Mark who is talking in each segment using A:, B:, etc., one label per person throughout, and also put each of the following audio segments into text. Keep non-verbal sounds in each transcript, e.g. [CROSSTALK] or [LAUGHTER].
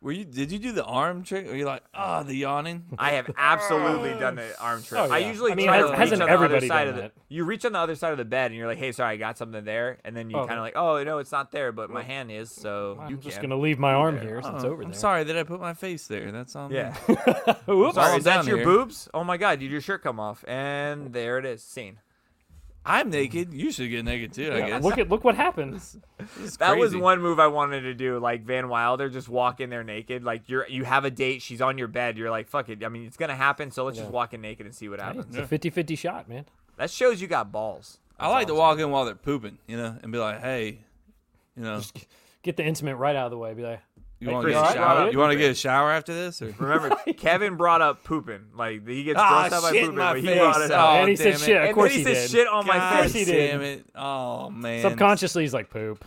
A: Were you? Did you do the arm trick? Were you like, ah, the
B: [LAUGHS]
A: yawning?
B: I have absolutely done the arm trip.
C: Oh,
B: I
C: yeah.
B: usually
C: I mean,
B: try
C: has-
B: to reach
C: hasn't
B: on the other
C: everybody
B: side
C: done
B: of the.
C: that?
B: You reach on the other side of the bed, and you're like, "Hey, sorry, I got something there," and then you
C: Oh.
B: kind of like, "Oh, no, it's not there, but my hand is." So
C: I'm
B: you
C: just
B: can.
C: gonna leave my arm here
A: Oh,
C: since it's over
A: I'm
C: there.
A: sorry that I put my face there. That's all.
C: [LAUGHS]
B: Yeah.
C: Oops.
A: Sorry.
B: Sorry,
A: all
B: is that
A: down
B: your
A: here.
B: boobs? Oh my god, did your shirt come off? And there it is. Scene.
A: I'm naked. You should get naked too. I
C: Yeah,
A: guess.
C: Look at look what happens.
A: This is
B: That was
A: crazy.
B: one move I wanted to do, like Van Wilder, just walk in there naked. Like you're, you have a date, she's on your bed. You're like, fuck it. I mean, it's gonna happen, so let's just
C: Yeah.
B: walk in naked and see what happens.
C: It's a 50-50 shot, man.
B: That shows you got balls.
A: I like to walk in while they're pooping, you know, and be like, hey, you know,
C: Get the intimate right out of the way. Be like,
A: you
C: Hey,
A: want to
B: Chris,
A: get a
B: you wanna-
A: shower? You want to get a shower after this?
B: [LAUGHS]
A: Or? [LAUGHS]
B: Remember, Kevin brought up pooping. Like he gets
A: Ah,
B: grossed out by
A: shit in
B: pooping,
A: my
B: but he
A: face.
B: brought it up.
A: Oh,
C: and he
A: damn
C: said
A: it.
C: shit. Of
B: and
C: course
B: then he,
C: did.
B: said shit on my
A: God
B: face.
C: he did.
A: damn it!
B: [LAUGHS]
A: Oh man.
C: Subconsciously, he's like poop.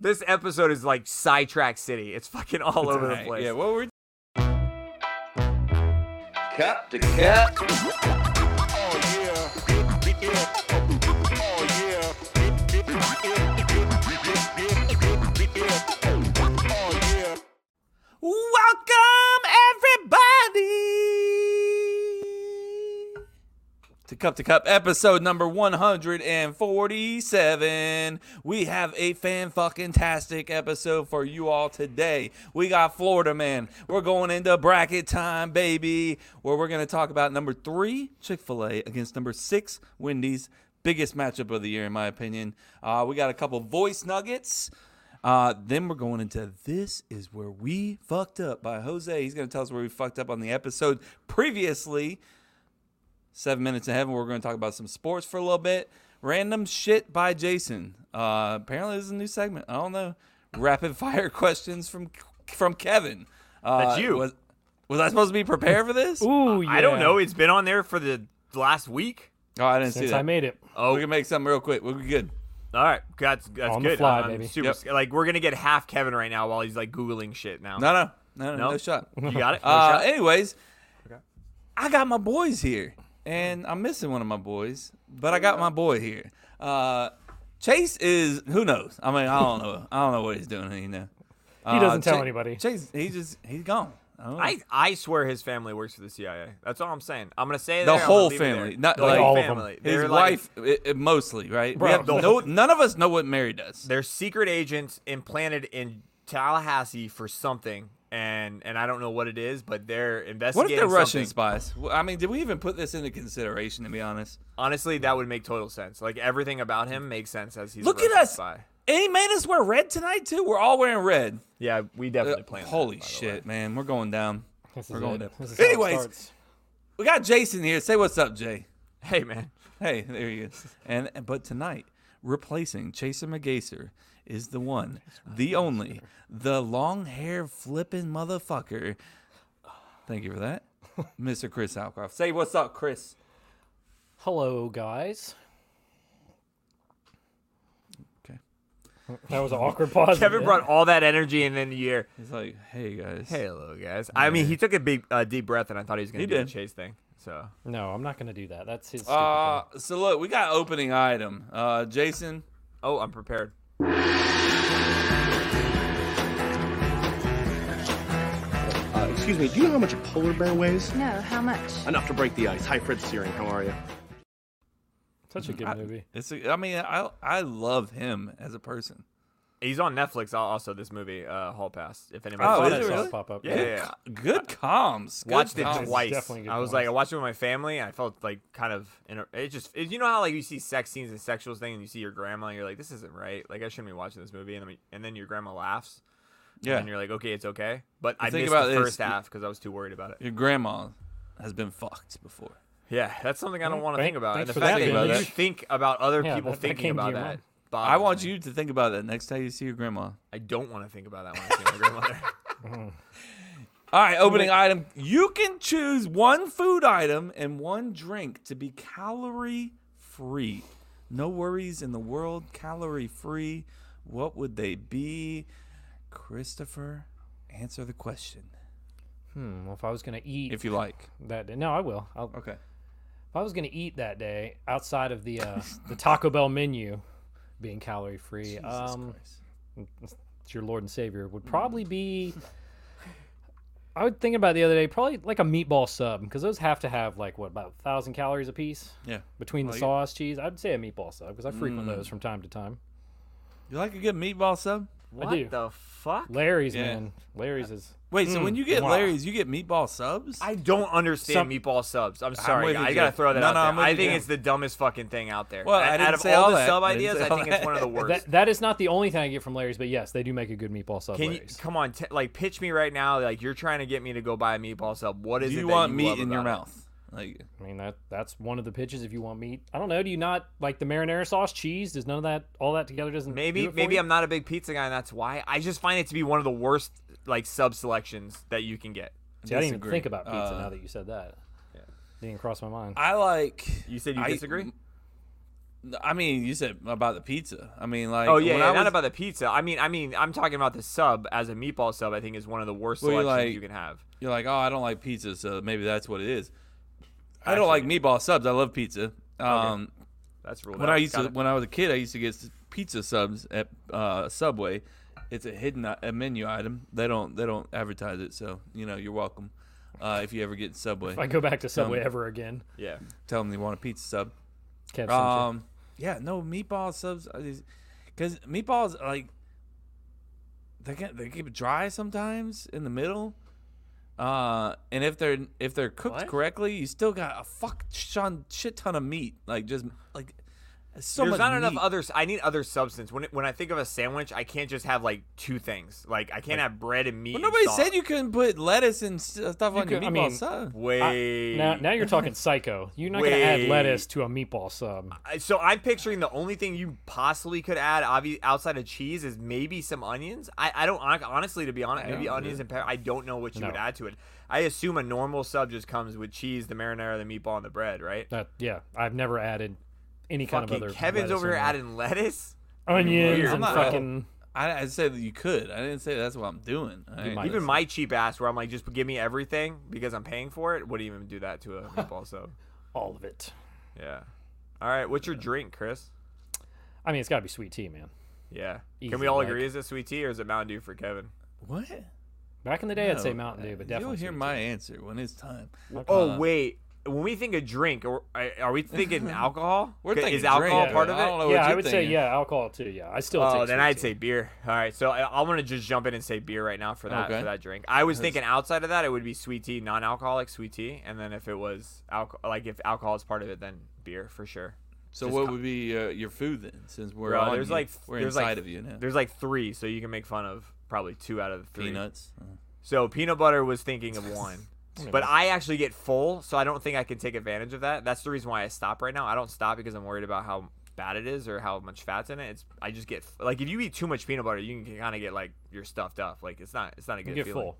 B: This episode is like sidetrack city. It's fucking all over the
A: Alright,
B: place.
A: Yeah. What were we
D: Cup to cup.
A: Welcome everybody to Cup to Cup episode number 147. We have a fan fucking tastic episode for you all today. We got Florida man. We're going into bracket time, baby, where we're going to talk about number 3 Chick-fil-A against number 6 Wendy's. Biggest matchup of the year, in my opinion. Uh, we got a couple voice nuggets. Uh, then we're going into this is where we fucked up by Jose. He's going to tell us where we fucked up on the episode previously. Seven minutes in heaven. We're going to talk about some sports for a little bit. Random shit by Jason. Uh, apparently, this is a new segment. I don't know. Rapid fire [LAUGHS] questions from from Kevin. Uh,
B: That's you.
A: Was, was I supposed to be prepared for this? Oh,
C: Ooh, yeah.
B: I don't know. It's been on there for the last week.
A: Oh, I didn't see
C: Since
A: that.
C: I made it,
B: Oh,
A: we can make something real quick. We'll be good.
B: all right. That's that's
C: On the
B: good.
C: fly,
B: I'm
C: baby.
B: super
A: Yep.
B: sc- like we're gonna get half Kevin right now while he's like googling shit now.
A: No, no, no, no, [LAUGHS]
B: No?
A: no shot.
B: You got it.
A: Uh, anyways, I got my boys here, and I'm missing one of my boys, but I got my boy here. Uh, Chase is who knows? I mean, I don't know. I don't know what he's doing. You know,
C: he doesn't
A: Uh,
C: tell
A: Cha-
C: anybody.
A: Chase, he just he's gone. I don't know.
B: I, I swear his family works for the CIA. That's all I'm saying. I'm gonna say it
A: The
B: there, I'm
A: whole
B: gonna leave it there.
A: family, not
B: the
A: like
B: whole
C: all of them.
B: family.
A: his
B: They're, like-
A: wife, i i- mostly, right?
C: Bro,
A: we have
C: the-
A: no, none of us know what Mary does.
B: they're secret agents implanted in Tallahassee for something, and and I don't know what it is, but they're
A: What
B: investigating.
A: if they're Russian
B: something.
A: spies? Well, I mean, did we even put this into consideration? To be honest,
B: Honestly, that would make total sense. Like everything about him makes sense as he's. a
A: look at
B: Russian
A: us.
B: Spy.
A: And he made us wear red tonight too. We're all wearing red.
B: Yeah, we definitely planned. that,
A: Uh, Holy
B: by the way.
A: shit, man. We're going down.
C: This
A: We're
C: is
A: going
C: it.
A: down.
C: This is how it
A: Anyways,
C: starts.
A: we got Jason here. Say what's up, Jay.
B: Hey man,
A: Hey, there he is. And and- but tonight, replacing Chaser McGacer is the one, the only, the long hair flipping motherfucker. Thank you for that. Mr. Chris Alcroft. Say what's up, Chris.
C: hello guys.
A: Okay.
C: That was an awkward pause.
B: Kevin
C: Yeah.
B: brought all that energy and then you hear,
A: He's like, hey guys.
B: "Hello guys." I mean, he took a big uh, deep breath, and I thought he was gonna
A: He
B: do
A: did.
B: the chase thing. So
C: No, I'm not gonna do that. That's his. stupid
A: Uh, so look, we got opening item. Uh, Jason,
B: Oh, I'm prepared.
E: Uh, excuse me, do you know how much a polar bear weighs?
F: No, how much?
E: Enough to break the ice. Hi, Fred Searing. How are you?
C: thing. Such a good movie.
A: it's a, I mean, I I love him as a person.
B: He's on Netflix. al- Also, this movie, uh, Hall Pass. If anybody,
A: Oh,
C: I
B: saw
C: saw
A: is
C: that
A: it
C: song
A: really?
C: pop up.
B: Yeah, yeah, yeah.
A: Good comms. Good
B: watched it
A: comms.
C: It's
B: twice.
C: definitely good
B: I was like, I
C: points.
B: watched it with my family, and I felt like kind of, in a, it just, it, you know how like you see sex scenes and sexual things, and you see your grandma, and you're like, this isn't right. Like I shouldn't be watching this movie, and then, and then your grandma laughs,
A: Yeah.
B: and you're like, okay, it's okay. But I
A: Think
B: missed
A: about
B: the
A: this.
B: first half because I was too worried about it.
A: Your grandma has been fucked before.
B: Yeah, that's something I don't want to
C: thank-
B: think about. And the
C: thanks for
B: fact
C: that,
B: that,
A: Dave.
B: you think about other
C: Yeah,
B: people
C: that- that
B: thinking
C: came to
B: about
C: your
B: that.
C: mind.
A: I
B: bothers
A: want
B: me.
A: you to think about that next time you see your grandma.
B: I don't want to think about that when I see my grandmother.
A: All right, opening item. You can choose one food item and one drink to be calorie free. No worries in the world. Calorie free. What would they be? Christopher, answer the question
C: Hmm, well, if I was gonna eat
A: if you like.
C: that day, no, I will. I'll,
A: Okay.
C: if I was gonna eat that day outside of
B: [LAUGHS]
C: the uh, the Taco Bell menu being calorie free, um, it's um, your Lord and Savior would
B: Mm.
C: probably be. I was thinking about it the other day, probably like a meatball sub, because those have to have like what about thousand calories a piece
A: Yeah.
C: between the
A: Like-
C: sauce, cheese. I'd say a meatball sub because I
B: Mm.
C: frequent those from time to time.
A: You like a good meatball sub?
B: What
C: do.
B: the fuck?
C: Larry's,
A: Yeah.
C: man, Larry's is
A: Wait, so when you get
B: wow.
A: Larry's, you get meatball subs?
B: I don't understand
C: Some-
B: meatball subs. I'm sorry,
A: with
B: guy.
A: you,
B: I gotta
A: Jeff.
B: throw that
A: No,
B: out
A: no,
B: there.
A: I'm with
B: I
A: you,
B: think
A: Jeff.
B: it's the dumbest fucking thing out there.
A: Well, I
B: Out-
A: didn't
B: out of
A: say
B: all
A: all
B: the
A: that.
B: sub
A: I didn't
B: ideas,
A: say
B: I
A: all
B: think it's one of the
A: that.
B: worst.
C: that. That is not the only thing I get from Larry's, but yes, they do make a good meatball sub.
B: Can you
C: Larry's.
B: come on? T- like, pitch me right now. Like, you're trying to get me to go buy a meatball sub. What is
A: Do
B: it
A: you
B: that
A: want
B: you
A: meat
B: love
A: in your
B: about it?
A: mouth? Like,
C: I mean that that's one of the pitches if you want meat. I don't know. Do you not like the marinara sauce, cheese? Does none of that all that together doesn't
B: Maybe,
C: do it for
B: maybe
C: you?
B: I'm not a big pizza guy, and that's why. I just find it to be one of the worst like sub selections that you can get.
C: See, I didn't even
A: disagree.
C: think about pizza
A: Uh,
C: now that you said that. Didn't cross my mind.
A: I like.
B: You said you
A: I-
B: disagree?
A: I mean, you said about the pizza. I mean, like.
B: Oh yeah,
A: when
B: yeah
A: I
B: not
A: was-
B: about the pizza. I mean, I mean, I'm talking about the sub as a meatball sub. I think is one of the worst
A: Well, you
B: selections
A: like-
B: you can have.
A: You're like, oh, I don't like pizza, so maybe that's what it is. I don't like meatball subs. I love pizza. Um,
B: That's rule.
A: when I used to, when I was a kid, I used to get s- pizza subs at uh, Subway. It's a hidden i- a menu item. They don't they don't advertise it, so you know you're welcome. Uh, if you ever get Subway,
C: if I go back to
B: Um,
C: Subway ever again,
B: yeah.
A: tell them you want a pizza sub.
C: Kev um,
A: Um, yeah, no meatball subs, because meatballs like they get they keep dry sometimes in the middle. Uh, and if they're if they're cooked
B: What?
A: correctly, you still got a fuck shon, shit ton of meat. Like just like so
B: There's
A: much.
B: not enough
A: meat.
B: other. I need other substance. When it, when I think of a sandwich, I can't just have like two things. Like I can't have bread and meat.
A: Well,
B: and
A: nobody
B: sauce.
A: said you couldn't put lettuce and s- uh, stuff on your
C: could- I
A: meatball
C: mean,
A: sub.
B: Wait.
C: now now you're talking psycho. You're not gonna add
B: Wait.
C: lettuce to a meatball sub.
B: I- so I'm picturing the only thing you possibly could add, obvi- outside of cheese, is maybe some onions. I, I don't hon- honestly, to be honest, maybe onions and pepper. I don't know what you would
C: No.
B: add to it. I assume a normal sub just comes with cheese, the marinara, the meatball, and the bread, right?
C: That yeah, I've never added any kind of
B: Fucking
C: other.
B: Kevin's
C: lettuce
B: over
C: in
B: here
C: there.
B: adding lettuce.
C: onions
B: Weird.
A: I'm
C: and
A: not-
C: fucking.
A: I, I said that you could. I didn't say that's what I'm doing. I ain't-
C: might.
B: Even
C: Listen.
B: my cheap ass, where I'm like, just give me everything because I'm paying for it, wouldn't even do that to a meatball sub.
C: all of it.
B: Yeah. All right. What's your drink, Chris?
C: I mean, it's gotta be sweet tea, man.
B: Yeah.
C: Easy,
B: Can we all
C: like-
B: agree? Is it sweet tea or is it Mountain Dew for Kevin?
A: what?
C: Back in the day, I'd say
A: No,
C: Mountain Dew,
A: uh,
C: but definitely
A: You'll hear
C: sweet
A: my answer when it's time.
B: Oh wait. When we think of drink, are are we [LAUGHS] thinking alcohol?
A: We're
B: C-
A: thinking
B: is alcohol
A: drink.
B: part
A: I
B: of
A: don't
B: it?
A: know
C: yeah,
A: what
C: I
A: you're
C: would say
A: thinking.
C: yeah, alcohol too. Yeah, I still.
B: Oh,
C: take
B: then
C: sweet
B: I'd
C: tea.
B: say beer. All right, so I, I want to just jump in and say beer right now for that
A: Okay.
B: for that drink. I was thinking outside of that, it would be sweet tea, non-alcoholic sweet tea, and then if it was alcohol, like if alcohol is part of it, then beer for sure.
A: So
B: Just
A: what
B: co-
A: would be uh, your food then? Since we're
B: Bro,
A: on
B: there's
A: you.
B: like
A: we're
B: there's
A: inside
B: like,
A: of you now.
B: There's like three, so you can make fun of probably two out of the three. [LAUGHS]
A: Peanuts.
B: So peanut butter was thinking
C: [LAUGHS]
B: of one. But I actually get full, so I don't think I can take advantage of that. That's the reason why I stop right now. I don't stop because I'm worried about how bad it is or how much fat's in it. It's I just get like if you eat too much peanut butter, you can kind of get like you're stuffed up. Like it's not it's not a
C: You
B: good
C: get
B: feeling.
C: full.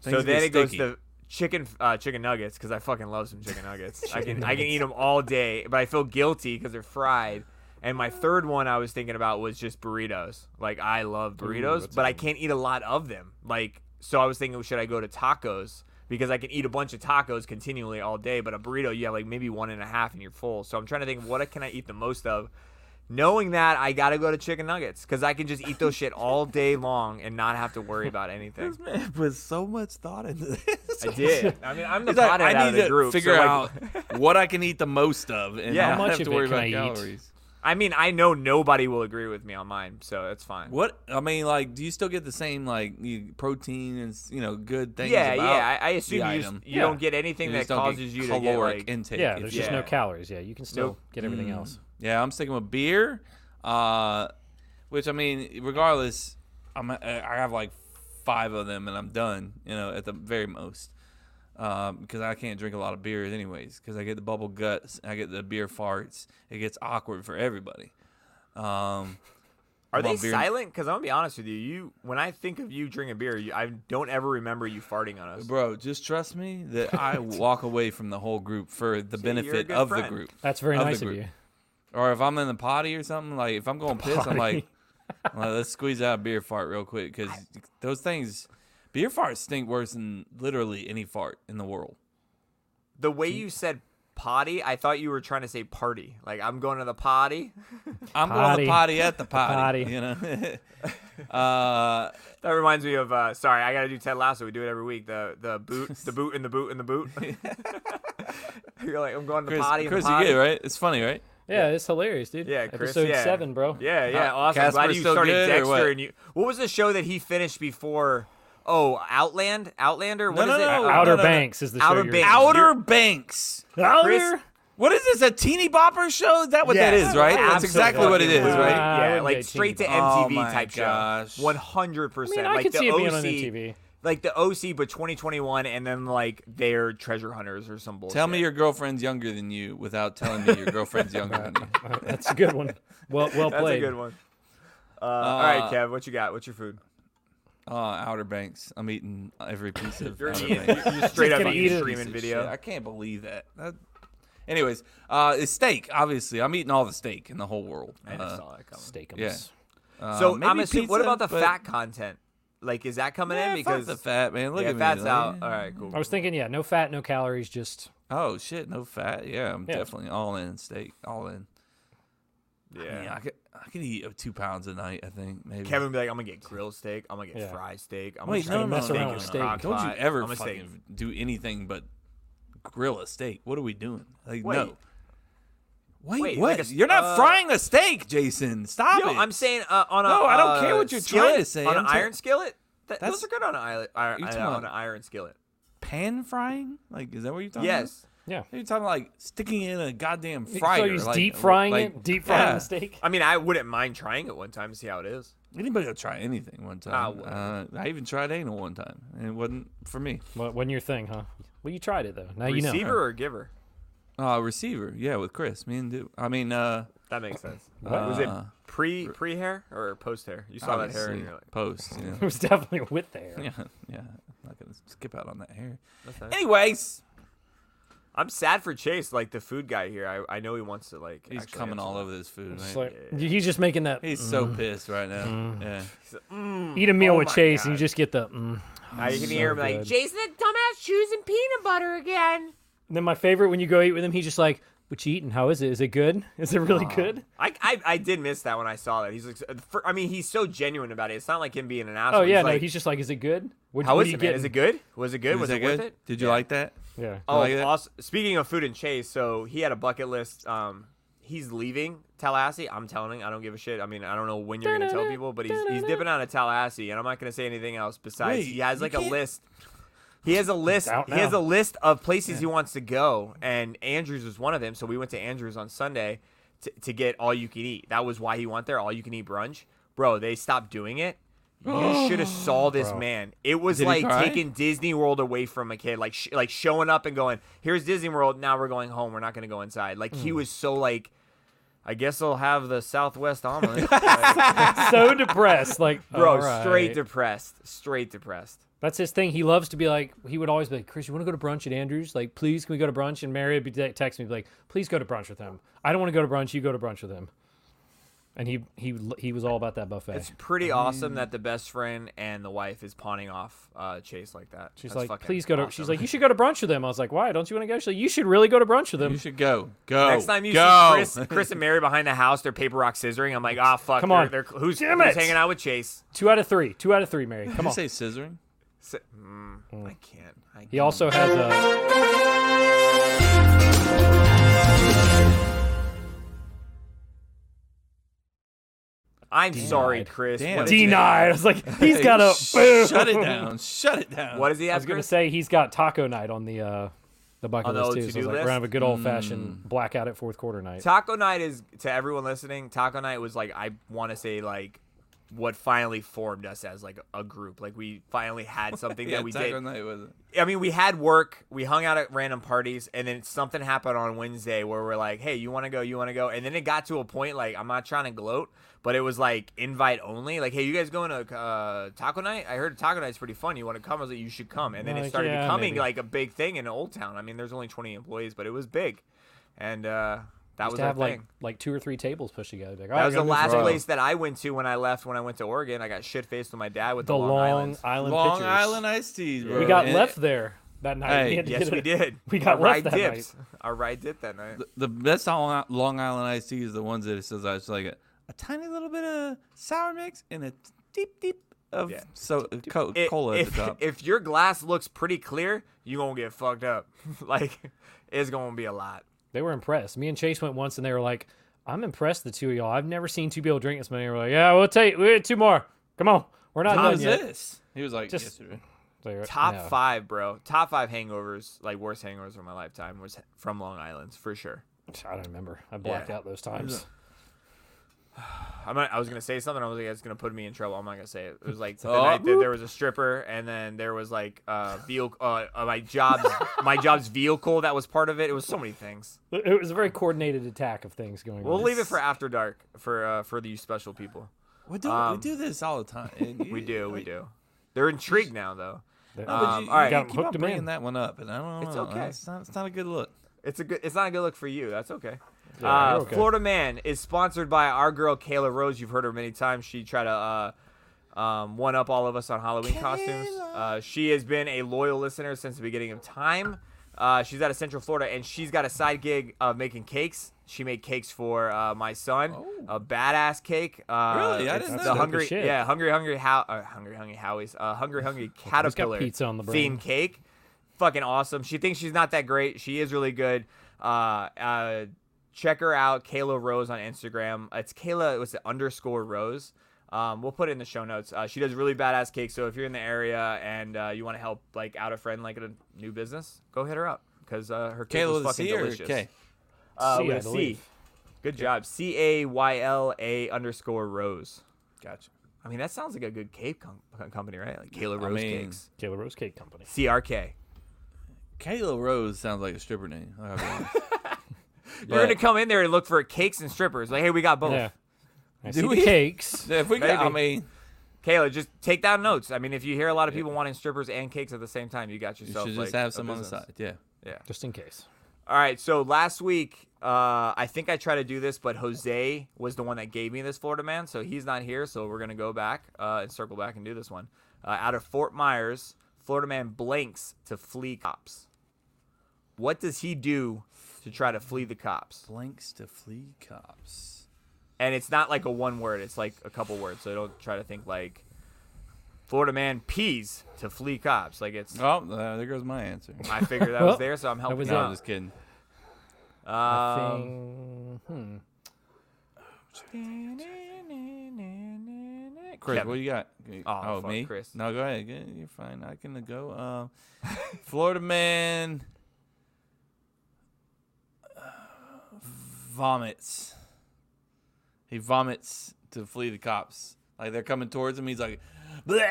B: So
A: Things get
B: then it goes
A: sticky.
B: to chicken uh, chicken nuggets because I fucking love some chicken nuggets. I can I can eat them all day, but I feel guilty because they're fried. And my third one I was thinking about was just burritos. Like I love burritos, but I can't eat a lot of them. Like so I was thinking, should I go to tacos? Because I can eat a bunch of tacos continually all day, but a burrito you have like maybe one and a half and you're full. So I'm trying to think, what can I eat the most of? Knowing that, I gotta go to chicken nuggets because I can just eat those shit all day long and not have to worry about anything.
A: This man put so much thought into this. [LAUGHS]
B: I [LAUGHS] did. I mean, I'm the
A: He's like,
B: pothead
A: I
B: out
A: need
B: of the
A: to
B: group. so,
A: figure
B: like,
A: out what I can eat the most of, and
B: Yeah.
A: I
B: How
A: don't
C: much
A: have to
C: of it
A: worry
C: can
A: about
C: I eat?
A: calories.
B: [LAUGHS] I mean, I know nobody will agree with me on mine, so it's fine.
A: What I mean, like, do you still get the same like you, protein and s- you know good things?
B: Yeah,
A: about
B: yeah. I, I
A: the
B: assume you, just,
A: item?
B: you
C: Yeah.
B: don't get anything
A: You
B: that
A: just don't get
B: causes you to get
A: caloric
B: like.
A: intake.
C: Yeah,
A: if
C: there's
A: you-
C: just no
B: Yeah.
C: calories. Yeah, you can still
B: Nope. Mm.
C: get everything else.
A: yeah, I'm sticking with beer, uh, which I mean, regardless, I'm I I have like five of them and I'm done. You know, at the very most, because I can't drink a lot of beers anyways. Because I get the bubble guts, I get the beer farts. It gets awkward for everybody. Um,
B: are they
A: want beer.
B: silent? Because I'm gonna be honest with you. You, when I think of you drinking beer, you, I don't ever remember you farting on us.
A: Bro, just trust me that
B: [LAUGHS]
A: I walk away from the whole group for the
B: you're a
A: benefit
B: good
A: of the
B: friend.
A: group.
C: That's very
A: Of the
C: nice of
A: group.
C: you.
A: Or if I'm in the potty or something, like if I'm going piss, I'm like, [LAUGHS] "Well, let's squeeze out a beer fart real quick because those things, beer farts stink worse than literally any fart in the world.
B: The way you said potty, I thought you were trying to say party. Like I'm going to the potty. [LAUGHS]
A: I'm going to
C: Potty.
A: potty at the potty.
C: potty.
A: You know, [LAUGHS] Uh,
B: That reminds me of uh, sorry, I gotta do Ted Lasso. We do it every week. The the boot, the boot, and the boot, and
A: [LAUGHS]
B: the boot. [LAUGHS] You're like, I'm going to the
A: Chris,
B: potty. and the
A: Chris you
B: potty.
A: get it, right? It's funny, right?
C: Yeah, it's hilarious, dude.
B: Yeah, Chris.
C: Episode
B: yeah.
C: seven, bro.
B: Yeah, yeah,
A: Uh,
B: awesome. Glad
A: Casper's
B: you
A: still
B: started
A: good, or
B: Dexter
A: what?
B: and you. What was the show that he finished before? Oh, Outland, Outlander. What
A: no,
B: is it?
A: no, no,
B: Uh,
C: Outer
A: no.
C: Banks is the show.
B: Outer
C: you're-
B: Banks.
A: Outer
B: You're-
A: Banks.
C: Outer.
B: Chris-
A: What is this? A teeny bopper show? Is that what that
B: Yes.
A: is, right? That's
B: Absolutely.
A: exactly what it is,
C: Wow.
A: right?
C: I
B: Yeah,
C: wouldn't
B: like
C: get
B: straight to
C: cheated.
A: Oh
B: MTV
A: my
B: type
A: gosh.
B: show. One hundred
C: I
B: percent.
C: mean,
B: like
C: I could
B: the
C: see it
B: OC,
C: being on MTV.
B: Like the OC, but 2021, and then like their treasure hunters or some bullshit.
A: Tell me your girlfriend's younger than you without telling me your girlfriend's younger than you.
C: That's a good one. Well,
B: [LAUGHS]
C: well
B: That's
C: played.
B: a good one. Uh, all right, Kev, what you got? What's your food?
A: Oh, Outer Banks. I'm eating every piece of
B: [LAUGHS] You're,
A: Outer
B: eating,
A: Banks.
B: you're just straight up
C: gonna eat
B: eating
C: it.
A: Piece
B: streaming
A: of
B: video.
A: shit. I can't believe that. That- Anyways, uh, it's steak. Obviously, I'm eating all the steak in the whole world.
B: I never
A: Uh,
B: saw that coming.
C: Steakums.
A: yeah. uh,
B: So
A: maybe
B: I'm assuming. What
A: pizza,
B: about the
A: but-
B: fat content? Like, is that coming
A: Yeah,
B: in?
A: fuck
B: Because
A: the fat man. Look
B: yeah,
A: at me.
B: fat's
A: like,
B: out. All right, cool.
C: I was thinking, yeah, no fat, no calories, just
A: Oh shit, no fat. Yeah, I'm
C: Yeah.
A: definitely all in steak. All in. Yeah,
B: yeah.
A: I could I could eat uh, two pounds a night. I think maybe.
B: Kevin would be like, I'm gonna get grilled steak. I'm gonna get
C: Yeah.
B: fried steak. I'm
A: wait, no,
B: gonna try
A: no,
C: mess
A: no,
C: around
A: no,
B: steak in
C: with
B: a
C: steak.
B: crock
A: Don't you
B: pot.
A: ever
B: I'm a steak.
A: fucking do anything but grill a steak. What are we doing? Like
B: Wait.
A: no. Wait,
B: Wait,
A: what?
B: like a s-
A: You're not
B: uh,
A: frying a steak, Jason. Stop
B: Yo,
A: it.
B: I'm saying uh, on a
A: No, I don't
B: uh,
A: care what you're
B: skillet,
A: trying to say.
B: on
A: I'm
B: an
A: ta-
B: iron skillet. That,
A: That's-
B: those are good on an iron, iron,
A: you
B: uh,
A: talking about?
B: on an iron skillet.
A: pan frying? Like, is that what you're talking about?
B: Yes,
C: yeah.
A: You're talking like sticking it in a goddamn
C: so
A: fryer.
C: you just
A: like-
C: deep frying
A: like-
C: it, deep frying
A: yeah.
C: the steak.
B: I mean I wouldn't mind trying it one time to see how it is.
A: Anybody will try anything one
B: I
A: time.
B: wouldn't.
A: uh, I even tried anal one time, and it wasn't for me.
C: What wasn't your thing, huh? Well, you tried it though. Now you know.
B: Receiver or giver?
A: Uh, receiver, yeah, with Chris, me and dude. I mean, uh,
B: That
A: [LAUGHS]
B: makes sense. was it
A: Uh,
B: pre pre hair or post hair? You saw that hair
A: obviously,
B: and you're like,
A: post.
B: [LAUGHS]
A: Yeah.
C: [LAUGHS] It was definitely with there.
A: [LAUGHS] yeah, yeah. I'm not gonna skip out on that hair.
B: That's nice.
A: Anyways,
B: I'm sad for Chase, like the food guy here. I, I know he wants to like.
A: he's
B: actually
A: coming
B: answer
A: all
B: that.
A: over this food.
C: It's
A: Right?
C: like mm. he's just making that
A: he's so pissed right now. Yeah.
C: eat a meal
B: Oh
C: with
B: my
C: Chase, and
B: God.
C: you just get the. Mm.
B: Now you can hear him like
C: good.
B: Jason, that dumbass shoes and peanut butter again.
C: And then my favorite when you go eat with him, he's just like, "What you eating? How is it? Is it good? Is it really good?"
B: I, I, I did miss that when I saw that. He's like, for, I mean, he's so genuine about it. It's not like him being an asshole.
C: Oh yeah,
B: he's
C: no,
B: like,
C: he's just like, "Is it good? What,
B: how
C: what
B: is
C: you
B: it? Man? Is it
C: getting?"
B: good? Was it good?
A: Was
B: Was,
A: that
B: it worth
A: good?
B: it?
A: Did you
B: Yeah.
A: like that?
C: Yeah.
B: Oh,
A: like that?
B: also, speaking of food and Chase, so he had a bucket list. Um, he's leaving Tallahassee. I'm telling. I don't give a shit. I mean, I don't know when you're gonna tell people, but he's he's dipping out of Tallahassee, and I'm not gonna say anything else besides
A: Wait,
B: he has
A: you
B: like a
A: can't-
B: list. He has a list.
C: out
B: He has
C: now.
B: a list of places he wants to go, and Andrews was one of them. So we went to Andrews on Sunday to, to get all you can eat. That was why he went there, all you can eat brunch. Bro, they stopped doing it. You
C: [GASPS]
B: should have saw this man. It was
A: Did he
B: like
A: cry?
B: taking Disney World away from a kid, like sh- like showing up and going, "Here's Disney World. Now we're going home. We're not going to go inside." Like
C: Hmm.
B: he was so like, I guess I'll have the Southwest omelet,
C: [LAUGHS]
B: Like, [LAUGHS]
C: so depressed, like
B: bro.
C: all
B: Straight
C: right.
B: depressed. Straight depressed.
C: That's his thing. He loves to be like, he would always be like, Chris, you want to go to brunch at Andrews? Like, please, can we go to brunch? And Mary would be te- text me, be like, please go to brunch with him. I don't want to go to brunch. You go to brunch with him. And he he he was all about that buffet.
B: It's pretty awesome that the best friend and the wife is pawning off uh, Chase like that.
C: she's
B: That's
C: like,
B: fucking
C: please go to. She's
B: awesome.
C: like, you should go to brunch with them. I was like, why? Don't you want to go? She's like, you should really go to brunch with
A: You
C: them.
A: should go. Go.
B: Next time you
A: go.
B: see
A: [LAUGHS]
B: Chris,
C: [LAUGHS]
B: Chris and Mary behind the house, they're paper rock scissoring. I'm like, ah, fuck.
C: Come
B: they're-
C: on.
B: they're- who's,
C: Damn
B: who's
C: it.
B: hanging out with Chase?
C: Two out of three. Two out of
B: [LAUGHS]
C: three, Mary. Come
A: Did
C: on.
A: you say scissoring?
B: Si- mm,
C: Hmm.
B: I can't. I can't.
C: He also has a.
B: I'm sorry, Chris.
A: Damn.
B: What,
A: Denied.
B: is
C: Denied. I was like, [LAUGHS] he's
A: Hey,
C: got a. [LAUGHS]
A: sh- Shut it down. Shut it down.
B: what does he
C: I
B: have,
C: was gonna
B: Chris?
C: say he's got taco night on the uh, the bucket
B: On the old
C: list too. So I
B: to-do
C: was like, we're
B: list?
C: gonna have a good old fashioned blackout at fourth quarter night.
B: Taco night is to everyone listening. Taco night was like I want to say like what finally formed us as like a group. Like we finally
C: [LAUGHS]
B: had something
A: yeah,
B: that we
A: Taco
B: did.
A: Night was it?
B: I mean, we had work. We hung out at random parties, and then something happened on Wednesday where we're like, "Hey, you want to go? You want to go?" And then it got to a point like I'm not trying to gloat, but it was like invite only. Like, "Hey, you guys going to uh, taco night? I heard taco night's pretty fun. You want to come?" I was like, "You should come." And then it
C: Like,
B: started
C: yeah,
B: becoming
C: maybe.
B: like a big thing in Old Town. I mean, there's only 20 employees, but it was big, and uh, that
C: Used
B: was
C: to
B: our
C: have like
B: thing.
C: like two or three tables pushed together. Like,
B: That was the last
A: Bro.
B: place that I went to when I left when I went to Oregon. I got shit faced with my dad with the,
C: the Long
B: Island.
C: Island,
A: Long
C: pictures.
A: Island iced teas, bro.
C: We got
A: And
C: left there that night.
A: Hey.
C: had to
B: Yes,
C: get
B: we
C: a-
B: did.
C: [LAUGHS] We got
B: Our
C: left
B: ride
C: that
B: dipped.
C: night.
B: Our ride dipped that night.
A: The best Long Long Island iced tea is the ones that it says it's like a, a tiny little bit of sour mix and a t- deep deep of
B: Yeah.
A: so co-
B: It-
A: cola
B: if,
A: at the
B: [LAUGHS]
A: top.
B: if your glass looks pretty clear, you gonna get fucked up. [LAUGHS] like it's gonna be a lot.
C: They were impressed. Me and Chase went once, and they were like, "I'm impressed the two of y'all. I've never seen two people drink this many." We're like, "Yeah, we'll take we had two more. Come on, we're not
A: How
C: done
A: is
C: yet."
A: this? He was like
C: Just-
A: yesterday.
C: They were-
B: Top
C: no.
B: five, bro. Top five hangovers, like worst hangovers of my lifetime, was from Long Island for sure.
C: I don't remember. I blacked
B: Yeah.
C: out those times.
B: I'm not, I was gonna say something. I was like, it's gonna put me in trouble. I'm not gonna say it. It was like the night that there was a stripper, and then there was like uh, vehicle, uh, uh,
A: [LAUGHS]
B: my job's my job's vehicle that was part of it. It was so many things.
C: It it was a very coordinated attack of things going
B: We'll
C: on.
B: leave it for after dark for uh, for these special people.
A: We do
B: Um,
A: we do this all the time. and
B: [LAUGHS] We
A: you-
B: do, we
A: like-
B: do. They're intrigued now though.
C: They-
A: No, but
B: Um,
A: you,
B: all right.
A: you
C: Got 'em
A: keep on
C: hooked 'em in.
A: bringing that one up, and I don't know.
B: It's
A: I don't know.
B: okay.
A: It's not, it's not a good look.
B: It's a good. It's not a good look for you. That's okay.
C: Yeah,
B: uh,
C: you're okay.
B: Florida Man is sponsored by our girl Kayla Rose. You've heard her many times. She tried to uh, um, one up all of us on Halloween costumes. Uh, she has been a loyal listener since the beginning of time. Uh, she's out of Central Florida, and she's got a side gig of making cakes. She made cakes for uh, my son, a badass cake. Uh,
A: Really? I
B: it's
A: didn't know
B: the
A: that.
B: hungry,
C: Shit.
B: yeah, hungry, hungry, how, uh, hungry, hungry Howie's, uh, hungry, hungry
C: got
B: caterpillar
C: pizza on the brain.
B: themed cake fucking awesome. She thinks she's not that great. She is really good. Uh, uh, check her out, Kayla Rose on Instagram. It's Kayla. What's it underscore Rose? Um, we'll put it in the show notes. Uh, she does really badass cakes. So if you're in the area and uh, you want to help, like out a friend, like at a new business, go hit her up because uh, her cake
A: Kayla with
B: was
A: a
B: fucking
A: C or a
B: delicious.
A: K?
B: Uh,
C: C,
B: with
C: I
B: a C.
C: believe.
B: Good job. C A Y L A underscore Rose.
A: Gotcha.
B: I mean, that sounds like a good cake com- company, right? Like Kayla Rose
A: mean-
B: Cakes.
C: Kayla Rose Cake Company.
B: CRK.
A: Kayla Rose sounds like a stripper name. I'll be [LAUGHS]
B: [LAUGHS]
A: honest.
B: You're
A: But-
B: gonna come in there and look for cakes and strippers. Like, hey, we got both.
C: Yeah. I
A: Do
C: see
A: we-
C: the cakes.
A: if we got, I
B: Maybe.
A: mean,
B: Kayla, just take down notes. I mean, if you hear a lot of people wanting strippers and cakes at the same time, you got
A: you
B: yourself.
A: should just
B: like,
A: have
B: a
A: some on the
B: business.
A: side. Yeah.
C: Just in case.
B: All right. So last week, uh, I think I tried to do this, but Jose was the one that gave me this Florida man, so he's not here. So we're gonna go back uh, and circle back and do this one. Uh, out of Fort Myers, Florida man blanks to flee cops. What does he do to try to flee the cops?
A: Blanks to flee cops.
B: and it's not like a one word it's like a couple words so don't try to think like florida man pees to flee cops like it's
A: Oh, uh, there goes my [LAUGHS] answer.
B: i figured that
C: Well,
B: was there so i'm helping
C: was
B: you
A: No,
C: Yeah.
A: I'm
B: out
A: just kidding.
B: um,
C: Thing- hmm.
A: Chris,
B: Kevin.
A: what you got?
B: Oh, fuck,
A: me?
B: Chris.
A: No, go ahead. Yeah, You're fine. I can go. Um, Florida man uh, vomits. He vomits to flee the cops. Like they're coming towards him. He's like, Bleh!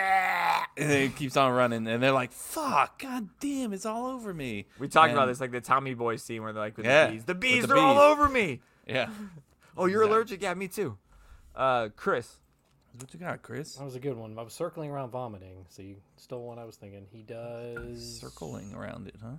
A: and then he keeps on running. And they're like, "Fuck, god damn, it's all over me."
B: we talked about
A: And-
B: this like the tommy boy scene where they're like with
A: Yeah,
B: the bees the
A: with
B: bees
A: the
B: they're all
A: bees.
B: over me
A: Yeah.
B: oh you're
A: Exactly.
B: allergic yeah me too uh chris
A: What you got, Chris?
C: That was a good one. I was circling around vomiting, so you stole one I was thinking. He does.
A: Circling around it, huh?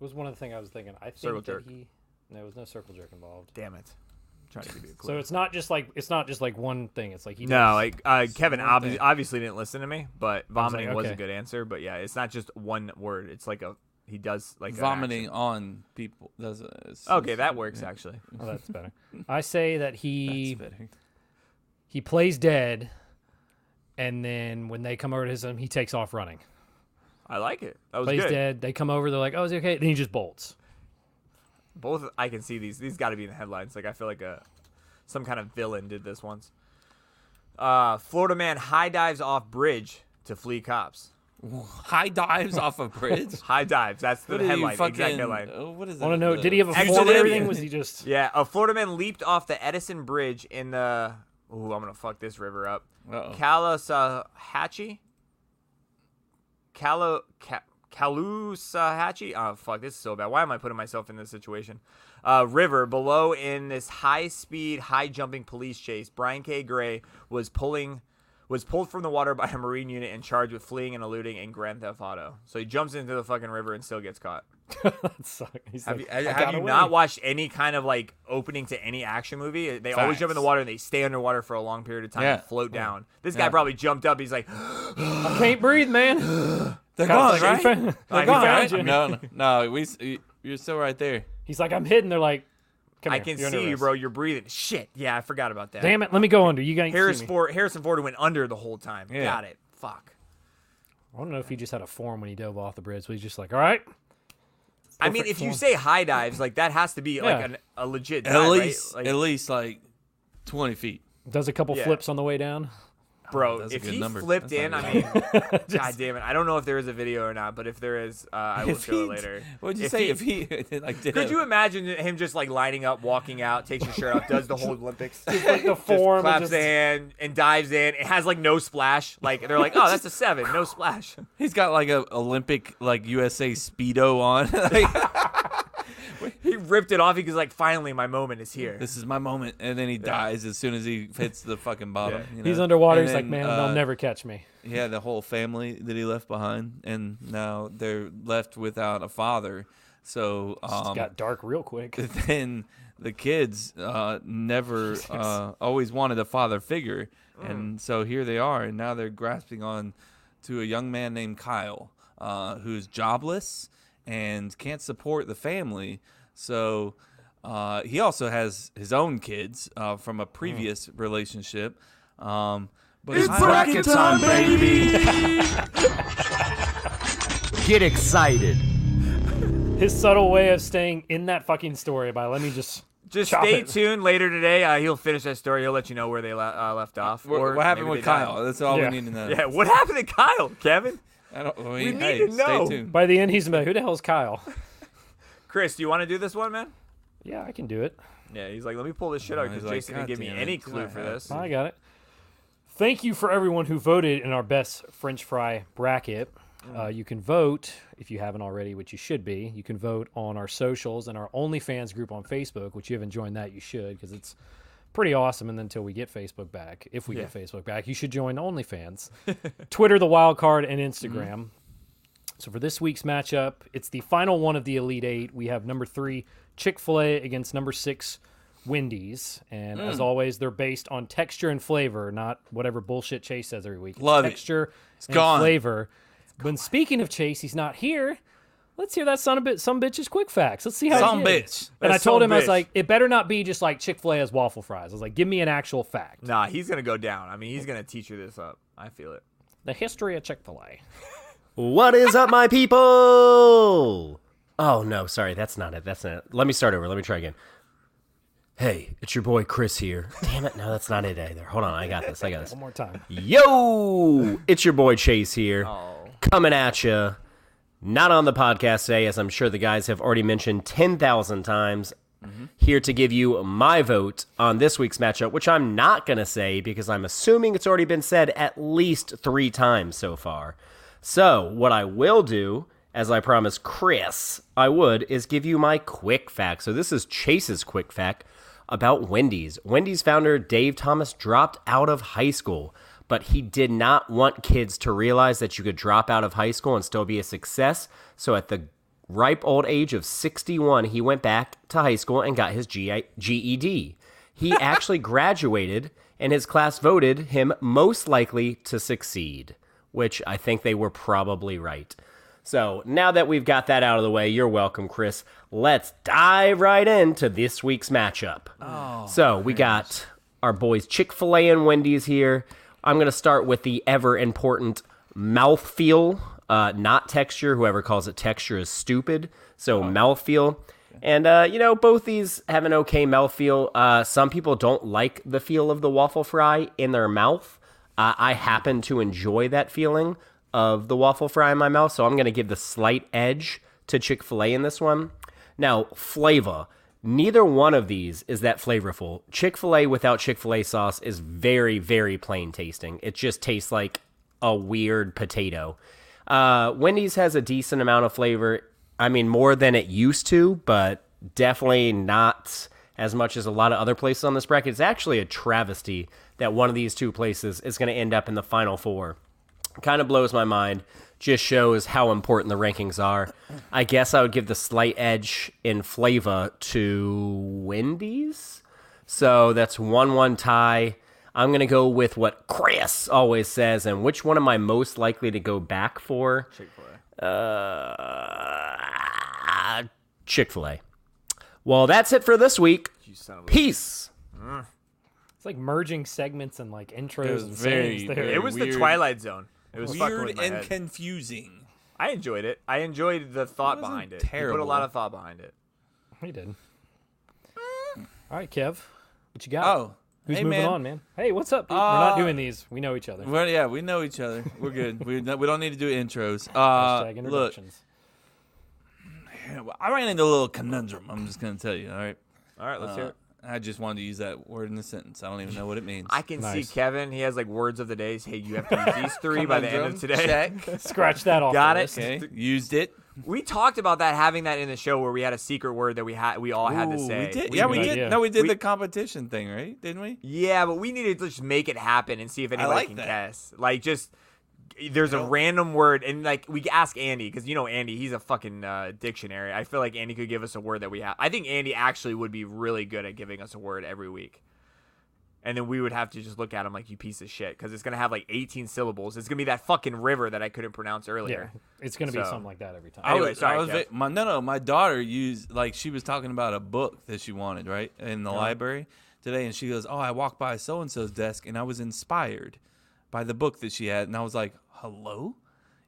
C: was one of the things I was thinking. I think
B: Circle
C: that
B: jerk.
C: he. No, there was no circle jerk involved.
B: damn it I'm trying to give you a clue
C: So it's not just like it's not just like one thing. It's like he.
B: No, like uh, Kevin
A: one
B: obvi-
A: thing.
B: obviously didn't listen to me, but vomiting was,
C: okay.
B: a good answer. But yeah, it's not just one word. It's like a he does like an
A: Vomiting
B: action.
A: on people. That's, uh, it's-
B: Okay,
A: it's-
B: that works actually.
C: Oh,
B: [LAUGHS]
C: that's better. I say that
A: That's
C: he
A: better.
C: he plays dead, and then when they come over to him, he takes off running.
B: I like it. That was
C: Plays
B: good.
C: dead. They come over. They're like, "Oh, is he okay?" Then he just bolts.
B: Both I can see these. These got to be in the headlines. Like I feel like a some kind of villain did this once. Uh, Florida man high dives off bridge to flee cops.
A: High dives off a
B: [LAUGHS]
A: bridge.
B: High dives. That's the
A: What are you
B: headline. exact
A: fucking-
B: headline.
A: oh, what is
C: Want to
A: that?
C: know?
A: The-
C: Did he have a
B: Exit
C: form and
B: interview.
C: everything? Was he [LAUGHS] just?
B: Yeah, a Florida man leaped off the Edison Bridge in the. Ooh, I'm gonna fuck this river up.
A: Uh-oh.
B: Caloosahatchee. Calo Ca- Caloosahatchee. Oh fuck, this is so bad. Why am I putting myself in this situation? Uh, river below in this high-speed, high-jumping police chase. Brian K. Gray was pulling. Was pulled from the water by a marine unit and charged with fleeing and eluding in Grand Theft Auto. So he jumps into the fucking river and still gets caught.
C: that sucked. He's
B: Have you,
C: like,
B: have
C: "I
B: have
C: got
B: you
C: away."
B: not watched any kind of like opening to any action movie? They always jump in the
A: Facts.
B: water and they stay underwater for a long period of time and
A: Yeah.
B: float down. This guy
A: Yeah.
B: probably jumped up. He's like,
C: I can't
B: [LAUGHS]
C: breathe, man.
A: They're
C: Kyle's
A: gone,
C: like,
A: right?
C: "He found-
A: They're
B: he
A: gone,
C: [LAUGHS]
B: found
A: right?
C: you.
A: No, no, no. We, s- y- you're still right there.
C: He's like, I'm hidden. They're like, Come
B: I
C: here.
B: can
C: You're under
B: see you,
C: arrest.
B: bro. You're breathing. Shit. Yeah, I forgot about that.
C: Damn it! Let me go under. You guys
B: Harris
C: see me.
B: Ford, Harrison Ford went under the whole time.
A: Yeah.
B: Got it. Fuck.
C: I don't know if he just had a form when he dove off the bridge. So he's just like, all right,
B: I mean, if
C: Perfect
B: you
C: form.
B: say high dives, like that has to be like
C: Yeah.
B: an, a legit dive,
A: At
B: right?
A: least,
B: Like,
A: at least like twenty feet.
C: does a couple
B: Yeah.
C: flips on the
B: [LAUGHS]
C: way down.
B: bro,
A: Oh, that's a
B: if
A: good
B: he
A: number.
B: flipped
A: That's
B: in,
A: not
B: I mean, god damn it, I don't know if there is a video or not, but if there is, uh, I will
A: If
B: show it
A: he-
B: later.
A: [LAUGHS] What'd you
B: If
A: say?
B: he-
A: if he [LAUGHS] like did
B: Could
A: a-
B: you imagine him just like lining up, walking out, takes his shirt off,
A: [LAUGHS]
B: does the whole Olympics, [LAUGHS] just
C: Like the form.
B: claps
C: just,
B: the hand and dives in. It has like no splash. Like they're like, oh, that's a seven, no splash. [LAUGHS]
A: He's got like a Olympic like USA speedo on. [LAUGHS] Like,
B: He ripped it off because like finally my moment is here.
A: this is my moment, and then he dies as soon as he hits the fucking bottom.
B: Yeah.
A: you
C: He's
A: know?
C: underwater.
A: And
C: he's like,
A: then,
C: man,
A: uh,
C: they'll never catch me.
A: He had the whole family that he left behind, and now they're left without a father. So
C: Just
A: um,
C: got dark
B: [LAUGHS]
C: real quick.
A: [LAUGHS] then the kids uh,
C: [LAUGHS]
A: never uh, always wanted a father figure,
C: Mm.
A: and so here they are, and now they're grasping on to a young man named Kyle, uh, who's jobless and can't support the family. So uh, he also has his own kids uh, from
C: Mm.
A: a previous relationship. Um, but it's
F: bracket time, baby. Get excited.
C: His subtle way of staying in that fucking story by let me just.
B: Just
C: Chop
B: stay
C: it.
B: tuned later today. Uh, he'll finish that story. He'll let you know where they le- uh, left off. or
A: What happened
B: maybe
A: with
B: they died.
A: Kyle? That's all
C: Yeah.
A: we need to know.
B: [LAUGHS] Yeah, what happened to Kyle, Kevin?
A: I don't, I mean,
B: need
A: hey,
B: to know.
A: Stay tuned.
C: By the end, he's like, who the hell's Kyle? [LAUGHS]
B: Chris, do you want to do this one, man?
C: yeah, I can do it.
B: Yeah, he's like, let me pull this shit out
A: he's
B: because
A: like,
B: Jason didn't
A: "God
B: give me
A: damn it,
B: any
A: did I
B: clue for
A: have
B: this.
C: I got it. Thank you for everyone who voted in our best French fry bracket. Uh, you can vote if you haven't already, which you should be. You can vote on our socials and our OnlyFans group on Facebook, which you haven't joined that, you should, because it's pretty awesome. And until we get Facebook back, if we get Facebook back, you should join OnlyFans, [LAUGHS] Twitter, the wild card, and Instagram.
A: Mm-hmm.
C: So for this week's matchup, it's the final one of the Elite Eight. We have number three Chick Fil A against number six Wendy's, and
A: Mm.
C: as always, they're based on texture and flavor, not whatever bullshit Chase says every week. It's
A: Love it.
C: texture and
A: gone.
C: flavor. When speaking of Chase, he's not here. Let's hear that son of bit some bitch's quick facts. Let's see how he
A: Son
C: did.
A: bitch.
C: And I
B: That's
C: told
B: son
C: him I was
B: bitch.
C: like, it better not be just like Chick Fil A as waffle fries. I was like, give me an actual fact.
B: Nah, he's gonna go down. I mean, he's gonna teach you this up. I feel it.
C: The history of Chick Fil A.
F: What is up, my people? Oh, no, sorry, that's not it. That's not it. Let me start over. Let me try again. Hey, it's your boy Chris here. Damn it. No, that's not it either. Hold on. I got this. I got this.
C: One more time.
F: Yo, it's your boy Chase here. Coming at you. Not on the podcast today, as I'm sure the guys have already mentioned 10,000 times. Here to give you my vote on this week's matchup, which I'm not going to say because I'm assuming it's already been said at least three times so far. So, what I will do, as I promised Chris I would, is give you my quick fact. So, this is Chase's quick fact about Wendy's. Wendy's founder Dave Thomas dropped out of high school, but he did not want kids to realize that you could drop out of high school and still be a success. So at the ripe old age of 61, he went back to high school and got his GI- GED. E He actually graduated, and his class voted him most likely to succeed, which I think they were probably right. So now that we've got that out of the way, you're welcome, Chris. Let's dive right into this week's matchup. so we got our boys Chick fil A and Wendy's here. I'm going to start with the ever important mouthfeel, uh, not texture. Whoever calls it texture is stupid. So mouthfeel. And, uh, you know, both these have an okay mouthfeel. Uh, some people don't like the feel of the waffle fry in their mouth. Uh, I happen to enjoy that feeling of the waffle fry in my mouth, so I'm going to give the slight edge to Chick fil A in this one. Now, flavor. Neither one of these is that flavorful. Chick fil A without Chick fil A sauce is very, very plain tasting. It just tastes like a weird potato. Uh, Wendy's has a decent amount of flavor. I mean, more than it used to, but definitely not as much as a lot of other places on this bracket. It's actually a travesty that one of these two places is going to end up in the final four. Kind of blows my mind. Just shows how important the rankings are. I guess I would give the slight edge in flavor to Wendy's. So that's 1 1 tie. I'm going to go with what Chris always says and which one am I most likely to go back for? Chick fil A. Uh, Chick fil A. Well, that's it for this week.
B: You son of a-
F: Peace.
C: It's like merging segments and like intros
A: was
C: and
A: very-
C: sayings there.
A: very
B: It was
A: weird.
B: the Twilight Zone. It was fucking
A: Weird
B: with my
A: and
B: head.
A: confusing.
B: I enjoyed it. I enjoyed the thought
A: wasn't
B: behind it. You put
A: terrible.
B: a lot of thought behind it.
C: He did. All right, Kev, what you got?
A: Oh,
C: who's
A: hey,
C: moving
A: man.
C: on, man? Hey, what's up? dude? We're not
A: Uh,
C: doing these. We know each other.
A: Well, yeah, we know each other. We're good. we, no- we don't need to do intros.
C: Hashtag
A: Uh, look,
C: introductions.
A: I ran into a little conundrum. I'm just gonna tell you. All right.
B: All right, let's hear
A: Uh,
B: it.
A: I just wanted to use that word in a sentence. I don't even know what it means.
B: I can
C: Nice.
B: see Kevin. He has like words of the days. Hey, you have to use these three by the end of
A: Conundrum,
B: today.
A: Check.
C: Scratch that off.
B: Got
C: the
B: it.
C: list.
A: Okay. Used it.
B: [LAUGHS] We talked about that having that in the show where we had a secret word that we had we all had to
A: Ooh,
B: say.
A: We did. yeah, we
C: good
A: did.
C: idea.
A: No, we did
B: We-
A: the competition thing, right? Didn't we?
B: Yeah, but we needed to just make it happen and see if anybody
A: like
B: can
A: that.
B: guess. Like just there's a random word and like we ask Andy because you know Andy he's a fucking uh, dictionary. I feel like Andy could give us a word that we have. I think Andy actually would be really good at giving us a word every week. And then we would have to just look at him like you piece of shit because it's gonna have like 18 syllables. It's gonna be that fucking river that I couldn't pronounce
C: Yeah,
B: earlier.
C: it's gonna be
B: So-
C: something like that every time.
A: I
B: Anyway,
A: was,
B: sorry,
A: I was ve-
B: Kev.
A: my, no, no. My daughter used like she was talking about a book that she wanted right in
B: Uh-huh.
A: the library today, and she goes, "Oh, I walked by so and so's desk, and I was inspired by the book that she had," and I was like, "Hello."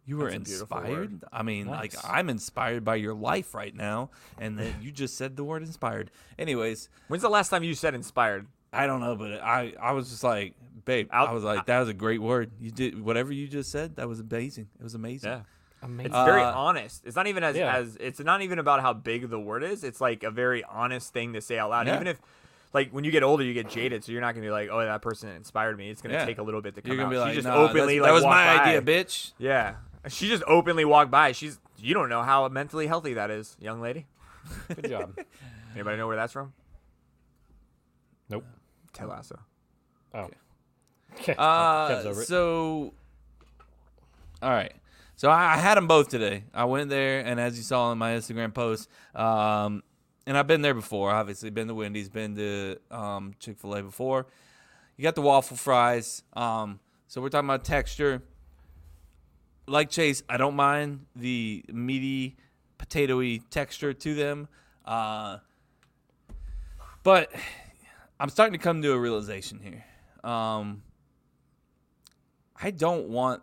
A: You were
B: That's a beautiful word.
A: inspired. I mean, like
C: Nice.
A: I'm inspired by your life right now, and that you just said the word "inspired." Anyways,
B: When's the last time you said inspired?
A: I don't know, but I I was just like, babe, i
B: I'll-
A: was like, that was a great word. You did whatever you just said. That was amazing. It was amazing.
B: Yeah.
C: Amazing.
B: It's very
A: Uh,
B: honest. It's not even as
C: Yeah.
B: as it's not even about how big the word is. It's like a very honest thing to say out loud.
A: Yeah.
B: Even if like when you get older, you get jaded, so you're not gonna be like, "Oh, that person inspired me." It's gonna
A: Yeah.
B: take a little bit to come
A: You're gonna be
B: out.
A: like,
B: she just
A: "Nah, that's-
B: openly
A: that
B: like
A: was
B: walked
A: my
B: by.
A: idea, bitch.
B: Yeah, she just openly walked by. She's you don't know how mentally healthy that is, young lady.
C: Good job.
B: Anybody know where that's from?
C: Nope.
B: Ted Lasso.
C: Oh. Okay. Oh, Kev's
A: Uh,
C: over it.
A: so, all right. So I, I had them both today. I went there, and as you saw in my Instagram post, um, and I've been there before. Obviously, been to Wendy's, been to um, Chick Fil A before. You got the waffle fries. Um, so we're talking about texture. Like Chase, I don't mind the meaty, potatoy texture to them, uh, but I'm starting to come to a realization here. Um, I don't want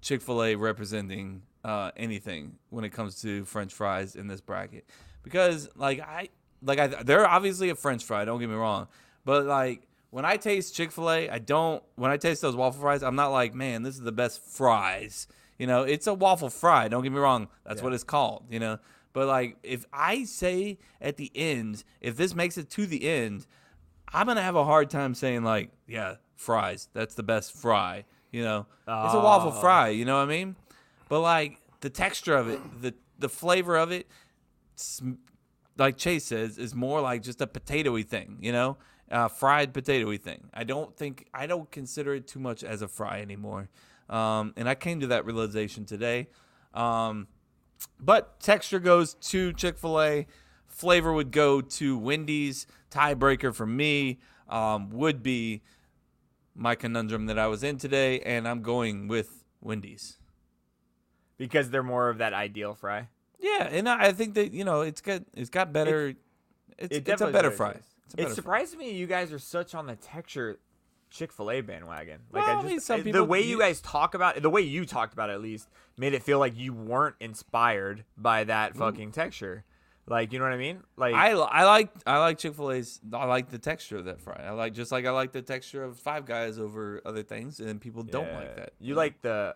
A: Chick Fil A representing uh, anything when it comes to French fries in this bracket, because like I like I they're obviously a French fry. Don't get me wrong, but like when I taste Chick Fil A, I don't when I taste those waffle fries, I'm not like man, this is the best fries. You know, it's a waffle fry. Don't get me wrong, that's what it's called. You know, but like if I say at the end, if this makes it to the end, I'm gonna have a hard time saying like, yeah, fries. That's the best fry. You know, it's a waffle fry. You know what I mean? But like the texture of it, the the flavor of it, sm- like Chase says, is more like just a potatoy thing. You know, uh, fried potatoy thing. I don't think I don't consider it too much as a fry anymore. Um, and I came to that realization today. Um, but texture goes to Chick fil A. Flavor would go to Wendy's. Tiebreaker for me um, would be my conundrum that I was in today, and I'm going with Wendy's.
B: Because they're more of that ideal fry.
A: Yeah, and I I think that you know it's got it's got better. It's,
B: It
A: it's a
B: definitely
A: better
B: is.
A: fry. It's a better
B: It
A: fry.
B: surprised me you guys are such on the texture Chick Fil A bandwagon. Like
A: Well, I
B: I just
A: mean, some
B: I-
A: people-
B: the way
A: you-
B: you guys talk about the way you talked about it at least made it feel like you weren't inspired by that fucking texture. Like you know what I mean? Like
A: I, li- I like I like Chick Fil A's. I like the texture of that fry. I like just like I like the texture of Five Guys over other things, and people don't
B: Yeah.
A: like that.
B: uh, You like the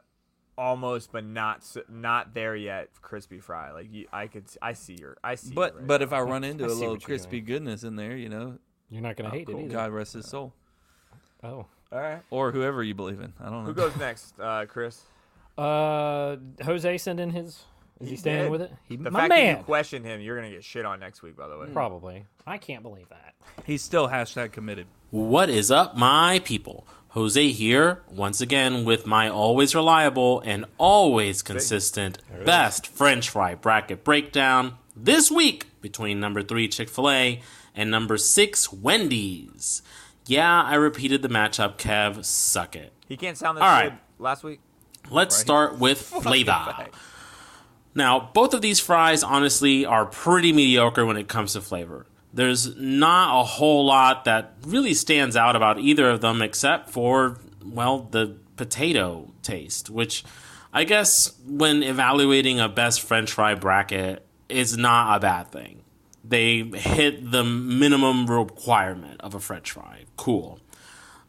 B: almost but not s- not there yet crispy fry. Like you, I could s- I see your [LAUGHS] I see. you
A: but
B: right
A: but
B: now.
A: if I run into
C: I
A: a
C: see
A: little
C: what you're
A: crispy goodness in there, you know,
C: You're not gonna hate it either.
A: God rest his soul.
C: Oh.
B: all right,
A: or whoever you believe in. I don't know.
B: who goes next? Uh, Chris.
C: Uh, Jose send in his. Is he, standing
B: did.
C: with it? He,
B: The
C: my
B: fact
C: man.
B: that you question him, you're gonna get shit on next week. By the way,
A: Mm.
C: Probably. Hmm. I can't believe that.
A: He's still hashtag committed.
G: What is up, my people? Jose here, once again with my always reliable and always consistent best French fry bracket breakdown this week between number three Chick fil A and number six Wendy's. Yeah, I repeated the matchup, Kev. Suck it.
B: he can't sound this
G: All right.
B: good last week.
G: Let's start with flavor. Now, both of these fries honestly are pretty mediocre when it comes to flavor. There's not a whole lot that really stands out about either of them except for, well, the potato taste, which I guess when evaluating a best french fry bracket is not a bad thing. They hit the minimum requirement of a french fry. Cool.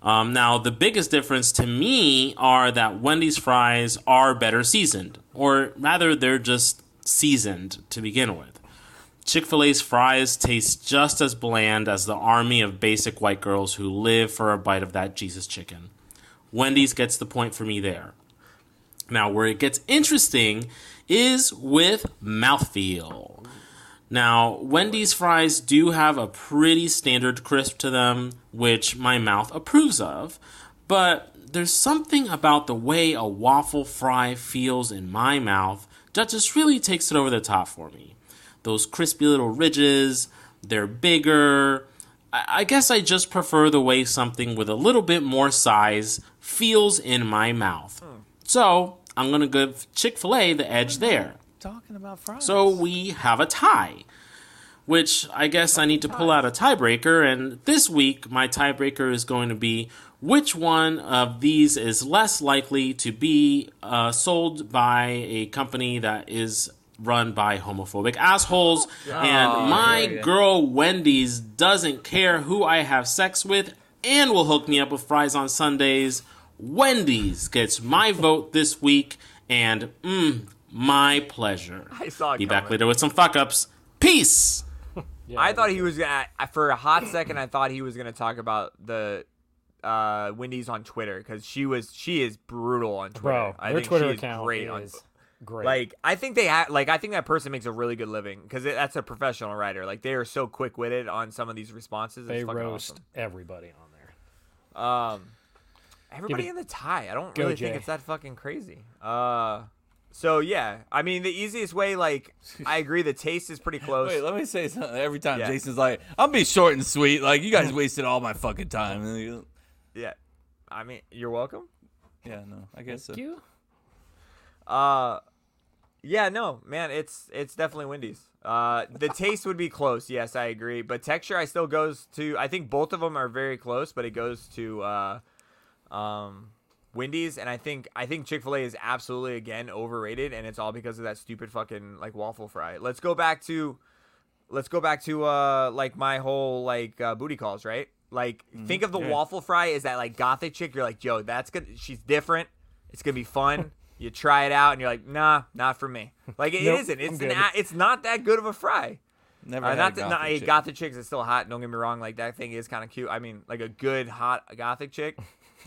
G: Um, now, the biggest difference to me are that Wendy's fries are better seasoned, or rather, they're just seasoned to begin with. Chick fil A's fries taste just as bland as the army of basic white girls who live for a bite of that Jesus chicken. Wendy's gets the point for me there. Now, where it gets interesting is with mouthfeel. Now, Wendy's fries do have a pretty standard crisp to them, which my mouth approves of, but there's something about the way a waffle fry feels in my mouth that just really takes it over the top for me. Those crispy little ridges, they're bigger. I I guess I just prefer the way something with a little bit more size feels in my mouth. So, I'm gonna give Chick fil A the edge there.
A: Talking about fries.
G: So we have a tie, which I guess I need to pull out a tiebreaker. And this week, my tiebreaker is going to be which one of these is less likely to be uh, sold by a company that is run by homophobic assholes.
B: Oh,
G: and my girl Wendy's doesn't care who I have sex with and will hook me up with fries on Sundays. Wendy's
B: [LAUGHS]
G: gets my vote this week, and mm, my pleasure.
B: I saw it
G: Be back
B: coming.
G: later with some fuck ups. Peace.
B: I thought he was gonna. I- For a hot second, I thought he was gonna talk about the uh, Wendy's on Twitter because she was. She is brutal on Twitter.
C: bro.
B: I
C: their
B: think
C: Twitter
B: she is
C: account
B: great on-
C: is great.
B: Like I think they have. Like I think that person makes a really good living because that's a professional writer. Like they are so quick witted on some of these responses.
C: they
B: It's fucking
C: roast
B: awesome.
C: everybody on there.
B: Um, everybody
C: but-
B: in the tie. I don't
C: Go,
B: really think
C: Jay.
B: it's that fucking crazy. Uh, so yeah, I mean the easiest way. Like
C: [LAUGHS]
B: I agree, the taste is pretty close.
A: Wait, let me say something. Every time
B: Yeah.
A: Jason's like, "I'll be short and sweet." Like you guys wasted all my fucking time. And you-
B: yeah, I mean you're welcome.
A: Yeah, no, I guess so.
C: You?
B: Uh, yeah, no, man, it's it's definitely Wendy's. Uh, the taste would be close. Yes, I agree. But texture, I still goes to. I think both of them are very close, but it goes to uh, um, Wendy's, and I think I think Chick Fil A is absolutely again overrated, and it's all because of that stupid fucking like waffle fry. Let's go back to, let's go back to uh like my whole like uh, booty calls, right? Like think of the waffle fry as that like gothic chick. You're like, yo, that's gonna she's different. It's gonna be fun. you try it out, and you're like, nah, not for me. Like it
C: Nope,
B: not
C: I'm
B: It's an,
C: good.
B: a- it's not that good of a fry.
A: Never
B: Uh,
A: had
B: not
A: a
B: that, not,
A: gothic
B: I
A: chick.
B: gothic chicks is still hot. Don't get me wrong. Like that thing is kind of cute. I mean, like a good hot gothic chick.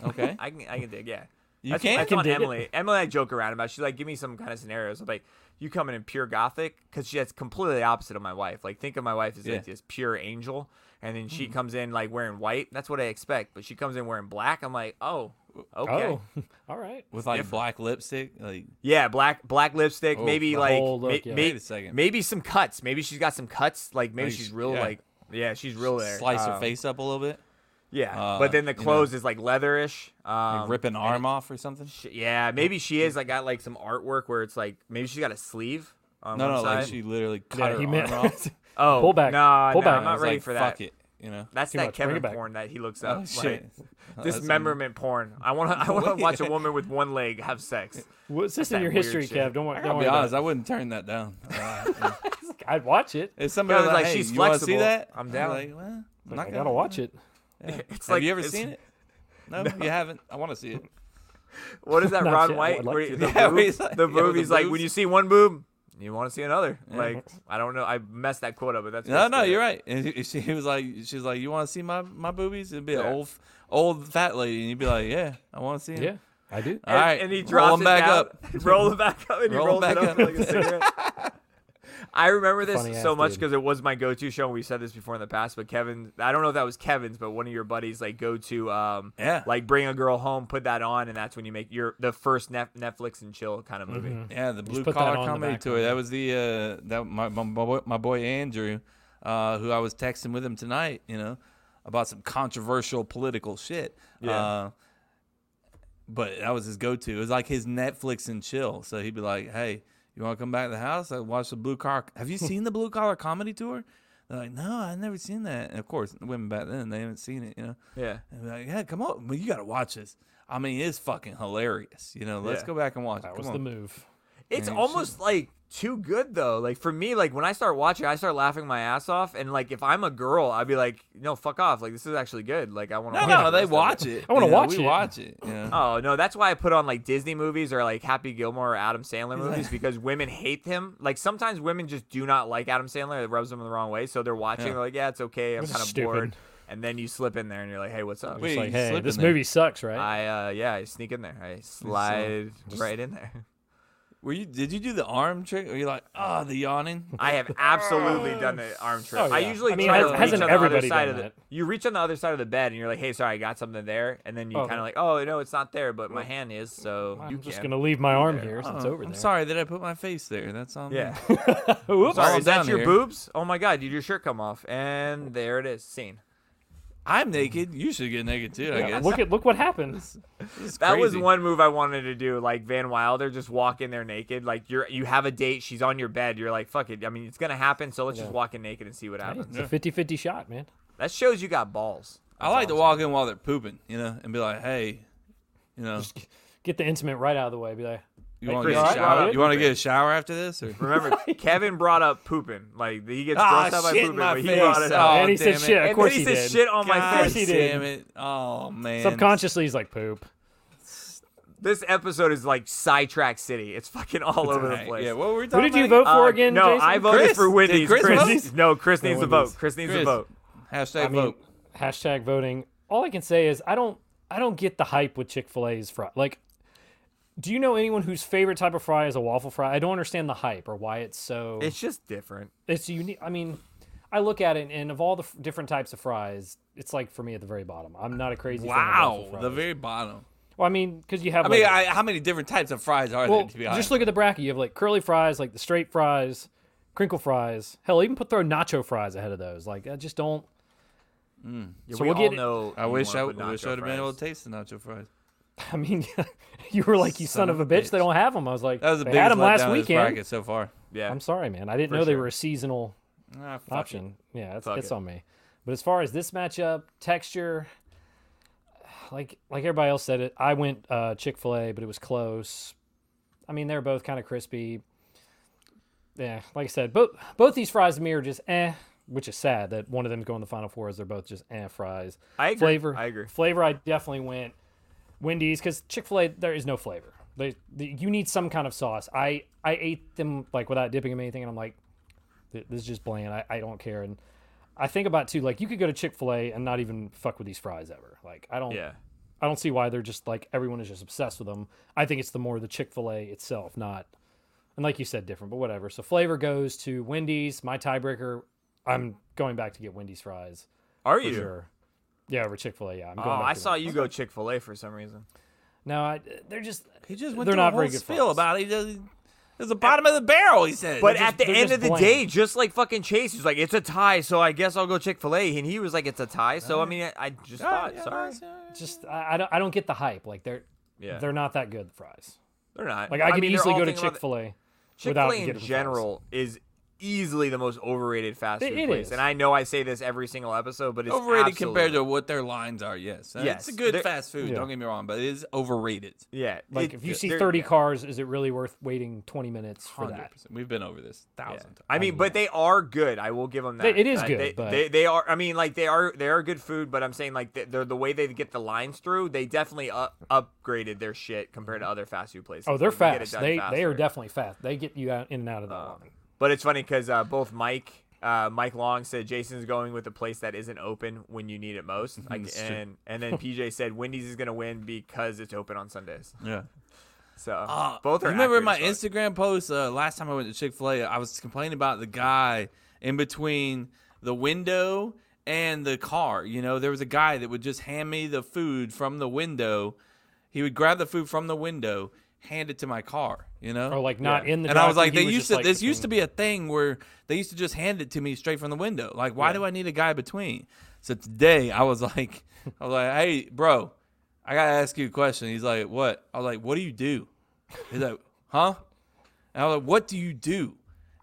A: Okay,
B: [LAUGHS] I can I can dig, yeah.
A: You
B: that's,
A: can?
B: That's
A: I can
B: on
C: dig it.
B: Emily. Emily, I joke around about. She's like, give me some kind of scenarios. I'm like, you coming in pure gothic? Because she that's completely the opposite of my wife. Like, think of my wife as
A: Yeah. Hmm.
B: like this pure angel, and then she comes in like wearing white. That's what I expect. But she comes in wearing black. I'm like, oh, okay,
C: Oh, [LAUGHS] all right.
A: with like black lipstick. Like
B: yeah, black black lipstick.
A: Oh,
B: maybe
A: the
B: like
C: whole
B: ma-
C: look, yeah.
B: ma-
A: Wait a second.
B: maybe some cuts. Maybe she's got some cuts. Like maybe
A: Like,
B: she's real
A: yeah.
B: like. Yeah, she's real there.
A: slice her
B: Um,
A: face up a little bit,
B: Yeah,
A: Uh,
B: but then the
A: you know.
B: clothes is like leatherish. Um,
A: like rip an arm off or something.
B: Sh- Yeah, maybe she is. I got like some artwork where it's like maybe she got a sleeve. On
A: No,
B: one
A: no, like
B: side.
A: she literally cut
C: Yeah,
A: her
C: he
A: arm
B: [LAUGHS]
C: meant.
A: off.
B: Oh,
C: Pull back.
B: Nah,
C: Pull
B: nah,
C: back.
B: I'm
A: I
B: not
A: was
B: ready
A: like,
B: for
A: fuck
B: that.
A: it, you know.
B: That's
C: Too
B: that
C: much. Bring
B: Kevin
C: it back.
B: porn that he
A: [LAUGHS]
B: looks
A: Oh
B: up.
A: shit.
B: Like,
A: That's-
B: dismemberment porn. I want to. I want to watch a woman with one leg
A: [LAUGHS]
B: have sex.
C: What's this in
B: that
C: your
B: weird
C: history,
B: shit.
C: Kev? Don't, wor-
A: I
C: don't
A: gotta
C: worry.
A: be
C: about
A: honest, I wouldn't turn that down.
B: [LAUGHS]
A: Uh,
C: it. I'd watch it.
A: if somebody
B: Yeah,
A: was
B: like,
A: like, "Hey,
B: she's
A: you wanna see
B: flexible.
A: that?"
B: I'm
A: I'd be
B: down.
A: Like, well, I'm not
C: I
A: gonna
C: gotta watch it.
B: It's
A: Have
B: like
A: you ever
B: it's-
A: seen it? No, you haven't. I want to [LAUGHS] see it.
B: What is that,
C: [LAUGHS] Not
B: Ron
C: yet. I
B: White?
C: would like
B: where
C: to.
B: the
A: [LAUGHS] Yeah,
B: boob,
A: where he's like-
B: the
A: yeah,
B: boob,
A: with the
B: he's like, when
A: boobs.
B: you see one boob, you want to see another. Like, I don't know. I messed that quote up, but that's
A: No, no,
B: basically
A: you're
B: it.
A: right. And [LAUGHS] he- she was like, she's like, you want to see my my boobies? It'd be an
B: Yeah.
A: old old fat lady, and you'd be like, yeah, I want to see 'em."
C: Yeah, I do.
B: Uh,
A: All right,
B: and he
A: roll
B: drops
A: 'em
B: it
A: back
B: down,
A: up.
B: [LAUGHS] roll it back up, and he
A: Roll 'em
B: rolls
A: back
B: it up,
A: up.
B: like a cigarette.
A: [LAUGHS]
B: I remember this
C: Funny
B: so
C: ass
B: much
C: dude.
B: because it was my go-to show, and we said this before in the past. But Kevin, I don't know if that was Kevin's, but one of your buddies like go-to, um,
A: Yeah.
B: like bring a girl home, put that on, and that's when you make your the first Nef- Netflix and chill kind of movie.
C: Mm-hmm.
A: Yeah, the blue
C: put that
A: collar
C: on the
A: comedy
C: back
A: tour. That was the uh, that my my, my, boy, my boy Andrew, uh, who I was texting with him tonight. You know, about some controversial political shit.
B: Yeah.
A: Uh, but that was his go-to. It was like his Netflix and chill. So he'd be like, "Hey, You want to come back to the house? I watched the Blue Collar. Have you seen the Blue Collar Comedy Tour? They're like, no, I've never seen that. And of course, the women back then they haven't seen it, you know.
B: Yeah.
A: And be like, yeah, come on, well, you got to watch this. I mean, it's fucking hilarious. You know, let's
B: Yeah.
A: go back and watch it.
C: That
A: Come
C: was
A: on.
C: the move.
B: It's
A: Yeah, you
B: almost like too good though. Like for me, like when I start watching, I start laughing my ass off. And like if I'm a girl, I'd be like, no, fuck off. Like this is actually good. Like I want to.
A: No, no,
B: [LAUGHS]
A: they watch it.
C: I wanna
A: You know,
C: watch
A: we
C: it.
A: Watch it. Yeah.
B: Oh no, that's why I put on like Disney movies or like Happy Gilmore or Adam Sandler
A: like-
B: movies because women hate him. Like sometimes women just do not like Adam Sandler. It rubs them the wrong way, so they're watching.
A: Yeah.
B: They're like, yeah, it's okay. I'm
C: This is
B: kind of
C: stupid.
B: bored. And then you slip in there and you're like, hey, what's up?
A: Wait,
C: It's like,
A: you
C: hey,
A: slip
C: this
A: in there.
C: movie sucks, right?
B: I uh yeah, I sneak in there. I
C: uh,
B: slide right in there.
A: Were you? Did you do the arm trick? Or you like, ah, the yawning?
B: [LAUGHS] I have absolutely done the arm trip.
C: Oh,
B: I
C: yeah.
B: usually
C: I mean,
B: try
C: has-
B: to reach
C: hasn't
B: on the other
C: everybody
B: side
C: done
B: of the.
C: that?
B: You reach on the other side of the bed and you're like, "Hey, sorry, I got something there," and then you
C: Oh.
B: kind of like, "Oh no, it's not there, but my hand is." So
C: I'm
B: you
C: just
B: can.
C: gonna leave my arm
B: there. Uh-huh.
C: here since it's
A: Oh,
C: over
A: I'm
C: there.
A: sorry that I put my face there. That's on. me.
C: [LAUGHS]
B: Yeah.
C: Oh, whoops.
B: Sorry,
A: all
B: is that
A: down
B: your
A: here.
B: boobs? Oh my god, did your shirt come off? And there it is. Scene.
A: I'm naked. You should get naked too. I guess.
C: Look at look
B: [LAUGHS]
C: what happened.
A: This is
B: That was
A: crazy.
B: one move I wanted to do, like Van Wilder, just walk in there naked. Like you're you have a date, she's on your bed, you're like, fuck it. I mean it's gonna happen, so let's just walk in naked and see what happens.
C: It's a 50-50 shot, man.
B: That shows you got balls.
A: I like to walk in while they're pooping, you know, and be like, hey, you know,
C: Get the intimate right out of the way. Be like,
A: you want to
B: Chris,
A: get a
B: you brought
A: shower?
B: up
A: You want to get a shower after this? Or?
B: Remember, Kevin brought up pooping. Like he gets
A: [LAUGHS] Ah,
B: grossed out by
A: shit in
B: pooping,
A: my
B: but he
A: face.
B: brought it up.
A: Oh,
C: and he
A: damn
C: said,
A: it.
C: "Shit, of
B: and
C: course
B: then he,
C: he
B: said
C: did."
B: shit on my
A: God
B: face.
C: he did.
A: damn it! Oh man.
C: Subconsciously, he's like, poop.
B: This episode is like sidetrack city. It's fucking all over the place.
A: Yeah. What were we
C: Who
A: talking
C: did you
A: about
C: vote
B: Uh,
C: for again?
B: no,
C: Jason?
B: I voted
A: Chris?
B: for
A: Did
B: Whitney's.
A: Chris vote?
B: needs, no, Chris needs a vote.
C: Whitney's.
B: Chris needs a
A: Chris.
B: vote.
A: again? Hashtag
C: I mean,
A: vote.
C: hashtag voting. All I can say is I don't I don't get the hype with Chick Fil A's fry. Like, do you know anyone whose favorite type of fry is a waffle fry? I don't understand the hype or why it's so. It's,
B: It's just different.
C: unique. I mean, I look at it and of all the f- different types of fries, it's like for me at the very bottom. I'm not a crazy. fan of waffle
A: Wow,
C: fries.
A: the very bottom.
C: well, I mean, because you have.
A: I
C: like,
A: mean, I, how many different types of fries are
C: well,
A: there? To be honest,
C: just look at the bracket. You have like curly fries, like the straight fries, crinkle fries. Hell, even put throw nacho fries ahead of those. Like I just don't.
A: Mm,
B: so we
C: we'll
B: all
C: get it-
B: know.
A: I
B: you
A: wish
B: wanna
A: I,
B: put
A: I wish
B: nacho
A: I'd have been able
B: fries.
A: to taste the nacho fries.
C: I mean, [LAUGHS] you were like, you son, of a bitch, They don't have them. I was like,
A: That was the
C: they
A: biggest
C: had them
A: letdown
C: last
A: of this
C: weekend.
A: bracket so far.
B: Yeah.
C: I'm sorry, man. I didn't know they
B: sure.
C: were a seasonal
A: Ah, fuck it.
C: option. Yeah, that's,
B: Fuck
C: that's
B: it.
C: on me. But as far as this matchup, texture, [SIGHS] like like everybody else said it, I went uh, Chick Fil A, but it was close. I mean, they're both kind of crispy. Yeah, like I said, both both these fries to me are just eh, which is sad that one of them's going to the final four. Is they're both just eh fries
B: I agree.
C: flavor.
B: I agree.
C: Flavor, I definitely went Wendy's because Chick Fil A. There is no flavor. They, the, you need some kind of sauce. I I ate them like without dipping them in anything, and I'm like, "Th- this is just bland. I, I don't care. And I think about too, like you could go to Chick Fil A and not even fuck with these fries ever. Like I don't.
B: Yeah.
C: I don't see why they're just like everyone is just obsessed with them. I think it's the more the Chick Fil A itself, not and like you said, different, but whatever. So flavor goes to Wendy's. My tiebreaker. I'm going back to get Wendy's fries.
B: Are
C: For
B: you?
C: sure. Yeah, over Chick Fil A. Yeah, I'm going.
B: Oh,
C: back
B: I
C: to
B: saw
C: them.
B: you go Chick Fil A for some reason.
C: No, I, they're just.
A: He just went
C: They're
A: through
C: not
A: a whole
C: very good
A: spiel
C: fries.
A: about it. He doesn't- It's the bottom of the barrel, he said.
B: But
A: It's
B: at the
C: they're
B: end
C: just
B: of the
C: bland.
B: day, just like fucking Chase, he's like, "It's a tie, so I guess I'll go Chick Fil A," and he was like, "It's a tie." So I mean, I, I just
A: just-
B: thought,
A: yeah,
B: sorry,
A: that's- yeah.
C: Just I, I don't. I don't get the hype. Like they're.
B: Yeah.
C: They're not that good. The fries.
B: they're not.
C: Like I, could
B: mean, they're
C: easily
B: all
C: go to
B: thinking about
C: Chick
B: the-
C: Fil A.
B: Chick
C: without
B: Fil A in
C: getting fries.
B: general is easily the most overrated fast
C: It-
B: food
C: it
B: place,
C: is.
B: and I know I say this every single episode, but it's
A: Overrated compared
B: absolutely-
A: to what their lines are, yes. Uh,
B: Yes,
A: It's a good
B: they're-
A: fast food,
C: Yeah.
A: don't get me wrong, but it is overrated.
B: yeah,
C: Like
B: it-
C: if you see
B: they're-
C: 30
B: yeah.
C: cars, is it really worth waiting 20 minutes for that?
A: 100%. We've been over this a
B: Yeah.
A: thousand times.
B: I mean, but they are good. I will give them that.
C: They- it is
B: Uh,
C: good,
B: They,
C: but-
B: they, they are. I mean, like they are. They are good food. But I'm saying like they- they're the way they get the lines through. They definitely up, upgraded their shit compared to other fast food places.
C: Oh, they're
B: You can get it
C: fast.
B: done
C: They they are
B: faster. Um,
C: definitely fast. They get you out in and out of that line.
B: But it's funny because uh, both Mike. Uh, Mike Long said Jason's going with a place that isn't open when you need it
C: [LAUGHS]
B: most, like,
A: That's true.
B: and and then PJ said Wendy's is gonna win because it's open on Sundays.
A: yeah.
B: So
A: Uh,
B: both are.
A: you remember
B: accurate
A: my
B: as fuck.
A: Instagram post uh, last time I went to Chick Fil A? I was complaining about the guy in between the window and the car. You know, there was a guy that would just hand me the food from the window. He would grab the food from the window, hand it to my car. You know,
C: Or like not in the.
A: and I was
C: drive-thru,
A: like,
C: he
A: they used
C: just,
A: to.
C: like,
A: this used to
C: between-
A: be a thing where they used to just hand it to me straight from the window. Like, why do I need a guy between? So today, I was [LAUGHS] like, I was like, hey, bro, I gotta ask you a question. He's like, what? I was like, what do you do? He's like, huh? And I was like, "What do you do?"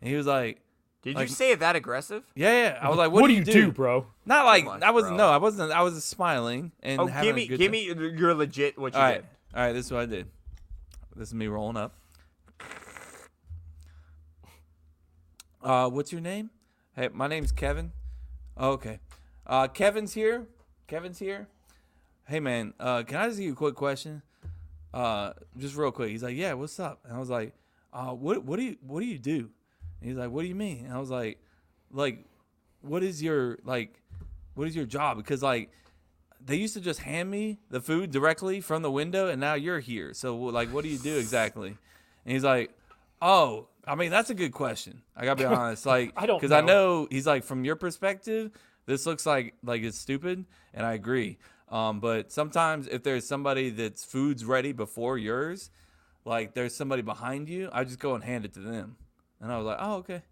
A: And he was like,
B: Did
A: Like-
B: you say it that aggressive?
A: "Yeah." yeah. I was like, "What,
C: What, do you do, bro?
A: Not like
B: on,
A: I wasn't.
B: bro.
A: No, I wasn't. I was smiling and
B: Oh,
A: having
B: give
A: a
B: me,
A: good
B: give
A: time.
B: me your legit what you
A: All right,
B: did.
A: all right. This is what I did. This is me rolling up. Uh, what's your name? Hey, my name's Kevin. Oh, Okay, uh, Kevin's here. Kevin's here. Hey man, uh, can I just ask you a quick question? Uh, just real quick. He's like, yeah, what's up? And I was like, uh, what, what do you, what do you do? And he's like, what do you mean? And I was like, like, what is your like, what is your job? Because like, they used to just hand me the food directly from the window and now you're here so like what do you do exactly and he's like oh i mean that's a good question i
C: [LAUGHS]
A: gotta be honest like
C: I don't
A: because i
C: know.
A: know he's like from your perspective this looks like like it's stupid and i agree um, but sometimes if there's somebody that's food's ready before yours like there's somebody behind you i just go and hand it to them and i was like oh okay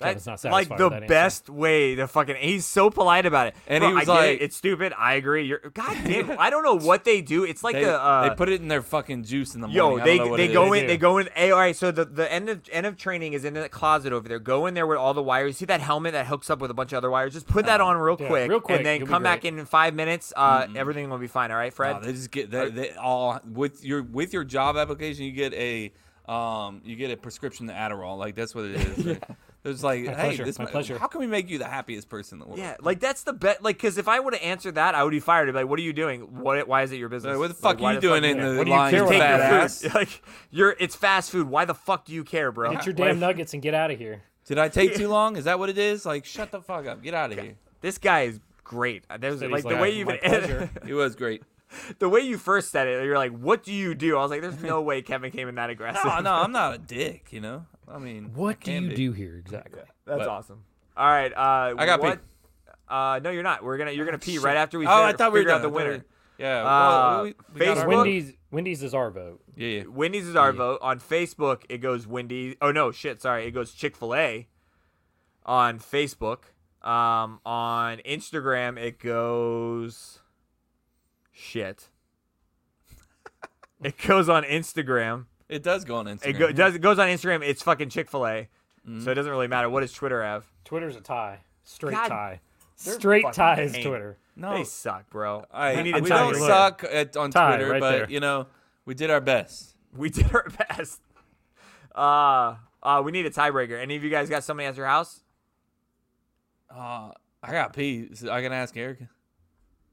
C: Kevin's
B: That's
C: not
B: like
C: satisfied
B: the
C: with that answer.
B: best way to fucking. He's so polite about it.
A: And
B: Bro,
A: he was
B: I get it,
A: like-
B: "It's stupid. I agree. You're
C: [LAUGHS]
B: God damn. it. I don't know what they do. It's like
A: they,
B: the uh,
A: they put it in their fucking juice in the
B: Yo,
A: morning I don't
B: they
A: know what
B: they
A: it
B: go
A: is.
C: They
B: in. They
C: do.
B: go in. Hey, all right. So the, the end of end of training is in that closet over there. Go in there with all the wires. You see that helmet that hooks up with a bunch of other wires. Just put
A: Oh.
B: that on real
C: Yeah,
B: quick,
C: real quick,
B: and then
C: you'll be
B: come back
C: great. Oh,
B: in in five minutes. Uh,
A: Mm-hmm.
B: everything will be fine. All right, Fred.
A: No, they just get they, they all with your with your job application. You get a um, you get a prescription to Adderall. Like that's what it
B: [LAUGHS]
A: is. There's like, hey,
C: pleasure,
A: this
C: my
A: mi-
C: pleasure."
A: How can we make you the happiest person in the world?
B: yeah, like that's the bet. Like, cause if I would have answered that, I would be fired. I'd be like, "What are you doing? What? Why is it your business?
A: Like, what the
B: Like,
A: fuck
B: why
A: are you doing in
B: you
A: the
C: What do you
A: line,
C: care
A: you
C: what
A: fat
C: that
A: ass?
B: [LAUGHS] Like, you're it's fast food. Why the fuck do you care, bro?
C: Get your [LAUGHS] damn
B: Like,
C: nuggets and get out of here.
A: Did I take too long? Is that what it is? Like, shut the fuck up. Get out of here.
B: This guy is great. Uh, There's
C: Said
B: like,
C: he's
B: the
C: like,
B: way you [LAUGHS]
C: "My
B: even
C: pleasure."
A: It was
B: [LAUGHS]
A: great.
B: the way you first said it. You're like, "What do you do?" I was like, "There's no way Kevin came in that aggressive." [LAUGHS]
C: [LAUGHS]
A: No, no, I'm not a dick. You know, I mean, I
C: What do
A: can
C: you
A: be.
C: do here exactly?
B: That's
A: But-
B: awesome. All right. Uh,
A: I got
B: what?
A: pee.
B: Uh, no, you're not. We're gonna you're gonna pee right after we.
A: Oh, I
B: figure-
A: thought we were
B: figure
A: done.
B: out the
A: I thought we-
B: winner.
A: Yeah.
B: Uh,
A: well, we, we got
B: Facebook-
A: our-
B: Well-
C: Wendy's Wendy's is our vote.
A: Yeah, yeah.
B: Wendy's is our vote on Facebook. It goes Wendy's. Oh no, shit. Sorry, it goes Chick Fil A on Facebook. Um, on Instagram it goes shit. it goes on Instagram.
A: It does go on Instagram. Mm-hmm.
B: It go, does. It goes on Instagram. It's fucking Chick Fil A. So it doesn't really matter. What does Twitter have?
C: Twitter's a tie. Straight
B: God,
C: tie. Straight
B: fucking
C: tie is
B: hate.
C: Twitter.
A: no.
B: They suck, bro.
A: I,
B: we need to
A: we
B: tie
A: don't
B: it.
A: suck at, on
C: Tie
A: Twitter,
C: right
A: but
C: there.
A: you know, we did our best.
B: We did our best. Uh, uh, we need a tiebreaker. Any of you guys got somebody at your house?
A: Uh, I got pee. So I can ask Erica.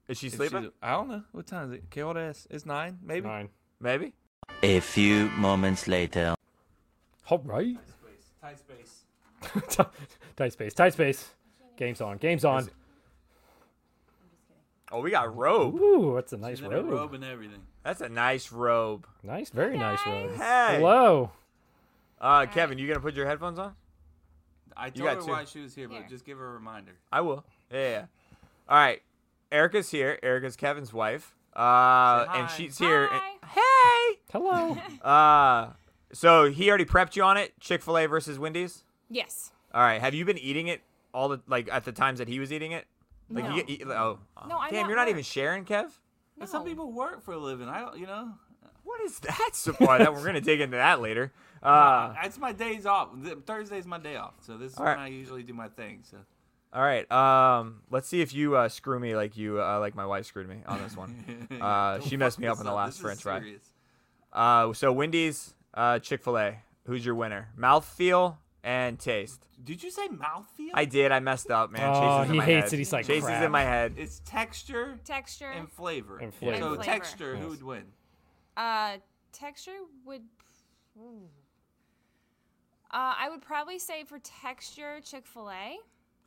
B: Is she
A: if
B: sleeping?
A: she's- I don't know. What time is it? Okay, what ass? It's nine, maybe.
C: Nine.
B: Maybe.
H: A few moments later.
C: All right.
A: Tight space.
C: [LAUGHS] tight space. Tight space. Game's on. Game's on.
B: Oh, we got robe.
C: Ooh, that's a nice
A: She's in a
C: robe.
A: robe and everything.
B: That's a nice robe.
C: Nice, very nice robe.
B: Hey.
C: Hello.
B: Uh, Kevin, you gonna put your headphones on?
A: I
B: told got her two. why
A: she was here, but just give her a reminder.
B: I will. Yeah. yeah. All right. Erica's here. Erica's Kevin's wife. Uh, and
A: hi.
B: she's here. and-
C: Hello.
B: hey. Uh, so he already prepped you on it. Chick Fil A versus Wendy's.
I: Yes.
B: All right. Have you been eating it all the like at the times that he was eating it? Like
I: No.
B: you get eat, oh
I: No, I'm
B: damn
I: at
B: you're not
I: work.
B: even sharing Kev.
A: But some people work for a living. I don't, you know.
B: What is that [LAUGHS] support? that we're gonna dig into that later. Uh,
A: It's my days off. Th- Thursday's my day off, so this is
B: Alright.
A: when I usually do my thing. So
B: all right. Um, let's see if you uh, screw me like you uh, like my wife screwed me on
A: [LAUGHS]
B: this one. Uh, she messed me up in the last French fry. Uh, so Wendy's, uh, Chick Fil A. Who's your winner? Mouthfeel and taste.
A: Did you say mouthfeel?
B: I did. I messed up, man.
C: Oh,
B: Chase is in
C: he
B: my
C: hates
B: head.
C: it. He's like,
B: Chase is
C: crap.
B: in my head.
C: [LAUGHS]
A: It's texture
I: Texture.
A: and flavor.
C: And flavor.
A: So
I: And flavor.
A: texture, who
C: Yes.
A: would win?
I: uh, texture would. ooh. Uh, I would probably say for texture, Chick Fil A,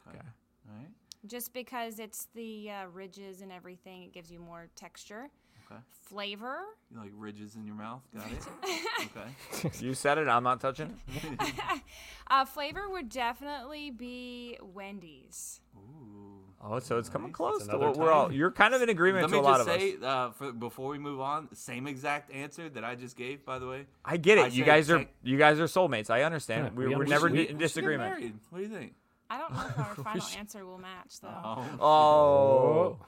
A: All right.
I: just because it's the uh, ridges and everything. It gives you more texture.
A: Okay.
I: Flavor.
A: You like ridges in your mouth? Got
I: [LAUGHS]
A: it. okay.
B: You said it. I'm not touching. it.
I: Uh, flavor would definitely be Wendy's.
B: Oh, so it's coming close to
C: another
B: what we're all.
C: tie.
B: You're kind of in agreement
A: Let
B: to
A: me
B: a lot
A: just
B: of us.
A: say, uh, for, before we move on, same exact answer that I just gave, by the way.
B: I get it.
A: I
B: you
A: said
B: guys are
A: tech-
B: you guys are soulmates. I understand.
C: Yeah,
B: we,
C: we
B: are
C: understand.
B: never
C: We-
B: di-
A: We
B: in
C: we
A: should get
B: disagreement.
A: married. What do you think? [LAUGHS]
I: Oh. I don't know if our final answer will match though.
A: Oh,
B: Oh.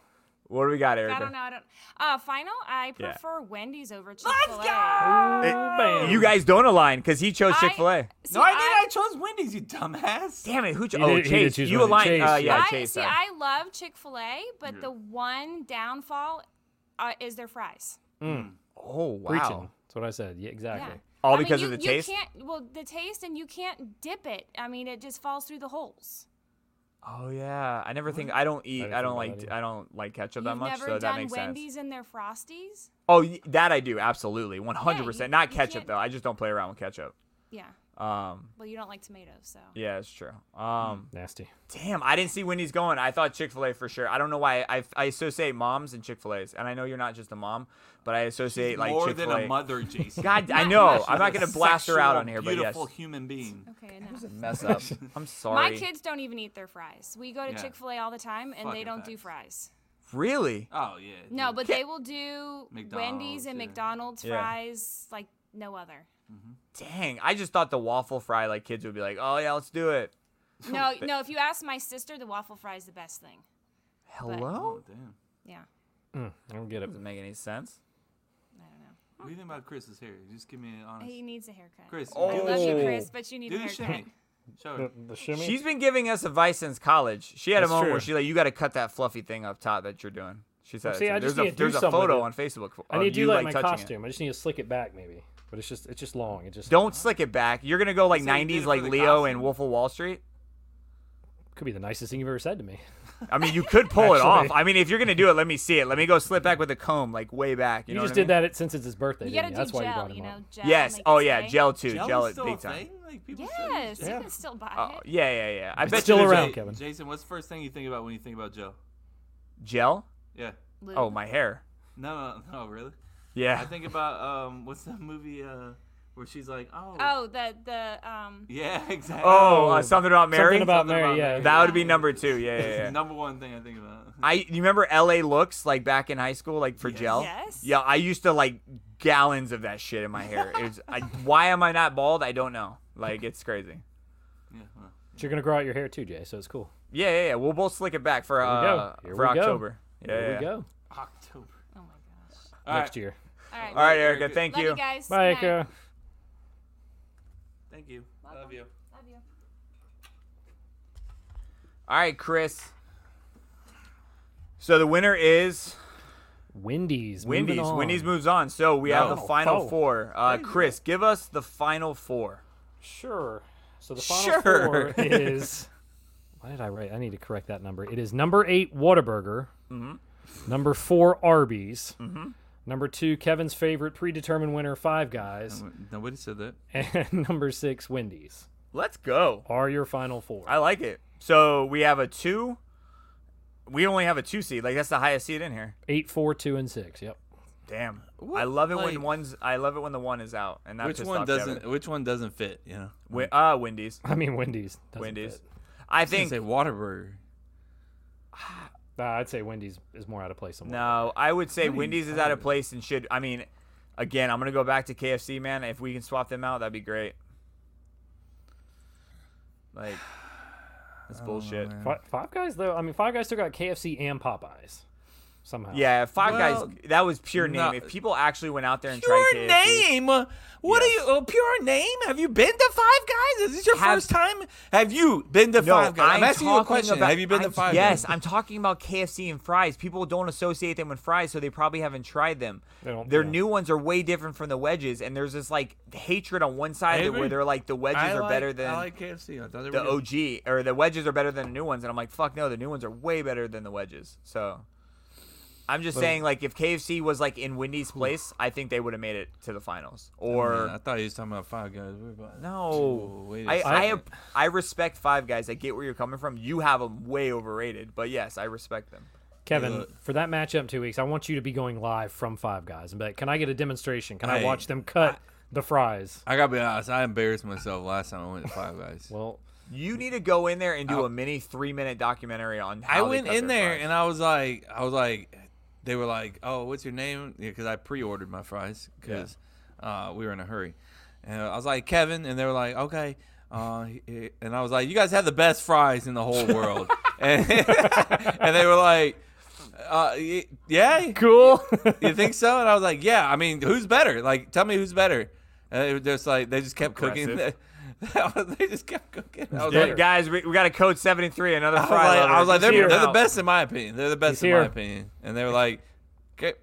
B: What do we got, Erica?
I: I don't know. I don't. Uh, final, I
B: Yeah.
I: prefer Wendy's over
A: Oh.
I: Chick Fil A.
C: Bam.
B: You guys don't align because he chose
I: I-
B: Chick Fil A.
I: See,
A: No, I did. I chose Wendy's, you dumbass.
B: Damn it, who? Cho-
C: He
B: oh,
C: did- he did
B: Chase,
C: choose
B: you
C: one.
B: aligned.
C: Chase,
B: uh,
C: yeah.
B: yeah,
I: I,
B: Chase. Mm-hmm. sorry.
I: see, I love Chick Fil A, but the one downfall uh, is their fries.
B: oh wow.
C: Preaching. That's what I said. Yeah, exactly.
B: All
I: I mean,
B: because
I: you,
B: of the
I: you
B: taste.
I: Can't, well, the taste, and you can't dip it. I mean, it just falls through the holes.
B: Oh yeah, I never think I don't eat.
C: didn't
B: I, don't
C: think about
B: like.
C: that
B: I don't like ketchup that
I: You've
B: much,
I: never
B: so
I: done
B: that makes
I: Wendy's
B: sense.
I: and their Frosties.
B: Oh, y- that I do absolutely, one hundred percent. Not
I: you
B: ketchup
I: can't-
B: though. I just don't play around with ketchup.
I: Yeah.
B: Um,
I: Well, you don't like tomatoes, so.
B: yeah, it's true. Um,
C: Nasty.
I: Hmm.
B: damn, I didn't see Wendy's going. I thought Chick Fil A for sure. I don't know why. I I associate moms and Chick Fil A's, and I know you're not just a mom, but I associate like
A: More
B: Chick Fil
A: than a
B: A. [LAUGHS]
A: mother, Jason.
B: God,
I: [LAUGHS]
B: I know.
A: She's
B: I'm not
A: a
B: gonna blast her out
A: sexual,
B: on here, but yes,
A: beautiful human being.
I: Okay. I know.
B: mess up. I'm
I: My
B: sorry.
I: kids don't even eat their fries. We go to
A: Yeah.
I: Chick Fil A all the time, and
A: Fucking
I: they don't do
A: facts.
I: fries.
B: Really?
A: Oh yeah.
I: No,
A: dude.
I: but they will do
A: McDonald's,
I: Wendy's and
A: yeah.
I: McDonald's
B: Yeah.
I: fries like no other.
B: [LAUGHS] Dang, I just thought the waffle fry like kids would be like, oh yeah, let's do it.
I: No, no. If you ask my sister, the waffle fry is the best thing.
B: Hello?
A: Oh, damn.
I: Yeah.
C: Mm, I don't get it.
B: Doesn't make any sense.
I: I don't know.
A: What do you think about Chris's hair? Just give me an honest.
I: He needs a haircut.
A: Chris,
I: I love you,
B: Oh.
I: Chris, but you need
A: do
I: a
A: the
I: haircut.
A: shimmy. Show her.
C: The shimmy.
B: She's been giving us advice since college. She had
C: That's
B: a moment where
C: true.
B: she like, you got to cut that fluffy thing up top that you're doing. She said,
C: see,
B: that to
C: I
B: me.
C: just
B: there's a
C: need to do
B: there's a
C: something with
B: photo
C: it.
B: on Facebook f-
C: I
B: of
C: need to
B: Oh,
C: do
B: you
C: like,
B: like
C: my
B: touching it.
C: costume. I just need to slick it back, maybe. But it's just it's just long. It just
B: Don't slick it back. You're gonna go like
A: So you did it
B: 90s,
A: for
B: like
A: the
B: Leo and
A: costume.
B: Wolf of Wall Street.
C: could be the nicest thing you've ever said to me.
B: I
C: [LAUGHS]
B: mean, you could pull it off.
C: Actually.
B: I mean, if you're gonna do it, let me see it. Let me go slip back with a comb, like way back. You,
C: You,
B: know
C: just
B: what I
C: did that it, since it's his birthday.
I: You
C: didn't
I: gotta
C: That's
I: do
C: why you
I: gel,
C: brought him
I: you know.
C: up.
I: Gel
B: mean? Yes.
I: make
B: Oh
I: it
B: yeah,
I: stay.
B: gel too.
A: Gel
B: Gel
A: is
B: it
A: still
B: big
A: a
B: time.
A: thing? Like people still
I: Yes,
A: use gel?
I: you can still buy
B: Oh,
I: it.
B: yeah, yeah, yeah. I bet
C: still
B: you there's a-
C: around, Kevin.
A: Jason, what's the first thing you think about when you think about gel?
B: Gel?
A: Yeah.
B: Oh, my hair.
A: No, [LAUGHS] no, no, really.
B: Yeah.
A: I think about um, what's that movie uh, where she's like, oh,
I: Oh, the the um.
A: yeah, [LAUGHS] exactly.
B: Oh, uh, something about Mary.
C: Something about
A: Something
C: Mary.
A: about
C: yeah.
A: Mary.
B: that would be number two. Yeah, yeah, yeah.
A: number one thing I think about. [LAUGHS]
B: I you remember L.A. looks like back in high school, like for gel.
I: Yes.
B: Yeah, I used to like gallons of that shit in my hair. It was.
I: [LAUGHS]
B: I, why am I not bald? I don't know. Like it's crazy.
A: Yeah, well,
C: But you're gonna grow out your hair too, Jay. So it's cool.
B: Yeah, yeah, yeah. We'll both slick it back for
C: we go.
B: uh
C: Here
B: for
C: we go.
B: October. Yeah,
C: Here
B: yeah.
C: we go.
A: October.
I: Oh my gosh.
A: All
C: Next
A: right.
C: year.
I: All right.
B: All right,
A: Very
B: Erica.
A: good.
B: Thank
I: Love
B: you.
I: you guys.
C: Bye,
I: Good night.
C: Eka.
A: Thank you. Love you.
I: Love you.
B: All right, Chris. So the winner is
C: Wendy's. moving
B: Wendy's.
C: on.
B: Wendy's moves on. So we have the
C: No. Oh.
B: final
C: Four.
B: four. Uh, Chris, give us the final four.
C: Sure. So the final
B: Sure. [LAUGHS]
C: four is. Why did I write? I need to correct that number. It is number eight Whataburger.
B: Mm-hmm.
C: Number four Arby's. Number two Kevin's favorite predetermined winner Five Guys,
A: Nobody said that.
B: Mm-hmm.
C: [LAUGHS] and number six Wendy's.
B: Let's go.
C: Are your final four?
B: I like it. So we have a two. We only have a two seed. Like that's the highest seed in here.
C: Eight, four, two, and six. Yep. [LAUGHS]
B: Damn. I
A: What,
B: love it when
A: like-
B: one's. I love it when the one is out. And that
A: Which
B: pissed
A: one
B: off
A: doesn't?
B: Kevin.
A: Which one doesn't fit? You know.
B: Wi- uh, Wendy's.
C: I mean Wendy's. doesn't
B: Wendy's.
C: fit.
B: I
A: I
B: think.
A: say Waterburger.
C: Uh, I'd say Wendy's is more out of place. Than
B: No,
C: Whataburger.
B: I would say
A: Wendy's,
B: Wendy's is
A: I
B: out
A: would-
B: of place and should. I mean, again, I'm gonna go back to KFC, man. If we can swap them out, that'd be great. Like,
A: [SIGHS]
B: that's bullshit.
C: Fi- Five Guys though. I mean Five Guys still got KFC and Popeyes. Somehow.
B: yeah, Five
A: Well,
B: Guys. That was pure name.
A: no-
B: If people actually went out there and
A: Pure
B: tried KFC,
A: name? What
B: Yes.
A: are you? Oh, pure name? Have you been to Five Guys? Is this your
B: Have-
A: first time? Have you been to Five Guys? I'm, asking you a
B: talking
A: question.
B: about-
A: Have you been to
B: I'm-
A: Five
B: Yes,
A: Guys?
B: I'm talking about KFC and fries. People don't associate them with fries, so they probably haven't tried them.
C: They don't-
B: Their
C: yeah.
B: new ones are way different from the wedges, and there's this like hatred on one side
A: I
B: of it where
A: agree.
B: they're like the wedges
A: I
B: are
A: like-
B: better than
A: I like KFC. I thought they
B: the
A: were good.
B: OG or the wedges are better than the new ones, and I'm like, fuck no, the new ones are way better than the wedges. So. I'm just saying, like, if KFC was like in Wendy's place, I think they would have made it to the finals. Or
A: Man, I thought he was talking about Five Guys. We were about-
B: no,
A: Wait a
B: I,
A: second.
B: I ap- I respect Five Guys. I get where you're coming from. You have them way overrated, but yes, I respect them.
C: Kevin, for that matchup in two weeks, I want you to be going live from Five Guys and be like, can I get a demonstration? Can I
A: Hey,
C: watch them cut the fries?
A: I gotta be honest. I embarrassed myself last time I went to Five Guys.
C: Well,
B: You need to go in there and do a mini three minute documentary on.
A: I
B: How they
A: went
B: cut
A: in
B: their
A: there
B: fries.
A: and I was like, I was like, they were like, oh, what's your name? Because I pre-ordered my fries because uh, we were in a hurry, and I was like Kevin, and they were like, okay, uh, he- he- and [LAUGHS]
B: [LAUGHS]
A: I was like, you guys have the best fries in the whole world, and, and they were like. uh, y- yeah,
B: [LAUGHS]
C: Cool.
A: you think so? And I was like, yeah. I mean, who's better? Like, tell me who's better. And they were just like, they just kept cooking.
B: Aggressive.
A: [LAUGHS] they just kept cooking. I was
B: Yeah,
A: like,
B: guys, we, we got a code 73, another
A: I was
B: fry
A: like,
B: lover.
A: I was like
B: He's
A: they're,
B: here
A: they're the
B: now.
A: best in my opinion. They're the best
C: He's
A: in
C: here.
A: my opinion. And they were like, okay.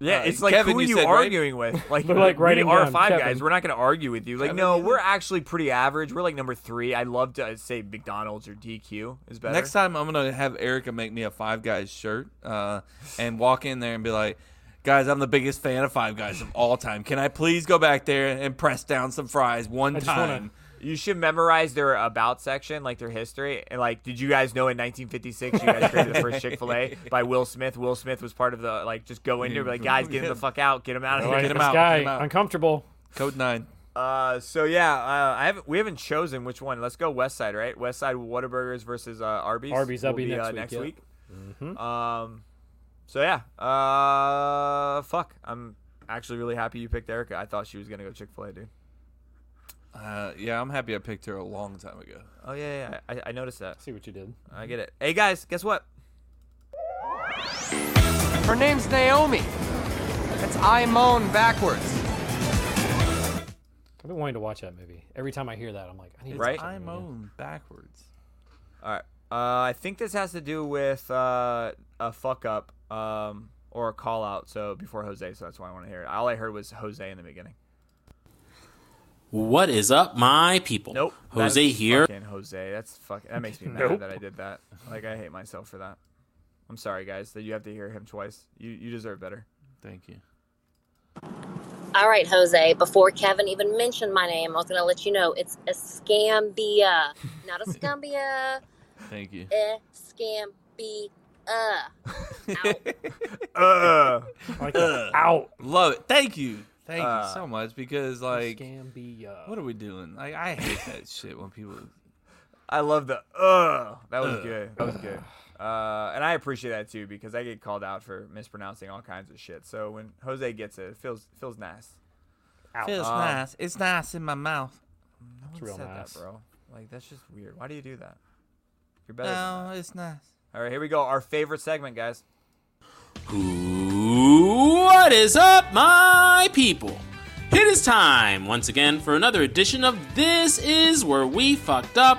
B: Yeah,
A: Uh,
B: it's like
A: Kevin,
B: who are
A: you
B: you
A: said, right? [LAUGHS]
B: arguing with? Like,
C: They're like
B: we
C: writing
B: are
C: down,
B: five
C: Kevin.
B: guys. We're not going to argue with you. Like, no, we're actually pretty average. We're like number three. I love to say McDonald's or DQ is better.
A: Next time, I'm gonna have Erica make me a Five Guys shirt, uh, and walk in there and be like, "Guys, I'm the biggest fan of Five Guys of all time. Can I please go back there and press down some fries one
C: I just wanna-
A: time?"
B: You should memorize their about section, like their history. And like, did you guys know in 1956 you guys created the first Chick Fil A by Will Smith? Will Smith was part of the like, just go in there, be like, guys, get him the fuck out, get him out of
C: Like,
B: here.
A: him
C: this
A: out, get
C: guy
A: him out.
C: uncomfortable.
A: Code Nine.
B: Uh, so yeah, uh, I haven't we haven't chosen which one. Let's go West Side, right? West Side Whataburgers versus uh, Arby's.
C: Arby's, that'll
B: will
C: be next
B: uh,
C: week,
B: next
C: yeah.
B: week. Um, so yeah, uh, fuck. I'm actually really happy you picked Erica. I thought she was gonna go Chick Fil A, dude.
A: Uh, yeah, I'm happy I picked her a long time ago.
B: Oh yeah, yeah. yeah. I, I noticed that.
C: See what you did.
B: I get it. Hey guys, guess what?
J: Her name's Naomi. That's I moan backwards.
C: I've been wanting to watch that movie. Every time I hear that, I'm like, I need to
B: Right?
C: watch that
A: I'm
C: movie.
A: own backwards.
B: All right. Uh, I think this has to do with uh, a fuck up um, or a call out. So before Jose, so that's why I want to hear it. All I heard was Jose in the beginning.
G: What is up, my people?
B: Nope.
G: Jose
B: that's
G: here.
B: Fucking Jose. That's fucking. That makes me mad that I did that. Like I hate myself for that. I'm sorry, guys, that you have to hear him twice. You you deserve [LAUGHS] better.
A: Thank you.
K: All right, Jose, before Kevin even mentioned my name, I was going to let you know it's Escambia, not Escambia,
A: Thank you.
K: Escambia. Out.
B: Uh,
C: I like that. Out.
A: Love it. Thank you. Thank
B: Uh,
A: you so much because like,
C: Scambia.
A: what are we doing? Like, I hate that [LAUGHS] shit when people.
B: I love the uh. That was good. That was good. Uh, and I appreciate that too because I get called out for mispronouncing all kinds of shit. So when Jose gets it, it feels feels nice.
A: Feels nice. It's nice in my mouth.
B: No one
C: real
B: said
C: nice.
B: that, bro. Like that's just weird. Why do you do that? You're better. than
A: No, it's nice.
B: that. All right, here we go. Our favorite segment, guys.
G: What is up, my people? It is time once again for another edition of This Is Where We Fucked Up,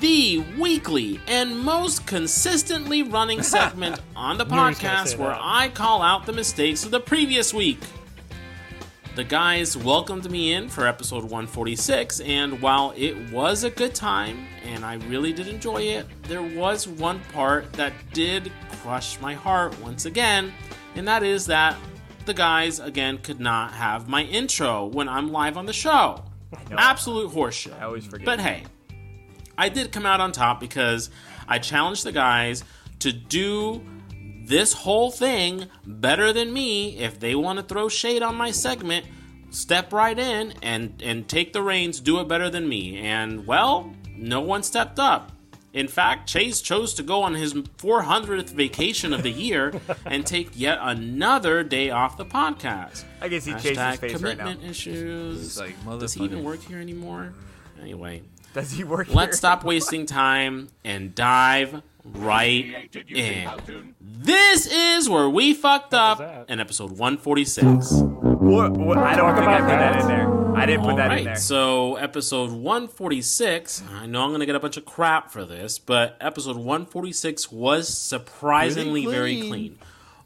G: the weekly and most consistently running segment on the
C: knew he was gonna
G: podcast
C: say
G: where
C: that.
G: I call out the mistakes of the previous week. The guys welcomed me in for episode 146, and while it was a good time and I really did enjoy it, there was one part that did crush my heart once again, and that is that the guys again could not have my intro when I'm live on the show. Absolute horseshit.
B: I always forget.
G: But hey, I did come out on top because I challenged the guys to do this whole thing better than me. If they want to throw shade on my segment, step right in and and take the reins, do it better than me. And well, no one stepped up. In fact, Chase chose to go on his 400th vacation of the year
B: [LAUGHS]
G: and take yet another day off the podcast.
B: I can see Chase's
G: Hashtag
B: face right now.
G: commitment issues.
A: He's like,
G: Does he even
A: "Motherfucker."
G: work here anymore? Anyway,
B: Does he work?
G: Let's
B: here?
G: stop wasting time and dive right in. This is where we fucked up
C: that?
G: in episode 146.
B: What, what, I don't think I put that in there. I didn't put
G: All
B: that
G: right,
B: in there.
G: so episode 146, I know I'm going to get a bunch of crap for this, but episode 146 was surprisingly very clean.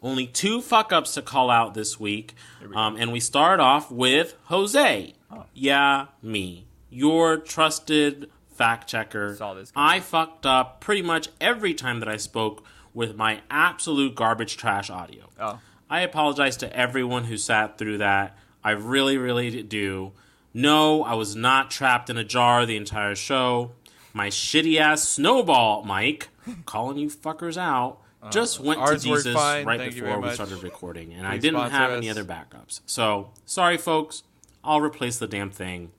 G: Only two fuck ups to call out this week. Um, and we start off with Jose.
B: Oh.
G: Yeah, me. Your trusted fact checker.
B: Saw this coming.
G: I fucked up pretty much every time that I spoke with my absolute garbage trash audio.
B: Oh.
G: I apologize to everyone who sat through that. I really, really do. No, I was not trapped in a jar the entire show. My shitty ass snowball,
B: [LAUGHS]
G: Mike, calling you fuckers out,
B: Uh,
G: just went to
A: ours worked
G: Jesus
A: fine.
G: right
A: Thank you
G: before
A: very
G: we
A: much.
G: started recording, and I
A: Please
G: didn't
A: sponsor
G: have any
A: us.
G: other backups. So, sorry, folks. I'll replace the damn thing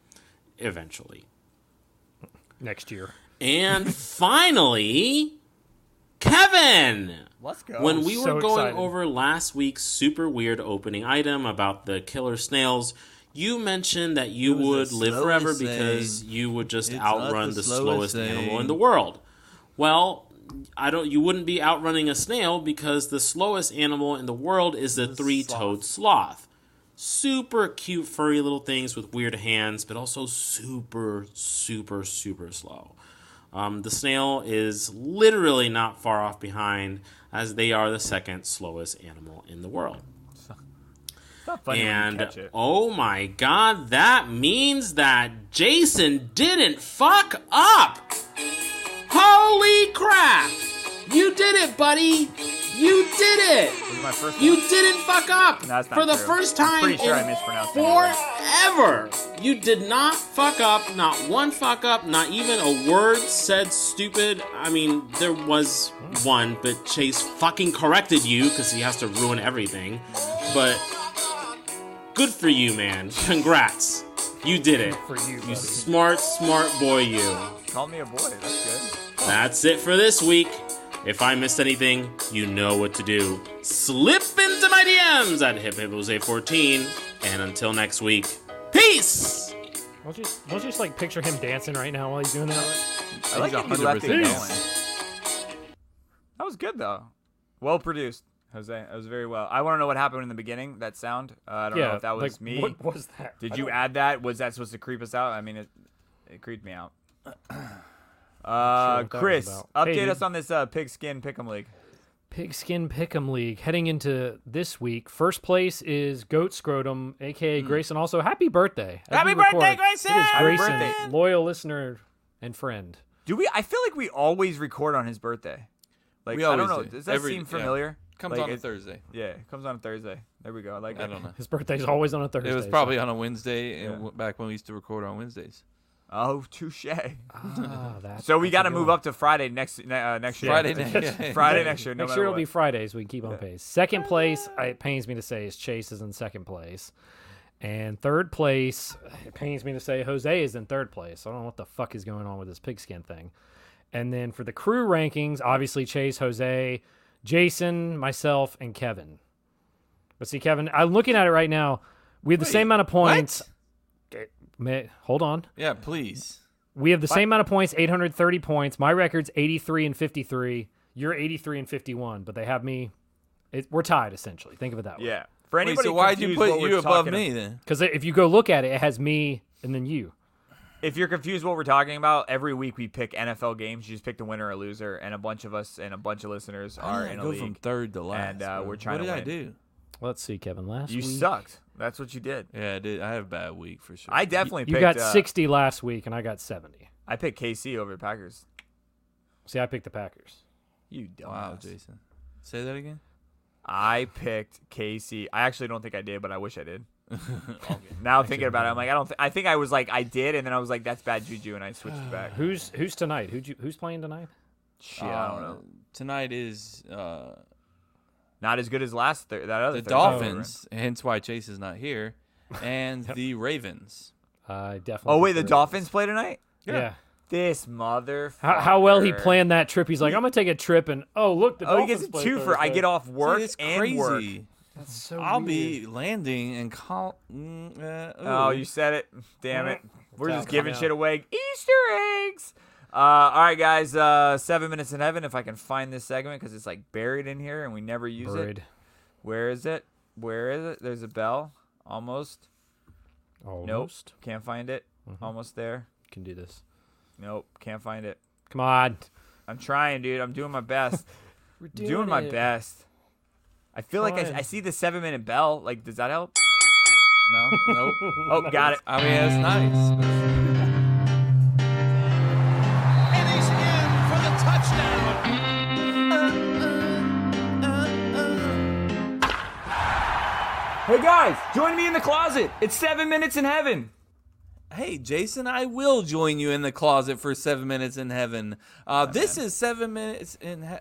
G: eventually.
C: Next year.
A: [LAUGHS]
G: And finally, Kevin.
B: Let's go.
G: When we
C: so
G: were going
C: excited.
G: over last week's super weird opening item about the killer snails, you mentioned that you
A: was the
G: would live
A: slowest
G: forever
A: thing.
G: because you would just
A: It's not
G: outrun
A: the
G: the
A: slowest
G: slowest animal in
A: thing.
G: the world. Well, I don't. You wouldn't be outrunning a snail because the slowest animal in the world is the three-toed sloth. Super cute, furry little things with weird hands, but also super, super, super slow. Um, the snail is literally not far off behind, as they are the second slowest animal in the world.
B: Not funny when you
G: And
B: catch it.
G: oh my god, that means that Jason didn't fuck up! Holy crap! You did it, buddy! You did it!
B: This is my first
G: You
B: one.
G: didn't fuck up!
B: No, that's not
G: For the
B: true.
G: first
B: I'm
G: time
B: pretty sure
G: in
B: I mispronounced that.
G: forever, you did not fuck up, not one fuck up, not even a word said stupid. I mean, there was one, but Chase fucking corrected you because he has to ruin everything. But good for you, man. Congrats. You did it.
C: for you.
G: You smart, smart boy, you.
B: Call me a boy. That's good.
G: That's it for this week. If I missed anything, you know what to do. Slip into my DMs at HipHipHose14. And until next week, peace!
C: Don't you, don't you just like picture him dancing right now while he's doing that?
B: I like that you left it going. That was good though. Well produced, Jose. That was very well. I want to know what happened in the beginning. That sound. Uh, I don't know
C: Yeah,
B: if that was
C: like,
B: me.
C: what was that? I
B: Did you
C: don't-
B: add that? Was that supposed to creep us out? I mean, it it creeped me
C: [CLEARS THROAT]
B: out. Uh,
C: what that was
B: Chris,
C: about.
B: update
C: Hey, dude.
B: us on this uh, pigskin pick'em league.
C: Pigskin Pick'em League heading into this week. First place is Goat Scrotum, aka Grayson. Also, happy birthday! As
B: Hmm. Happy
C: we
B: birthday,
C: record,
B: Grayson!
C: It is
B: Happy
C: Grayson,
B: birthday.
C: loyal listener and friend.
B: Do we? I feel like we always record on his birthday. Like
A: We
B: I don't
A: always
B: know.
A: do.
B: Does that
A: Every-
B: seem
A: yeah.
B: familiar?
A: Comes
B: Like,
A: on a
B: it's-
A: Thursday.
B: Yeah, it comes on a Thursday. There we go. I like
A: I
B: it. [LAUGHS]
A: don't know.
C: His birthday's always on a Thursday.
A: It was
C: so-
A: probably on a Wednesday, and w- back when we used to record on Wednesdays.
B: Oh, touche.
C: Ah, that's-
B: so we
C: that's a
B: got to
C: good
B: move
C: one.
B: up to Friday next ne- uh, next year. [LAUGHS]
A: Friday next- yeah.
B: Friday next year. No
C: Make
B: matter
C: sure it'll
B: what.
C: be Fridays. We can keep on pace. Second place, I- it pains me to say, is Chase is in second place. And third place, it pains me to say, Jose is in third place. I don't know what the fuck is going on with this pigskin thing. And then for the crew rankings, obviously Chase, Jose, Jason, myself, and Kevin. But see, Kevin, I'm looking at it right now. We have the same amount of points. It- may- Hold on.
A: Yeah, please.
C: We have the same amount of points, 830 points. My record's 83 and 53. You're 83 and 51, but they have me. It, we're tied essentially. Think of it that way.
B: Yeah. For
A: Wait,
B: anybody
A: so why'd you
B: confused
A: put
B: what we're
A: you above
B: talking
A: me then?
C: Because if you go look at it, it has me and then you.
B: If you're confused what we're talking about, every week we pick NFL games. You just pick the winner or loser, and a bunch of us and a bunch of listeners
A: How
B: are
A: did I
B: Oh, in a
A: go
B: league.
A: from third to last?
B: and uh,
A: bro?
B: we're trying
A: What
B: to
A: did
B: win.
A: I do?
C: Let's see, Kevin. Last
B: You
C: week
B: sucked. That's what you did.
A: Yeah, I did. I had a bad week for sure.
B: I definitely
C: You
B: picked,
C: got
B: uh,
C: 60 last week, and I got 70.
B: I picked KC over Packers.
C: See, I picked the Packers.
B: You dumbass.
A: wow, Jason. Say that again.
B: I picked KC. I actually don't think I did, but I wish I did. now thinking about it, I'm like, I don't. Th- I think I was like, I did, and then I was like, that's bad juju, and I switched it back.
C: Who's who's tonight? Who who's playing tonight?
B: Shit, I don't know.
A: Uh, Tonight is uh,
B: Not as good as last thir- that other.
A: the
B: Thursday.
A: Dolphins, hence why Chase is not here, and the Ravens.
C: I definitely.
B: Oh wait,
C: picked
B: the
C: Ravens.
B: Dolphins play tonight.
C: Yeah.
B: This motherfucker.
C: How, how well he planned that trip. He's like, I'm gonna take a trip, and oh look, the
B: Oh, he
C: Dolphins
B: gets a
C: play
B: twofer. I
C: Thursday."
B: get off work
A: See, it's
B: and
A: crazy.
B: work.
C: That's so
A: I'll
C: weird.
A: be landing and call. Mm, uh,
B: Oh,
A: ooh.
B: you said it. Damn it. We're just
C: out.
B: giving
C: Yeah.
B: shit away. Easter eggs. Uh, all right, guys. Uh, seven minutes in heaven. If I can find this segment, because it's like buried in here and we never use
C: Buried.
B: it. Where is it? Where is it? There's a bell. Almost.
C: Almost.
B: Nope. Can't find it.
C: Mm-hmm.
B: Almost there.
C: Can do this.
B: Nope. Can't find it.
C: Come on.
B: I'm trying, dude. I'm doing
A: [LAUGHS]
B: my best. doing, my best. I feel like I, I
C: Fine.
B: see the seven minute bell. Like, does that help?
A: [LAUGHS]
B: No.
A: Nope.
B: Oh, got it.
A: I mean, it's nice.
B: [LAUGHS]
A: but-
J: Hey guys, join me in the closet. It's seven minutes in heaven.
A: Hey, Jason, I will join you in the closet for seven minutes in heaven. Uh, this is seven minutes in. He-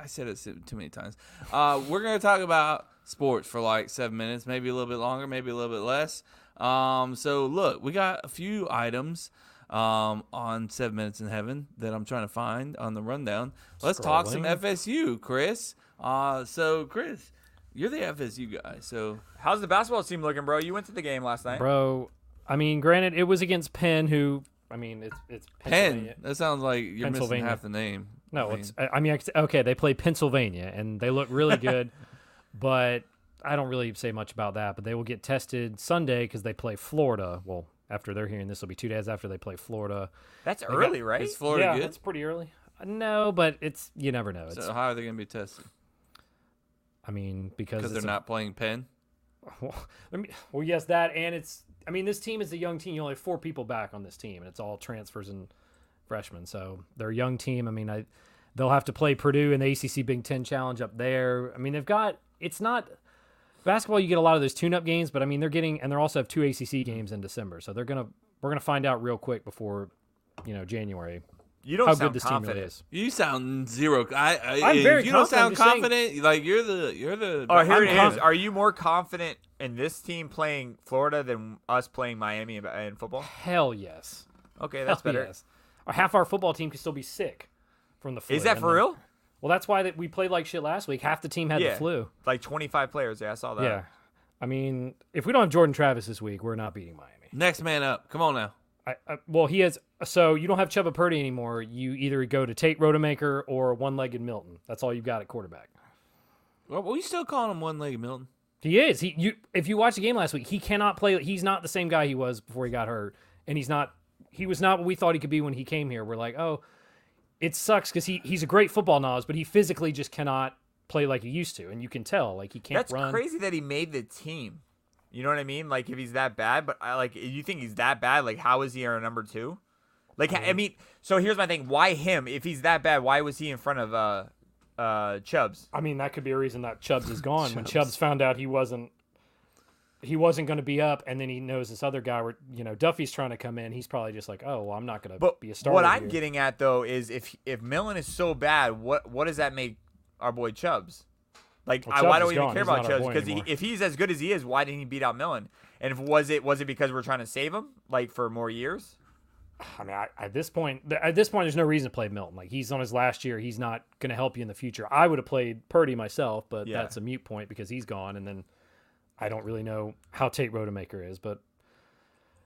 A: I said it too many times. Uh, we're gonna talk about sports for like seven minutes, maybe a little bit longer, maybe a little bit less. Um, so look, we got a few items um, on seven minutes in heaven that I'm trying to find on the rundown. Let's talk some
C: Scrolling.
A: FSU, Chris. Uh, so Chris, you're the FSU guy, so
B: How's the basketball team looking, bro? You went to the game last night.
C: Bro, I mean, granted, it was against Penn, who, I mean, it's, it's
A: Penn.
C: Pennsylvania.
A: That sounds like you're missing
C: Pennsylvania.
A: half the name.
C: No,
A: I
C: it's, I I mean, I c- okay, they play Pennsylvania and they look
A: [LAUGHS]
C: really good, but I don't really say much about that. But they will get tested Sunday because they play Florida. Well, after they're hearing this, will be two days after they play Florida.
B: That's
C: They got-
B: early, right?
A: Is Florida
C: yeah,
A: good?
C: It's pretty early. Uh, No, but it's you never know. It's
A: So how are they going to be tested?
C: I mean because
A: Because they're
C: it's a-
A: not playing Penn.
C: [LAUGHS] Let me- well, yes, that and it's. I mean, this team is a young team. You only have four people back on this team, and it's all transfers and freshmen. So they're a young team. I mean, I they'll have to play Purdue in the ACC Big Ten Challenge up there. I mean, they've got. It's not basketball. You get a lot of those tune-up games, but I mean, they're getting and they are also have two ACC games in December. So they're gonna we're gonna find out real quick before you know January.
B: You don't
C: how
B: sound
C: good this team
B: confident.
C: really is.
A: You sound zero. I, I
C: I'm
A: if
C: very
A: You don't sound
C: confident, I'm just saying-
A: confident. Like you're the you're the.
B: Oh, here
A: I'm
B: it is.
A: confident.
B: Are you more confident in this team playing Florida than us playing Miami in- in football?
C: Hell yes.
B: Okay, that's
C: Hell
B: better.
C: yes. Our half our football team could still be sick from the flu.
B: Is that
C: and
B: for
C: the-
B: real?
C: Well, that's why that we played like shit last week. Half the team had
B: yeah.
C: the flu.
B: Like 25 players. Yeah, I saw that.
C: Yeah. I mean, if we don't have Jordan Travis this week, we're not beating Miami.
A: Next man up. Come on now.
C: I, I, well, he has. So you don't have Chuba Purdy anymore. You either go to Tate Rodemaker or one-legged Milton. That's all you've got at quarterback.
A: Well, we still calling him one-legged Milton.
C: He is. He you. If you watch the game last week, he cannot play. He's not the same guy he was before he got hurt, and he's not. He was not what we thought he could be when he came here. We're like, oh, it sucks because he he's a great football knowledge, but he physically just cannot play like he used to, and you can tell. Like he can't
B: That's
C: run.
B: crazy that he made the team. You know what I mean? Like if he's that bad, but I like you think he's that bad, like how is he our number 2? Like I mean, so here's my thing, why him? If he's that bad, why was he in front of uh uh Chubbs?
C: I mean, that could be a reason that Chubbs
A: [LAUGHS]
C: is gone. When Chubbs found out he wasn't he wasn't going to be up, and then he knows this other guy where you know Duffy's trying to come in. He's probably just like, oh, well, I'm not going to
B: But
C: be a starter.
B: what I'm
C: here."
B: getting at though is if if Millen is so bad, what what does that make our boy Chubbs? Like
C: Well,
B: I, why
C: Chubbs
B: don't
C: is
B: we even
C: gone.
B: care
C: He's
B: about
C: not our
B: Chubbs?
C: boy
B: Because he,
C: anymore.
B: if he's as good as he is, why didn't he beat out Millen? And if was it was it because we're trying to save him like for more years?
C: I mean, I, at this point, th- at this point, there's no reason to play Milton. Like he's on his last year. He's not going to help you in the future. I would have played Purdy myself, but
B: Yeah.
C: that's a mute point because he's gone, and then I don't really know how Tate Rodemaker is, but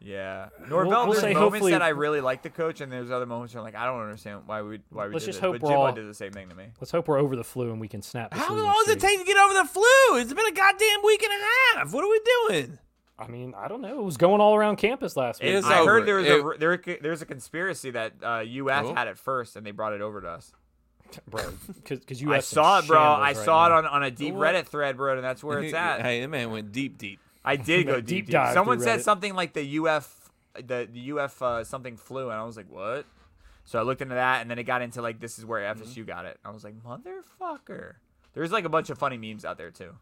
B: Yeah,
C: We'll-
B: Norvell.
C: we'll
B: there's
C: say
B: moments
C: hopefully-
B: that I really like the coach, and there's other moments where I'm like, I don't understand why we why we
C: Let's
B: did this.
C: just hope
B: but
C: we're
B: Jimbo
C: all-
B: did the same thing to me.
C: let's hope we're over the flu and we can snap. This
A: How
C: losing
A: long does it
C: streak.
A: take to get over the flu? It's been a goddamn week and a half. What are we doing?
C: I mean, I don't know. It was going all around campus last week.
A: It is
B: I
A: over.
B: heard there was
A: It-
B: a r- there c- there's a conspiracy that uh, UF
A: Oh.
B: had it first, and they brought it over to us.
C: [LAUGHS] bro, because you
B: I
C: have some
B: saw it, bro. I
C: shambles right
B: saw
C: now.
B: it on, on a deep
A: What?
B: Reddit thread, bro, and
C: [LAUGHS]
B: that's where it's at.
A: Hey, the man went deep, deep.
B: I did go
C: Deep
B: deep. deep.
C: dive through
B: Someone said
C: Reddit.
B: something like the UF, the the UF uh, something flew, and I was like, what? So I looked into that, and then it got into like this is where
C: Mm-hmm.
B: FSU got it. I was like, motherfucker. There's like a bunch of funny memes out there too.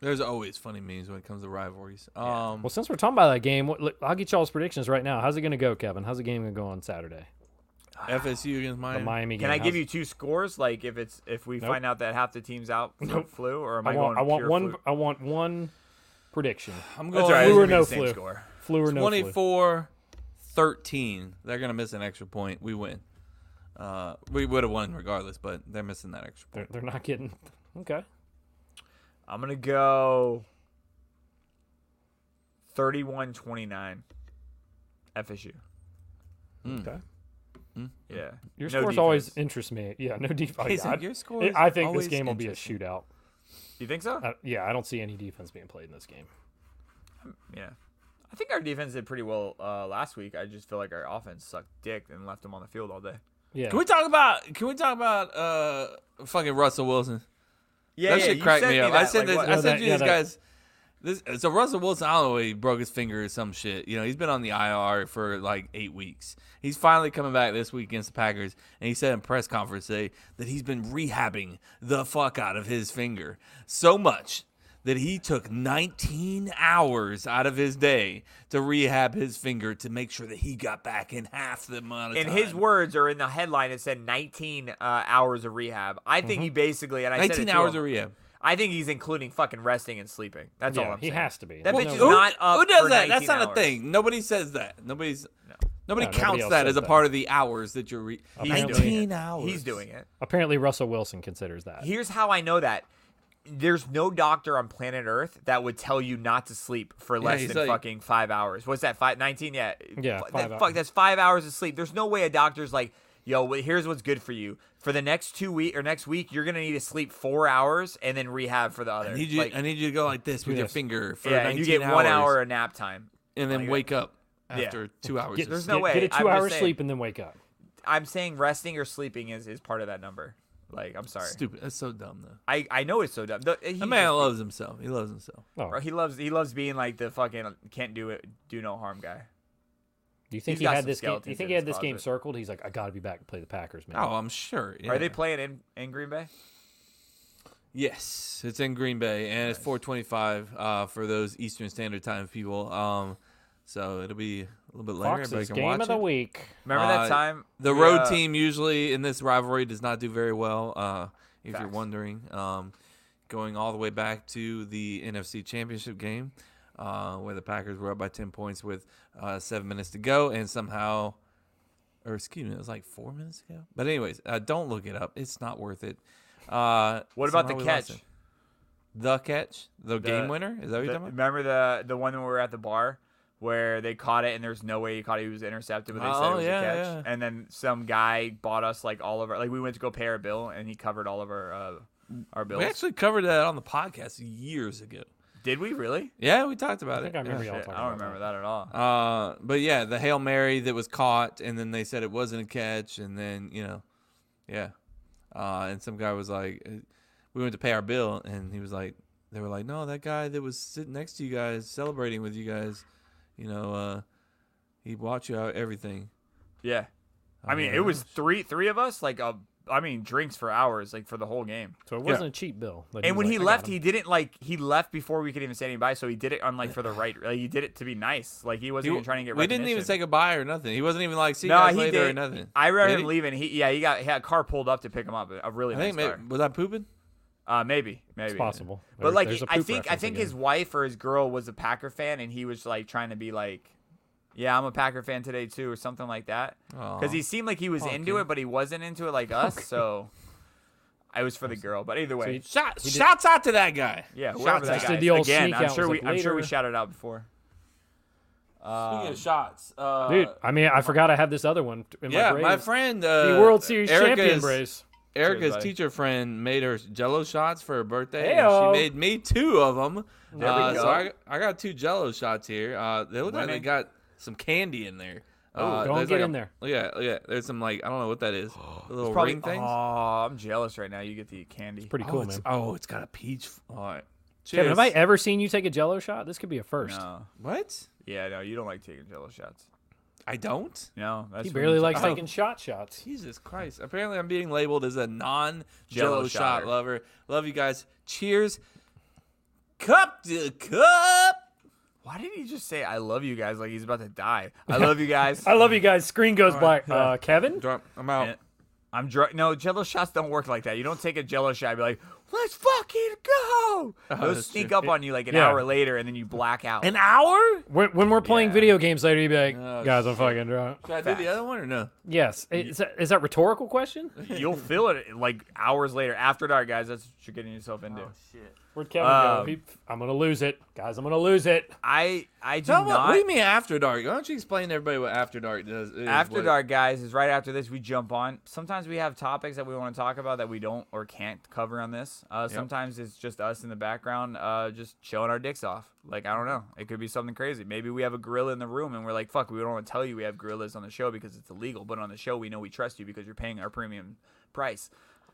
A: There's always funny memes when it comes to rivalries. Um,
C: Well, since we're talking about that game, what, look, I'll get y'all's predictions right now. How's it going to go, Kevin? How's the game going to go on Saturday?
A: FSU against
C: The
A: Miami.
C: Miami
B: Um, Can
C: game.
B: I
C: how's-
B: give you two scores? Like if it's if we
C: Nope.
B: find out that half the team's out for flu, or am I,
C: I want.
B: going?
C: I want
B: pure
C: one.
B: Flu?
C: I want one prediction.
A: I'm going
B: That's all right, it's
C: flu
B: gonna
C: or
B: be the
C: no
B: same
C: flu.
B: Score.
C: Flu or no flu.
A: 24 13. They're going to miss an extra point. We win. Uh, we would have won regardless, but they're missing that extra
C: They're,
A: point.
C: they're not getting. Okay.
B: I'm gonna go 31-29 FSU. Yeah.
C: Okay. Your
B: Hmm. No
C: scores always
B: defense.
C: interest me. Yeah. No defense. Oh,
A: Jason,
C: yeah, I-
A: your
C: it-
A: scores
C: I think this
A: always
C: game will be a
A: interest me.
C: shootout.
B: You think so?
C: Uh, yeah, I don't see any defense being played in this game.
B: yeah. I think our defense did pretty well uh, last week. I just feel like our offense sucked dick and left them on the field all day.
C: Yeah.
A: Can we talk about? Can we talk about uh fucking Russell Wilson?
B: Yeah,
A: that shit cracked me up. I said, this, I
C: No,
A: said
C: that-
A: you
C: yeah,
A: these
C: that-
A: guys. This, so Russell Wilson, I don't know, he broke his finger or some shit. You know, he's been on the IR for like eight weeks. He's finally coming back this week against the Packers, and he said in press conference today that he's been rehabbing the fuck out of his finger so much that he took 19 hours out of his day to rehab his finger to make sure that he got back in half the amount of
B: in
A: time.
B: his words or in the headline, it said 19 uh, hours of rehab. I
C: Mm-hmm.
B: think he basically and I
A: 19
B: said it to
A: hours
B: him,
A: of rehab.
B: I think he's including fucking resting and sleeping. That's all
C: Yeah,
B: I'm
C: he
B: saying.
C: has to be.
B: That
C: Well,
B: bitch
C: no,
B: is
C: who-
B: not up.
A: Who does
B: for
A: that? That's
B: 19
A: not a
B: hours.
A: thing. Nobody says that. Nobody's. Nobody
C: No, nobody
A: counts
C: else
A: that
C: says
A: as a
C: that.
A: part of the hours that you're. Re-
B: He's doing it.
A: 19 hours.
B: He's doing it.
C: Apparently, Russell Wilson considers that.
B: Here's how I know that. There's no doctor on planet Earth that would tell you not to sleep for less
A: he's like-
B: than fucking five hours. What's that? Five, 19? Yeah.
C: Yeah,
B: Fu-
C: five
B: that-
C: hours.
B: Fuck, that's five hours of sleep. There's no way a doctor's like, yo, wh- here's what's good for you. For the next two week or next week, you're gonna need to sleep four hours and then rehab for the other.
A: I need you.
B: Like,
A: I need you to go like this with your
B: Yes.
A: finger for
B: yeah, and you get
A: 19
B: one
A: hours,
B: hour of nap time,
A: and then
B: Like,
A: wake up
B: Yeah.
A: after two hours.
C: Get,
B: There's no
C: get-
B: way.
C: Get a
B: I'm
C: two hour
B: just saying.
C: sleep and then wake up.
B: I'm saying resting or sleeping is, is part of that number. Like, I'm sorry.
A: Stupid. That's so dumb though.
B: I, I know it's so dumb. The, he
A: The man
B: just-
A: loves himself. He loves himself.
C: Oh,
B: Bro, he loves he loves being like the fucking can't do it, do no harm guy.
C: Do you think
B: He's
C: he
B: got
C: had
B: some
C: this game? Do you
B: skeletons
C: think
B: in
C: he had
B: his
C: this game
B: closet.
C: circled? He's like, I got to be back and play the Packers, man.
A: Oh, I'm sure.
B: Are
A: yeah.
B: they playing in, in Green Bay?
A: Yes, it's in Green Bay, and it's 4:25 uh, for those Eastern Standard Time people. Um, so it'll be a little bit later.
C: Fox's
A: everybody can
C: game
A: watch
C: of the
A: it.
C: week.
B: Remember that
A: Uh,
B: time
A: The
B: we,
A: road
B: uh,
A: team usually in this rivalry does not do very well. Uh, if you're
B: Facts.
A: wondering, um, going all the way back to the NFC Championship game, uh, where the Packers were up by 10 points with uh, seven minutes to go, and somehow, or excuse me, it was like four minutes ago. But anyways, uh, don't look it up. It's not worth it. Uh,
B: What about the
A: somehow we lost
B: catch?
A: it. The catch, the, game
B: The-
A: winner. Is that what
B: the-
A: you're talking about?
B: Remember the the one when we were at the bar where they caught it and there's no way he caught it. He was intercepted, but they said
A: Oh,
B: it was
A: yeah,
B: a catch.
A: yeah.
B: And then some guy bought us like all of our like we went to go pay our bill and he covered all of our uh, our bills.
A: We actually covered that on the podcast years ago.
B: Did we really?
A: Yeah, we talked about
C: I think
A: it.
C: I remember
A: yeah.
C: y'all
B: Shit,
C: talking
B: I don't
C: about
B: remember that at all.
A: Uh, but yeah, the hail mary that was caught, and then they said it wasn't a catch, and then you know, yeah. Uh, and some guy was like, uh, we went to pay our bill, and he was like, they were like, no, that guy that was sitting next to you guys, celebrating with you guys, you know, uh, he bought you out everything.
B: Yeah. I mean,
A: my
B: it was three three of us like uh, I mean, drinks for hours like for the whole game.
C: So it wasn't a cheap bill. that
B: and
C: was
B: when
C: like,
B: he
C: "I got
B: left,
C: him."
B: he didn't like he left before we could even say anybody. So he did it on like for the right. Like, he did it to be nice. Like he wasn't
A: He-
B: even trying to get.
A: we didn't even
B: recognition.
A: say goodbye or nothing. He wasn't even like, see you
B: no,
A: guys
B: he
A: later
B: did.
A: or nothing.
B: I remember
A: Did
B: him
A: he?
B: leaving. He yeah, he got he had a car pulled up to pick him up. A really
A: I
B: nice
A: think maybe,
B: car.
A: was I pooping?
B: Uh, maybe, maybe
C: It's possible.
B: But
C: There-
B: like,
C: there's a
B: I
C: poop
B: think I
C: reference
B: think
C: again.
B: his wife or his girl was a Packer fan, and he was like trying to be like, "Yeah, I'm a Packer fan today too," or something like that. Because he
A: Aw.
B: seemed like he was
A: Aw,
B: into
A: kid.
B: it, but he wasn't into it like
C: [LAUGHS]
B: us. So, I was for the girl. But either way,
C: he-
A: Shot,
C: he did-
A: shouts out to that guy.
B: yeah,
A: Shouts
B: whoever
A: out.
B: that
C: Just
B: guy
C: did
B: is.
C: the old
B: Again,
C: sneak
B: I'm
C: out,
B: sure
C: was
B: we
C: like,
B: I'm sure we
C: later.
B: shouted out before.
A: Speaking
B: Um,
A: of shots, uh,
C: Dude, I mean, I forgot I had this other one. t- In
A: yeah,
C: my,
A: my,
C: brains.
A: friend, uh,
C: the World Series champion
A: Erica's-
C: brace.
A: Erica's
B: buddy.
A: teacher friend made her Jello shots for her birthday.
C: Heyo.
A: And she made me two of them.
B: There we
A: uh,
B: go.
A: So I, I got two Jello shots here. Uh, they look like they
B: Winning.
A: got some candy in there.
B: Oh,
A: uh,
C: don't
A: there's
C: get
A: like
C: in
A: a-
C: there.
A: Yeah, yeah. There's some like I don't know what that
C: [GASPS]
A: is. little
B: Probably,
A: ring things.
B: Oh, I'm jealous right now. You get to eat candy.
C: Pretty
A: oh,
C: cool,
A: it's,
C: man.
A: oh, it's got a peach. f- All right. Cheers.
C: Kevin, have I e- ever seen you take a Jello shot? This could be a first.
B: No.
A: what?
B: Yeah, no, you don't like taking jello shots.
A: I don't.
B: No, that's
C: he
B: when
C: barely
B: you-
C: likes
A: Oh.
C: taking shot shots.
A: Jesus Christ. Apparently, I'm being labeled as a non
B: Jell-O
A: Jello shot
B: shotter.
A: lover. Love you guys. Cheers. Cup to cup.
B: Why did he just say "I love you guys" like he's about to die?
A: [LAUGHS]
B: I love you guys.
C: I love you guys. Screen goes black. Uh, Kevin,
A: Drop. I'm out.
B: [LAUGHS] And I'm drunk. No, Jello shots don't work like that. You don't take a Jello shot. and be like, let's fucking
A: [LAUGHS]
B: go. Those
A: Oh, that's
B: sneak
A: true.
B: up on you like an
C: Yeah.
B: hour later, and then you black out.
A: An hour?
C: when, when we're playing
B: Yeah.
C: video games later, you'd be like,
A: Oh,
C: guys, I'm fucking drunk.
A: Should I do the other one or no?
C: Yes. Is that, is that rhetorical question?
B: You'll feel it like hours later after dark, guys. That's what you're getting yourself
A: Oh,
B: into.
C: Where'd Kevin
B: Um,
C: go? He- I'm going to lose it. Guys, I'm going to lose it.
B: I I do
A: Tell me,
B: not.
A: what do you mean after dark? Why don't you explain to everybody what after dark does? is,
B: After
A: what-
B: Dark, guys, is right after this. We jump on. Sometimes we have topics that we want to talk about that we don't or can't cover on this. Uh, Sometimes it's just us in the background, uh, just showing our dicks off. Like, I don't know. It could be something crazy. Maybe we have a gorilla in the room and we're like, fuck, we don't want to tell you we have gorillas on the show because it's illegal. But on the show, we know we trust you because you're paying our premium price.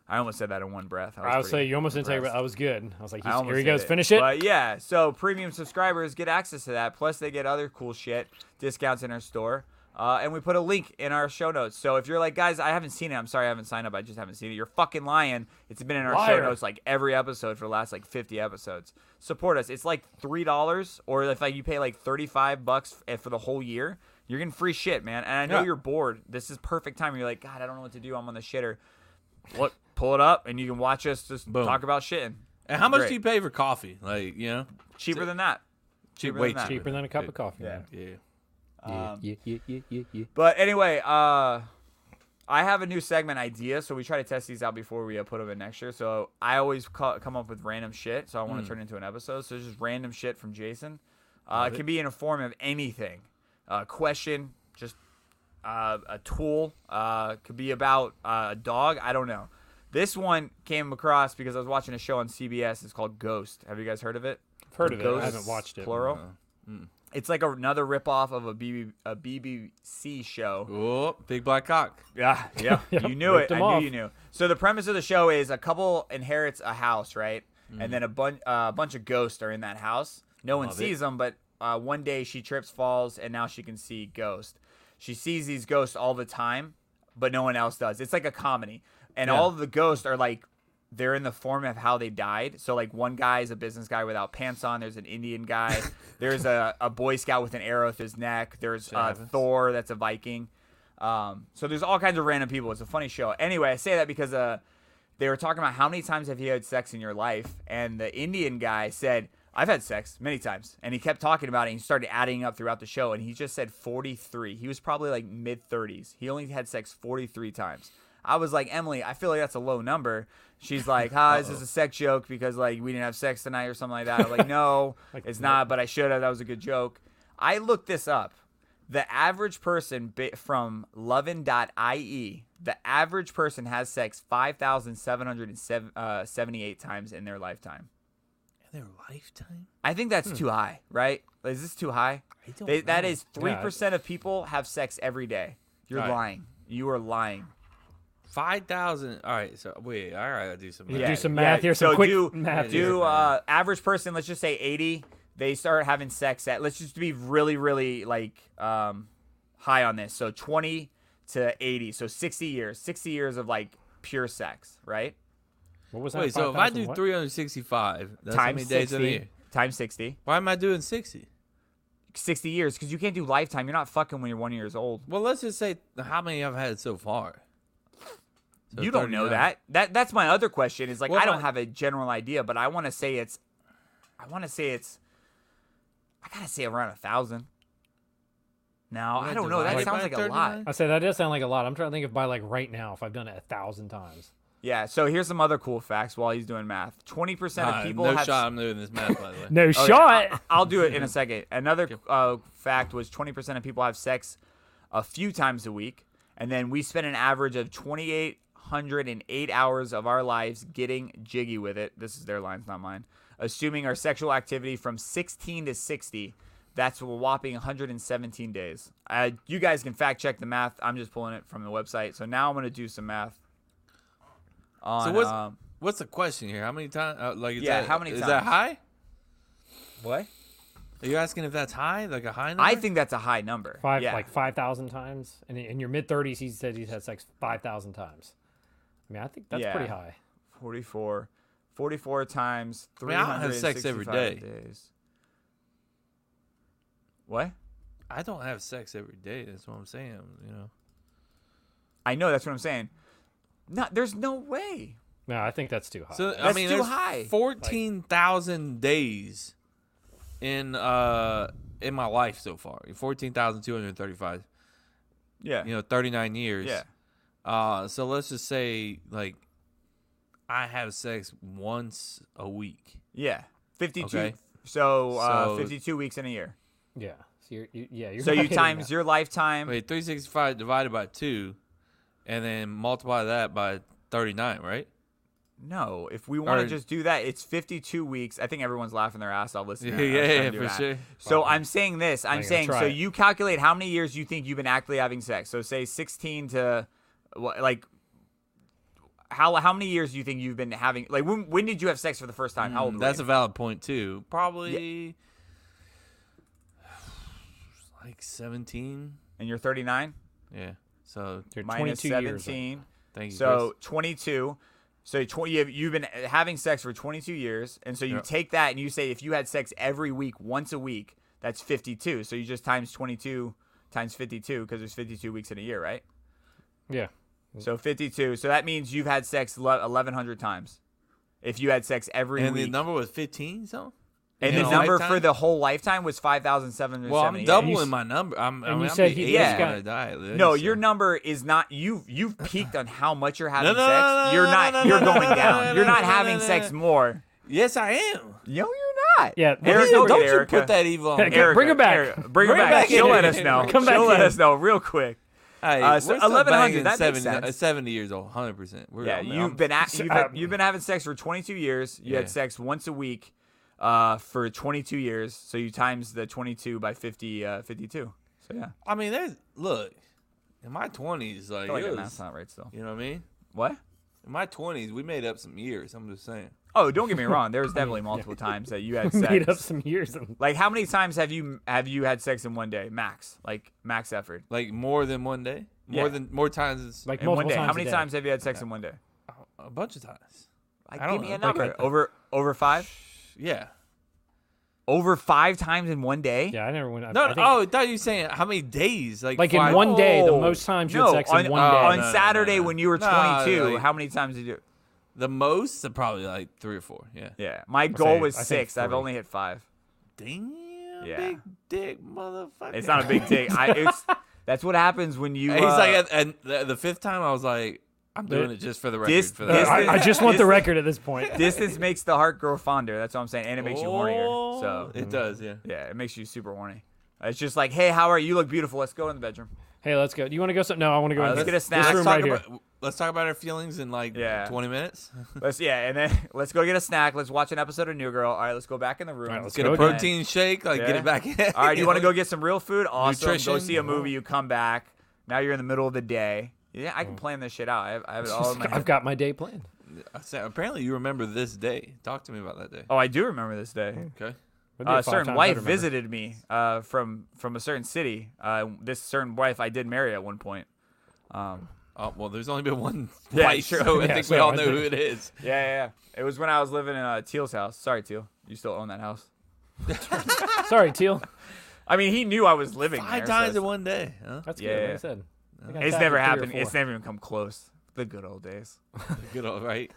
B: I almost said that in one breath. was
C: I would
B: pretty
C: say you almost didn't take it.
B: impressed.
C: but I was good. I was like,
B: I
C: he's-
B: almost
C: here he
B: said
C: goes. Finish it.
B: But yeah, so premium subscribers get access to that. Plus, they get other cool shit, discounts in our store. Uh, and we put a link in our show notes. So if you're like, guys, I haven't seen it. I'm sorry, I haven't signed up. I just haven't seen it. You're fucking lying. It's been in our
C: Liar.
B: show notes like every episode for the last like 50 episodes. Support us. It's like three dollars, or if like you pay like 35 bucks f- eh, for the whole year, you're getting free shit, man. And I know
A: Yeah.
B: you're bored. This is perfect time. You're like, God, I don't know what to do. I'm on the shitter. Look, pull it up, and you can watch us just
A: Boom.
B: talk about shitting
A: And how much
B: Great.
A: do you pay for coffee? Like you know,
B: cheaper than that.
A: cheap,
B: Cheaper
A: way
B: than that.
C: Cheaper than a cup of coffee.
B: Yeah.
C: man.
A: Yeah.
B: Um,
C: yeah, yeah, yeah, yeah, yeah.
B: But anyway, uh, I have a new segment idea, so we try to test these out before we uh, put them in next year. So I always ca- come up with random shit, so I
C: Mm.
B: want to turn it into an episode. So it's just random shit from Jason. Uh, it can be in a form of anything, uh, question, just uh, a tool, uh, could be about uh, a dog. I don't know. This one came across because I was watching a show on CBS. It's called Ghost. Have you guys heard of it?
C: I've heard of it. I
B: Ghosts,
C: haven't watched it.
B: Plural.
C: No. Mm.
B: It's like another ripoff of a, BB, a BBC show.
A: Oh, big black cock. [LAUGHS]
B: Yeah, yeah.
A: Yep,
B: you knew
A: ripped
B: it. I
A: him
B: knew
A: off.
B: you knew. So the premise of the show is a couple inherits a house, right? And then a bunch uh, a bunch of ghosts are in that house. No one
A: Mm-hmm. Love
B: sees
A: it.
B: them, but uh, one day she trips, falls, and now she can see ghosts. She sees these ghosts all the time, but no one else does. It's like a comedy, and
A: Yeah.
B: all of the ghosts are like they're in the form of how they died. So like one guy is a business guy without pants on. There's an
A: [LAUGHS]
B: Indian guy. There's a, a Boy Scout with an arrow through his neck. There's
A: Shit
B: uh,
A: happens.
B: Thor that's a Viking. Um, so there's all kinds of random people. It's a funny show. Anyway, I say that because uh, they were talking about how many times have you had sex in your life, and the Indian guy said, "I've had sex many times," and he kept talking about it. and He started adding up throughout the show, and he just said 43. He was probably like mid 30s. He only had sex 43 times. I was like, Emily, I feel like that's a low number. She's like, huh, is this a sex joke because like we didn't have sex tonight or something like that? I'm [LAUGHS] like, no, it's not, but I should have. That was a good joke. I looked this up. The average person bi- from lovin.ie, E, the average person has sex 5,778 uh, times in their lifetime.
A: In their lifetime?
B: I think that's
A: Hmm.
B: too high, right? Is this too high?
A: don't
B: They- that
A: know.
B: is
A: Yeah, I-
B: 3% of people have sex every day. You're
A: All right.
B: lying. You are lying.
A: Five thousand. All right. So wait. All right. I'll do some.
C: Yeah, do some math here, some
B: so
C: quick
B: do,
C: math here.
B: Do uh, average person, let's just say 80, they start having sex at, let's just be really, really like um, high on this. So 20 to 80. So 60 years, 60 years of like pure sex, right?
C: What was
A: Wait. So if I do 365 that's how
B: Times
A: many days in a
B: 60.
A: year.
B: Times 60.
A: Why am I doing 60?
B: 60 years, because you can't do lifetime. You're not fucking when you're one years old.
A: Well, let's just say how many I've had so far. So
B: you don't know
A: 39.
B: that. That that's my other question. Is like
A: Well,
B: I don't
A: my-
B: have a general idea, but I want to say it's, I want to say it's, I gotta say around a thousand. No, I don't know. That sounds like a lot.
C: I said that does sound like a lot. I'm trying to think of by like right now if I've done it a
B: [LAUGHS]
C: thousand times.
B: Yeah. So here's some other cool facts while he's doing math. Twenty percent
A: Nah,
B: of people
A: no
B: have
A: shot. I'm doing this math by the way.
C: No
B: Okay,
C: shot.
B: Oh, I- I'll do it in a second. Another uh, fact was 20% of people have sex a few times a week, and then we spend an average of 2,808 hours of our lives getting jiggy with it. This is their lines, not mine. Assuming our sexual activity from 16 to 60, that's a whopping 117 days. Uh, you guys can fact check the math. I'm just pulling it from the website. So now I'm going to do some math. On,
A: so what's
B: um,
A: what's the question here? How many times? Uh, like, is
B: Yeah,
A: that,
B: how many
A: is that
B: times?
A: high?
B: What?
A: Are you asking if that's high? Like a high number?
B: I think that's a high number.
C: Five
B: yeah.
C: like five thousand times, and in your mid thirties, he said he's had sex five thousand times. I mean, I think that's pretty
B: Yeah.
C: high.
B: 44 44 times
A: I
B: 365
A: mean, I don't have sex every day.
B: days what
A: I don't have sex every day. That's what I'm saying. You know.
B: i know that's what i'm saying no there's no way
C: No, I think that's too high.
A: So I
B: Uh, That's
A: mean,
B: too
A: there's
B: high.
A: Fourteen thousand days in uh in my life so far. Fourteen thousand two hundred thirty-five.
B: Yeah.
A: You know, thirty-nine years.
B: Yeah.
A: Uh, so let's just say like I have sex once a week.
B: yeah 52
A: Okay.
B: so, uh,
A: So-
B: 52 weeks in a year
C: yeah. So you're, you, yeah. You're
B: so
C: not
B: you
C: hitting
B: times
C: that.
B: your lifetime
A: Wait, three sixty-five divided by two, and then multiply that by thirty-nine, right?
B: no if we want
A: Or-
B: to just do that it's 52 weeks i think everyone's laughing their ass off
A: [LAUGHS]
B: listening
A: Yeah,
B: to that. I was
A: yeah, yeah,
B: trying to do
A: for
B: that.
A: sure.
B: so i'm saying this i'm
A: I'm gonna
B: saying
A: try
B: so
A: it.
B: you calculate how many years you think you've been actively having sex so say 16 to wha- like how how many years do you think you've been having? Like when when did you have sex for the first time? How old?
A: Mm,
B: were
A: That's
B: you?
A: a valid point too. Probably [SIGHS] like seventeen.
B: and you're 39.
A: Yeah. So
C: You're
B: Minus
C: 22 years old.
B: 17.
A: Thank you,
B: So 22. So 20, you've, you've been having sex for 22 years, and so you
A: Yeah.
B: take that and you say if you had sex every week, once a week, that's 52. So you just times 22 times 52 because there's 52 weeks in a year, right?
C: Yeah. [LAUGHS]
B: So 52. So that means you've had sex le- 1,100 times. If you had sex every
A: and
B: week,
A: the number was fifteen, something.
B: and
A: in
B: the
A: his
B: number
A: lifetime?
B: for the whole lifetime was 5,778.
A: Well, I'm doubling my number. I'm. I
C: and
A: mean,
C: you
A: I'm
C: said
A: be
C: he-
A: eighty
B: yeah.
A: when I die, dude,
B: No,
A: so-
B: your number is not you. You've peaked on how
A: [LAUGHS]
B: much you're having
A: No, no,
B: sex.
A: no, no,
B: you're
A: no,
B: not.
A: no, no,
B: you're
A: no,
B: going
A: no, no,
B: down.
A: no,
B: you're
A: no,
B: not
A: no,
B: having
A: no,
B: sex
A: no.
B: more.
A: Yes, I am.
B: No, you're not.
C: Yeah,
A: Well,
B: Erica,
A: you- don't
B: wait,
A: you put
B: Erica. [LAUGHS]
A: that evil on
C: Hey,
A: me.
C: bring her back.
B: Erica, bring her
A: Bring her
B: back.
A: back
B: She'll
A: in
B: let
A: here.
B: us know.
C: Come back
B: She'll let
C: in.
B: us know real quick.
A: Hey,
B: Uh,
A: we're
B: so
A: still
B: 1100,
A: banging
B: that makes
A: 70,
B: sense.
A: uh, 70 years old, 100%. We're,
B: yeah,
A: I'm-
B: you've
A: I'm-
B: been at, you've,
A: I'm-
B: been, you've been having sex for 22 years. You
A: um, Yeah.
B: had sex once a week uh, for 22 years. So you times the 22 by 50, uh, 52. So yeah.
A: I mean, there's look in my twenties, like,
B: feel like
A: it
B: that
A: was,
B: math's not right still.
A: You know what I mean?
B: What?
A: In my twenties, we made up some years. I'm just saying.
B: Oh, don't get me wrong. There was definitely multiple times that
C: [LAUGHS]
B: you had
A: Made
B: sex.
A: up
C: some years. And-
B: like how many times have you have you had sex in one day, max? Like max effort.
A: Like more than one day. More
B: Yeah.
A: than more times.
B: in one day. how many times have you had sex in one day?
A: A bunch of times.
B: Like,
A: I don't
B: give me
A: know.
B: a number. over over five.
A: Yeah.
B: Over five times in one day.
C: Yeah, I never went.
A: No, oh, I thought you were saying how many days? Like,
C: Like in
A: five-
C: one day, the
A: Oh.
C: most times you had No, sex in on- one day.
A: No,
B: on
A: no, no,
B: Saturday
A: no.
B: when you were
A: No, no,
B: 22,
A: like-
B: how many times did you?
A: The most, uh, probably like three or four. Yeah.
B: Yeah. My goal was six. I've only hit five.
A: Damn.
B: Yeah.
A: Big dick, motherfucker.
B: It's not a big dick. I, it's, that's what happens when
A: [LAUGHS]
B: you.
A: He's
B: uh,
A: like, and- and the, the fifth time I was like, I'm doing it just for the record.
B: Dis-
C: Uh,
A: for the
B: distance-
A: record.
B: distance-
C: record at this point.
B: Distance makes the heart grow fonder. That's what I'm saying, and it makes you hornier. So
A: it does, yeah.
B: Yeah, it makes you super horny. It's just like, hey, how are you? You Look beautiful. Let's go in the bedroom.
C: [LAUGHS] Hey, let's go. Do you want to go? Some- no, I want to go.
B: All right,
C: in
B: Uh, let's
C: this-
B: get a snack. Let's
C: This room
B: talk
C: right here.
A: about- Let's talk about our feelings in like
B: Yeah.
A: 20 minutes.
B: Let's yeah, and then [LAUGHS] let's go get a snack. Let's watch an episode of New Girl. All right, let's go back in the room.
A: All right, let's Get a go, Dan. protein shake, like, get it back in.
B: All right, you want to go get some real food? Awesome. Go
A: Nutrition.
B: see a movie. You come back. Now you're in the middle of the day. Yeah, I can plan this shit out. I have, I have it all in my head.
C: I've got Oh my day planned.
A: [LAUGHS] I said, apparently, you remember this day. Talk to me about that day.
B: Oh, I do remember this day.
A: Okay.
B: Uh, a certain wife visited me uh, from from a certain city. Uh, this certain wife I did marry at one point. Um,
A: oh well, there's only been one
B: [LAUGHS] yeah,
A: wife,
B: sure.
A: so I think we all know who it is.
B: Yeah, yeah, yeah. It was when I was living in uh, Teal's house. Sorry, Teal, you still own that house.
C: Sorry, Teal.
B: I mean, he knew I was living
A: Five
B: there, so
A: times
B: it's-
A: in one day.
B: [LAUGHS]
A: Huh?
C: That's
B: yeah,
C: good.
B: yeah.
C: Like I said, I got
B: it's
C: back
B: never
C: in three or
B: happened. It's
C: four.
B: never even come close. The good old days.
A: Good, all right.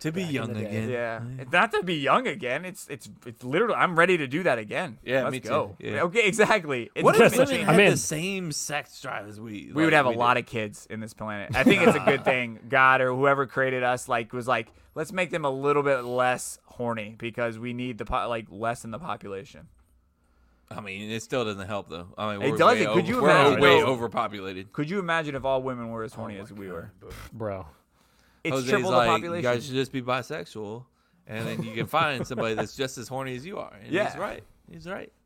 A: To be
B: Back in
A: young
B: the day.
A: again.
B: Yeah. It's Not to be young again. It's it's it's literally. I'm ready to do that again.
A: Yeah,
B: Let's
A: me too.
B: go.
A: Yeah.
B: Okay, exactly. It's
A: What if
B: been
A: women
B: changed.
A: had the same sex drive as we?
B: we would have a lot of kids in this planet. I think it's a
A: [LAUGHS]
B: good thing God or whoever created us like was like, let's make them a little bit less horny because we need the po- like less in the population.
A: I mean, it still doesn't help though. I mean,
B: It
A: we're
B: doesn't.
A: Way
B: Could
A: over,
B: you
A: we're
B: imagine,
A: way
B: though?
A: overpopulated.
B: Could you imagine if all women were as horny as we were?
C: Bro.
B: It's
A: Jose's
B: triple the
A: like,
B: population.
A: You guys should just be bisexual, and then you can find somebody that's just as horny as you are. And
B: Yeah.
A: he's right. He's right.
B: I,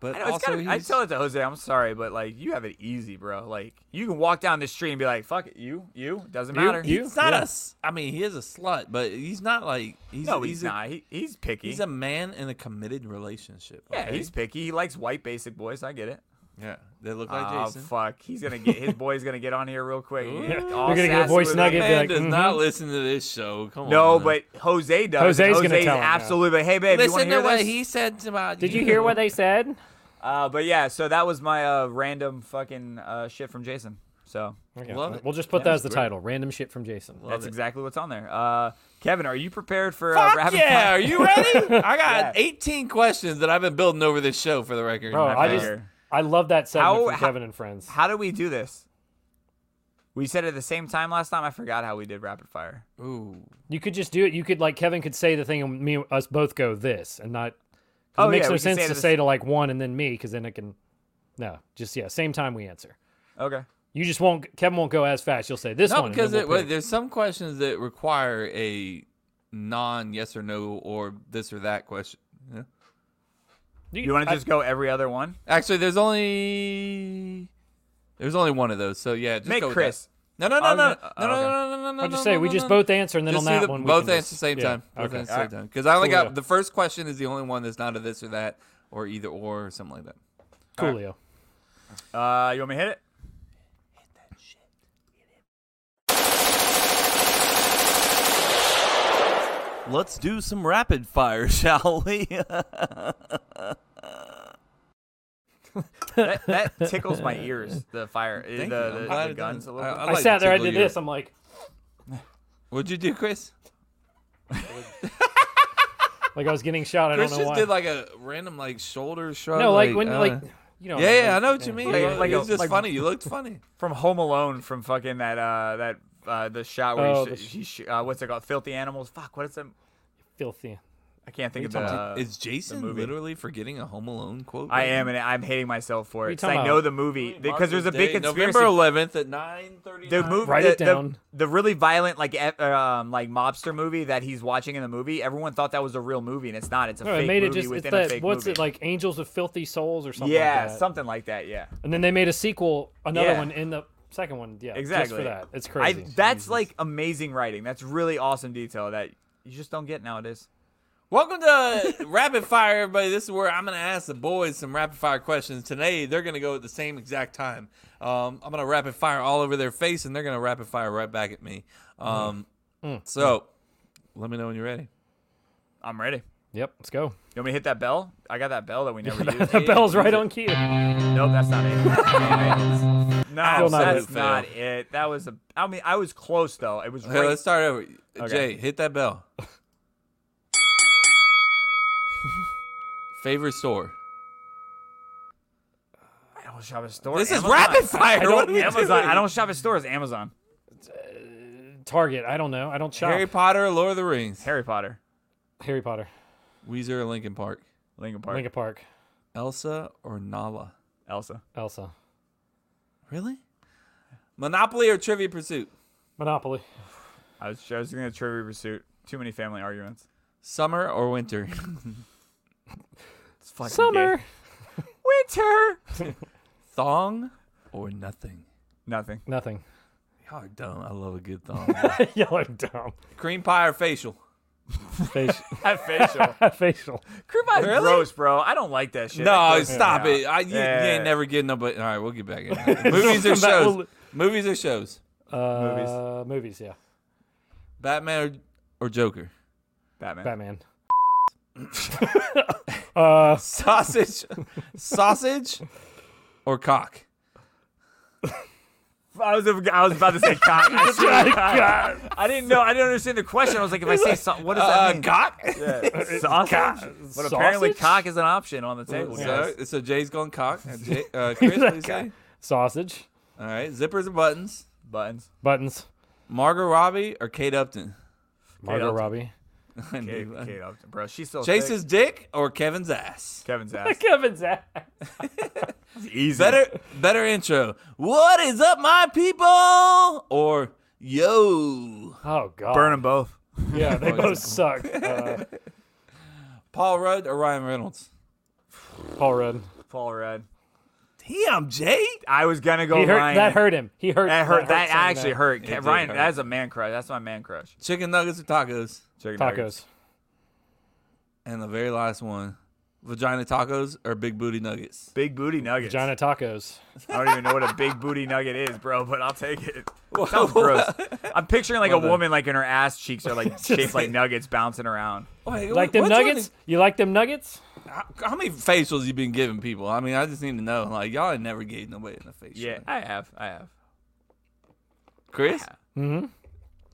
A: But
B: know, it's
A: also,
B: gotta, I
A: he's,
B: tell it to Jose. I'm sorry, but like you have it easy, bro. Like you can walk down the street and be like, "Fuck it, you, you, doesn't matter."
A: he's not a. s- I mean, he is a slut, but he's not like he's
B: No, he's
A: a,
B: not. He- he's picky.
A: He's a man in a committed relationship.
B: Yeah,
A: okay?
B: he's picky. He likes white basic boys. I get it.
A: Yeah, they look like
B: oh,
A: Jason.
B: fuck. He's gonna get his boy's gonna get on here real quick.
A: Ooh.
B: He's
A: Yeah.
B: all
C: We're gonna get a
B: sassy
C: voice
B: with it.
C: nugget, be
A: Man
C: like,
A: does
C: mhm.
A: not listen to this show. Come
B: No,
A: on.
B: but Jose does.
C: Jose's
B: Jose's,
C: gonna
B: Jose's
C: tell him, yeah.
B: absolutely. But hey, babe, you want
A: listen to
B: hear
A: what
B: this?
A: he said about.
C: Did you hear what
B: [LAUGHS]
C: they said?
B: Uh, but yeah, so that was my uh, random fucking uh, shit from Jason. So
C: Okay. We'll just put that as the title. Random shit from Jason.
B: That's exactly what's on there. Uh, Kevin, are you prepared for uh,
A: [LAUGHS] Fuck
B: rapid
A: yeah!
B: fire?
A: Are you
B: [LAUGHS]
A: ready? I got 18 questions that I've been building over this show for the record.
C: Bro, I just I love that segment
B: How-
C: from
B: how-
C: Kevin and Friends.
B: How do we do this? We said it at the same time last time. I forgot how we did rapid fire.
A: Ooh.
C: You could just do it. You could like Kevin could say the thing, and me us both go this, and not. 'cause
B: Oh,
C: it makes
B: yeah,
C: no
B: we could
C: sense
B: say
C: to
B: this-
C: say to like one and then me, because then it can. No, just yeah, same time we answer.
B: Okay.
C: You just won't. Kevin won't go as fast. You'll say this
A: no,
C: one. and
A: because
C: then
A: it,
C: we'll
A: wait,
C: pick.
A: there's some questions that require a non yes or no or this or that question. Yeah.
C: You,
B: want to
A: I-
B: just go every other one?
A: Actually, there's only there's only one of those. So yeah, just
B: Make
A: go with
B: Chris.
A: that. No, no,
B: I
A: no,
B: was
A: no,
B: gonna-
A: no, no,
B: oh, okay.
A: no, no, no, no.
C: I'll just
A: no,
C: say we
A: no,
C: just
A: no.
C: both answer, and then
A: Just
C: on
A: do
C: that
A: the-
C: one we
A: both
C: can
A: answer
C: just-
A: same
C: yeah,
A: time. Both
C: okay.
A: answer
C: Alright.
A: same time. Because I only
C: Coolio.
A: got the first question is the only one that's not a this or that or either or or something like that.
C: Coolio.
B: Uh, you want me to hit
C: [LAUGHS]
B: it?
A: Let's do some rapid fire, [LAUGHS] shall we?
B: That, that tickles my ears. The fire, the,
A: Thank you. I'm
B: the,
A: glad
B: the,
A: it
B: guns
A: does.
B: a little
A: I-
B: bit.
A: I
C: I
A: like
C: sat
A: to
C: there. I
A: tickle
C: did
A: your-
C: this. I'm like, [LAUGHS]
A: What'd you do, Chris?
C: like I was getting shot. I
A: Chris
C: don't know
A: just
C: why.
A: did like a random like shoulder shrug.
C: No, like, when
A: uh,
C: like you know.
A: yeah, yeah, I know what you mean.
B: Like-
A: Like,
B: like
A: it was
B: a-
A: just
B: like-
A: funny. You looked funny.
B: [LAUGHS] from Home Alone from fucking that uh that uh the shot where
C: Oh,
B: he,
C: the
B: sh- he sh- uh, what's it called Filthy Animals fuck what is it
C: Filthy.
B: I can't think of
A: Are you
B: the.
A: talking- Is Jason
B: Uh, the movie.
A: literally forgetting a Home Alone quote?
B: I
A: right
B: am,
A: now?
B: and I'm hating myself
A: What
B: for
A: are
B: it.
A: you
B: 'cause I
A: talking
B: know
A: about?
B: the movie because there's a
A: Martha's
B: big
A: Day,
B: conspiracy.
A: November 11th at 9:30.
B: The movie,
C: Write
B: the,
C: it down.
B: The, the really violent, like e- um, like mobster movie that he's watching in the movie. Everyone thought that was a real movie, and it's not. It's a
C: No,
B: fake
C: it made it
B: movie
C: just it's
B: within a
C: that,
B: fake
C: what's
B: movie.
C: it like Angels with Filthy Souls or something
B: yeah,
C: like that.
B: something like that. Yeah.
C: and then they made a sequel, another
B: Yeah.
C: one in the second one. Yeah,
B: exactly
C: Just for that, it's
B: I-
C: crazy.
B: that's like amazing writing. That's really awesome detail that you just don't get nowadays. Welcome to
A: [LAUGHS] rapid fire, everybody. This is where I'm going to ask the boys some rapid fire questions. Today, they're going to go at the same exact time. Um, I'm going to rapid fire all over their face, and they're going to rapid fire right back at me.
B: Mm-hmm.
A: Um,
C: Mm.
A: So, let me know when you're ready.
B: I'm ready.
C: Yep, let's go.
B: You want me to hit that bell? I got that bell that
C: [LAUGHS]
B: we never use.
C: that bell's right on cue.
B: Nope, that's not it.
C: [LAUGHS]
B: no,
C: Still not
B: that's
C: it.
B: not it. That was a. I mean, I was close though. It was.
A: Okay,
B: right-
A: let's start over.
B: Okay.
A: Jay, hit that bell. Favorite store.
B: I don't shop at stores.
A: This is
B: Amazon.
A: rapid fire.
B: I don't,
A: What are we
B: Amazon.
A: doing?
B: I don't shop at stores. Amazon.
C: Target. I don't know. I don't shop.
A: Harry Potter or Lord of the Rings?
B: Harry Potter.
C: Harry Potter.
A: Weezer or Lincoln Park?
B: Lincoln Park.
C: Lincoln Park.
A: Elsa or Nala?
B: Elsa.
C: Elsa.
A: Really? Monopoly or Trivia Pursuit?
C: Monopoly.
B: I was. I was gonna trivia pursuit. Too many family arguments.
A: Summer or
B: [LAUGHS]
A: winter?
B: It's fucking
C: Summer.
B: gay. Winter.
A: thong or nothing?
B: Nothing.
C: Nothing. [LAUGHS]
A: Y'all are dumb. I love a good
B: [LAUGHS]
A: thong.
C: Y'all are dumb.
A: Cream pie or facial?
C: Facial.
B: That facial.
C: Facial.
B: Cream pie is
A: Really?
B: [LAUGHS] gross, bro. I don't like that shit. That
A: no,
B: grosses me
A: stop
B: out.
A: it. I, you,
B: Yeah.
A: you ain't never getting up. All right, we'll get back in. it. Movies or
C: Don't come back.
A: shows?
C: We'll-
A: Movies or shows?
C: Uh, movies. Movies. Yeah.
A: Batman or, or Joker?
B: Batman.
C: Batman.
A: [LAUGHS]
C: uh,
A: Sausage, sausage, or cock?
B: I was I was about to say cock. I, swear to God.
C: God.
B: I didn't know. I didn't understand the question. I was like, if I say something, what does
A: Uh,
B: that mean?
A: cock?
B: Yeah, sausage. But apparently,
C: Sausage?
B: cock is an option on the table.
A: So,
B: guys.
A: so Jay's going cock. Uh, Jay, uh, Chris, what do you say?
C: sausage.
A: All right, zippers or buttons?
B: Buttons.
C: Buttons.
A: Margot Robbie or Kate Upton? [LAUGHS]
C: Margot
B: Upton. [LAUGHS]
C: Robbie.
A: I
B: Kate,
A: knew that.
B: Kate Upton, bro. She's still
A: Chase's dick or Kevin's ass?
B: Kevin's ass.
C: Kevin's ass.
B: Easy.
A: Better, better intro. What is up, my people? Or yo,
C: Oh God.
B: Burn them both.
C: Yeah, they
B: [LAUGHS]
C: both suck. Uh,
A: Paul Rudd or Ryan Reynolds?
B: [LAUGHS]
C: Paul Rudd.
B: Paul Rudd.
A: Damn, Jay.
B: I was gonna go
C: He hurt,
B: Ryan.
C: that hurt him. He hurt. uh,
B: That hurt. That,
C: saying
B: actually hurt.
A: It did
B: Ryan,
A: hurt.
B: that's a man crush. That's my man crush.
A: Chicken nuggets or tacos?
B: Chicken nuggets.
C: Tacos.
A: And the very last one, vagina tacos or big booty nuggets?
B: Big booty nuggets.
C: Vagina tacos.
B: I don't even know what a big booty nugget is, bro, but I'll take it. Sounds gross. I'm picturing like a woman, like, and her ass cheeks are [LAUGHS] like shaped like nuggets bouncing around.
A: Wait,
C: Like them
A: which one
C: nuggets?
A: is-
C: You like them nuggets? [LAUGHS]
A: How, how many facials you been giving people? I mean, I just need to know. Like y'all ain't never gave nobody in the face.
B: Yeah, I have. I have.
A: Chris.
C: Mm-hmm.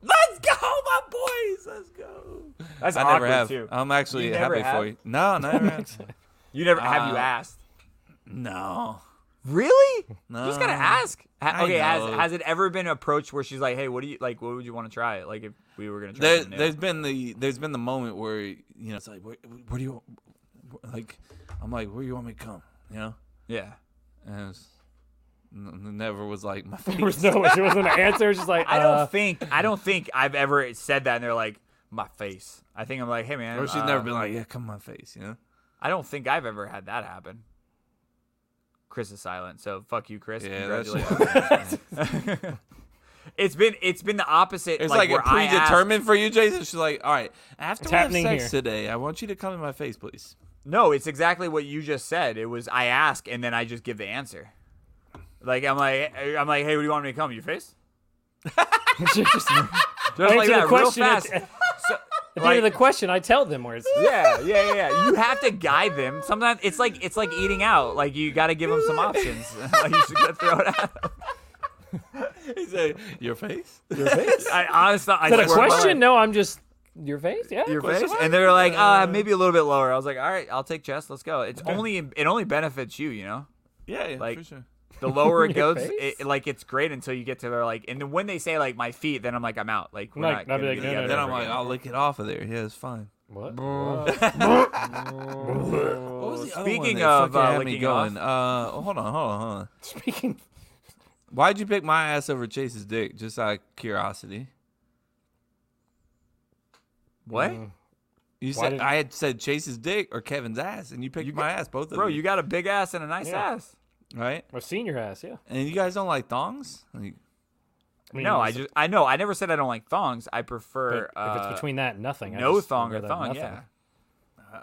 A: Let's go, my boys. Let's go.
B: That's
A: I
B: awkward
A: never have.
B: too.
A: I'm actually
B: You never
A: happy
B: have?
A: for you. No,
B: [LAUGHS]
A: never. have.
B: you never have you
A: Uh,
B: asked?
A: no.
B: Really?
A: No.
B: You just gotta ask. Ha-
A: I
B: okay, has
A: know.
B: has it ever been approached where she's like, hey, what do you like? What would you want to try? Like if we were gonna try
A: There,
B: something new?
A: there's been the there's been the moment where you know it's like where, where do you like I'm like where do you want me to come you know
B: Yeah.
A: and it's, n- n- never was like my [LAUGHS]
B: [LAUGHS]
C: There was
A: face.
C: no. There wasn't an answer. It was just like
B: I don't [LAUGHS]
C: uh,
B: think I don't think I've ever said that, and they're like, my face. I think I'm like, hey man.
A: Or she's
B: uh,
A: never been like yeah come my face you know
B: I don't think I've ever had that happen. Chris is silent, so fuck you, Chris.
A: yeah that's
B: Congratulations.
A: [LAUGHS]
B: [LAUGHS] it's been it's been the opposite.
A: it's like,
B: where
A: a
B: I asked-
A: predetermined for you Jason she's like all right after we have
C: happening
A: sex
C: here.
A: today I want you to come in my face
B: [LAUGHS]
A: please
B: No, it's exactly what you just said. It was I ask and then I just give the answer. Like I'm like I'm like, hey, what do you want me to come? Your face?
C: [LAUGHS] just-
B: Just like
C: Answer the
B: that, real
C: question at- [LAUGHS]
B: fast.
C: at
B: So-
C: At the
B: like-
C: end of the question, I tell them
B: [LAUGHS]
C: where it's.
B: yeah, yeah, yeah. You have to guide them. Sometimes it's like it's like eating out. Like you got to give them some options. [LAUGHS] like you should get throw it out.
A: he's like your face
B: I honestly, I
C: Is that
B: swear to
C: a
B: God.
C: question? No, I'm just your face. Yeah.
B: your face, and they're like, uh, maybe a little bit lower. I was like, all right, I'll take chest. Let's go.
C: [LAUGHS]
B: It's only it only benefits you, you know.
A: [LAUGHS] yeah, yeah
B: Like-
A: for sure
B: The lower it
C: [LAUGHS] Your
B: goes,
C: face?
B: it, like it's great until you get to their like, and then when they say like my feet, then I'm like I'm out. Like we're
C: Like,
B: not
C: I'll be
B: gonna be
C: like, no, no,
B: together
C: no,
A: then
B: ever
A: I'm like
B: again.
A: I'll lick it off of there yeah it's fine
B: [LAUGHS]
C: What? [LAUGHS]
A: What was the other one
B: Speaking
A: that
B: of,
A: fucking
B: uh,
A: had me
B: licking
A: going, uh, hold on, hold on, hold on. Speaking. Why'd you pick my ass over Chase's dick? Just out of curiosity.
B: What?
C: Mm-hmm.
A: You
B: Mm, Why
A: said
B: did-
A: I had said Chase's dick or Kevin's ass, and you picked my ass. Both of
B: Bro,
A: you.
B: you got a big ass and a nice
A: Yeah.
B: ass.
A: right?
C: I've seen your ass, yeah.
A: And you guys don't like thongs? Like, I mean,
B: no, I
A: it's-
B: just I know I never said I don't like thongs. I prefer
C: But if it's
B: uh,
C: between that and nothing, I
B: No
C: just
B: thong or
C: rather
B: thong,
C: nothing.
B: yeah.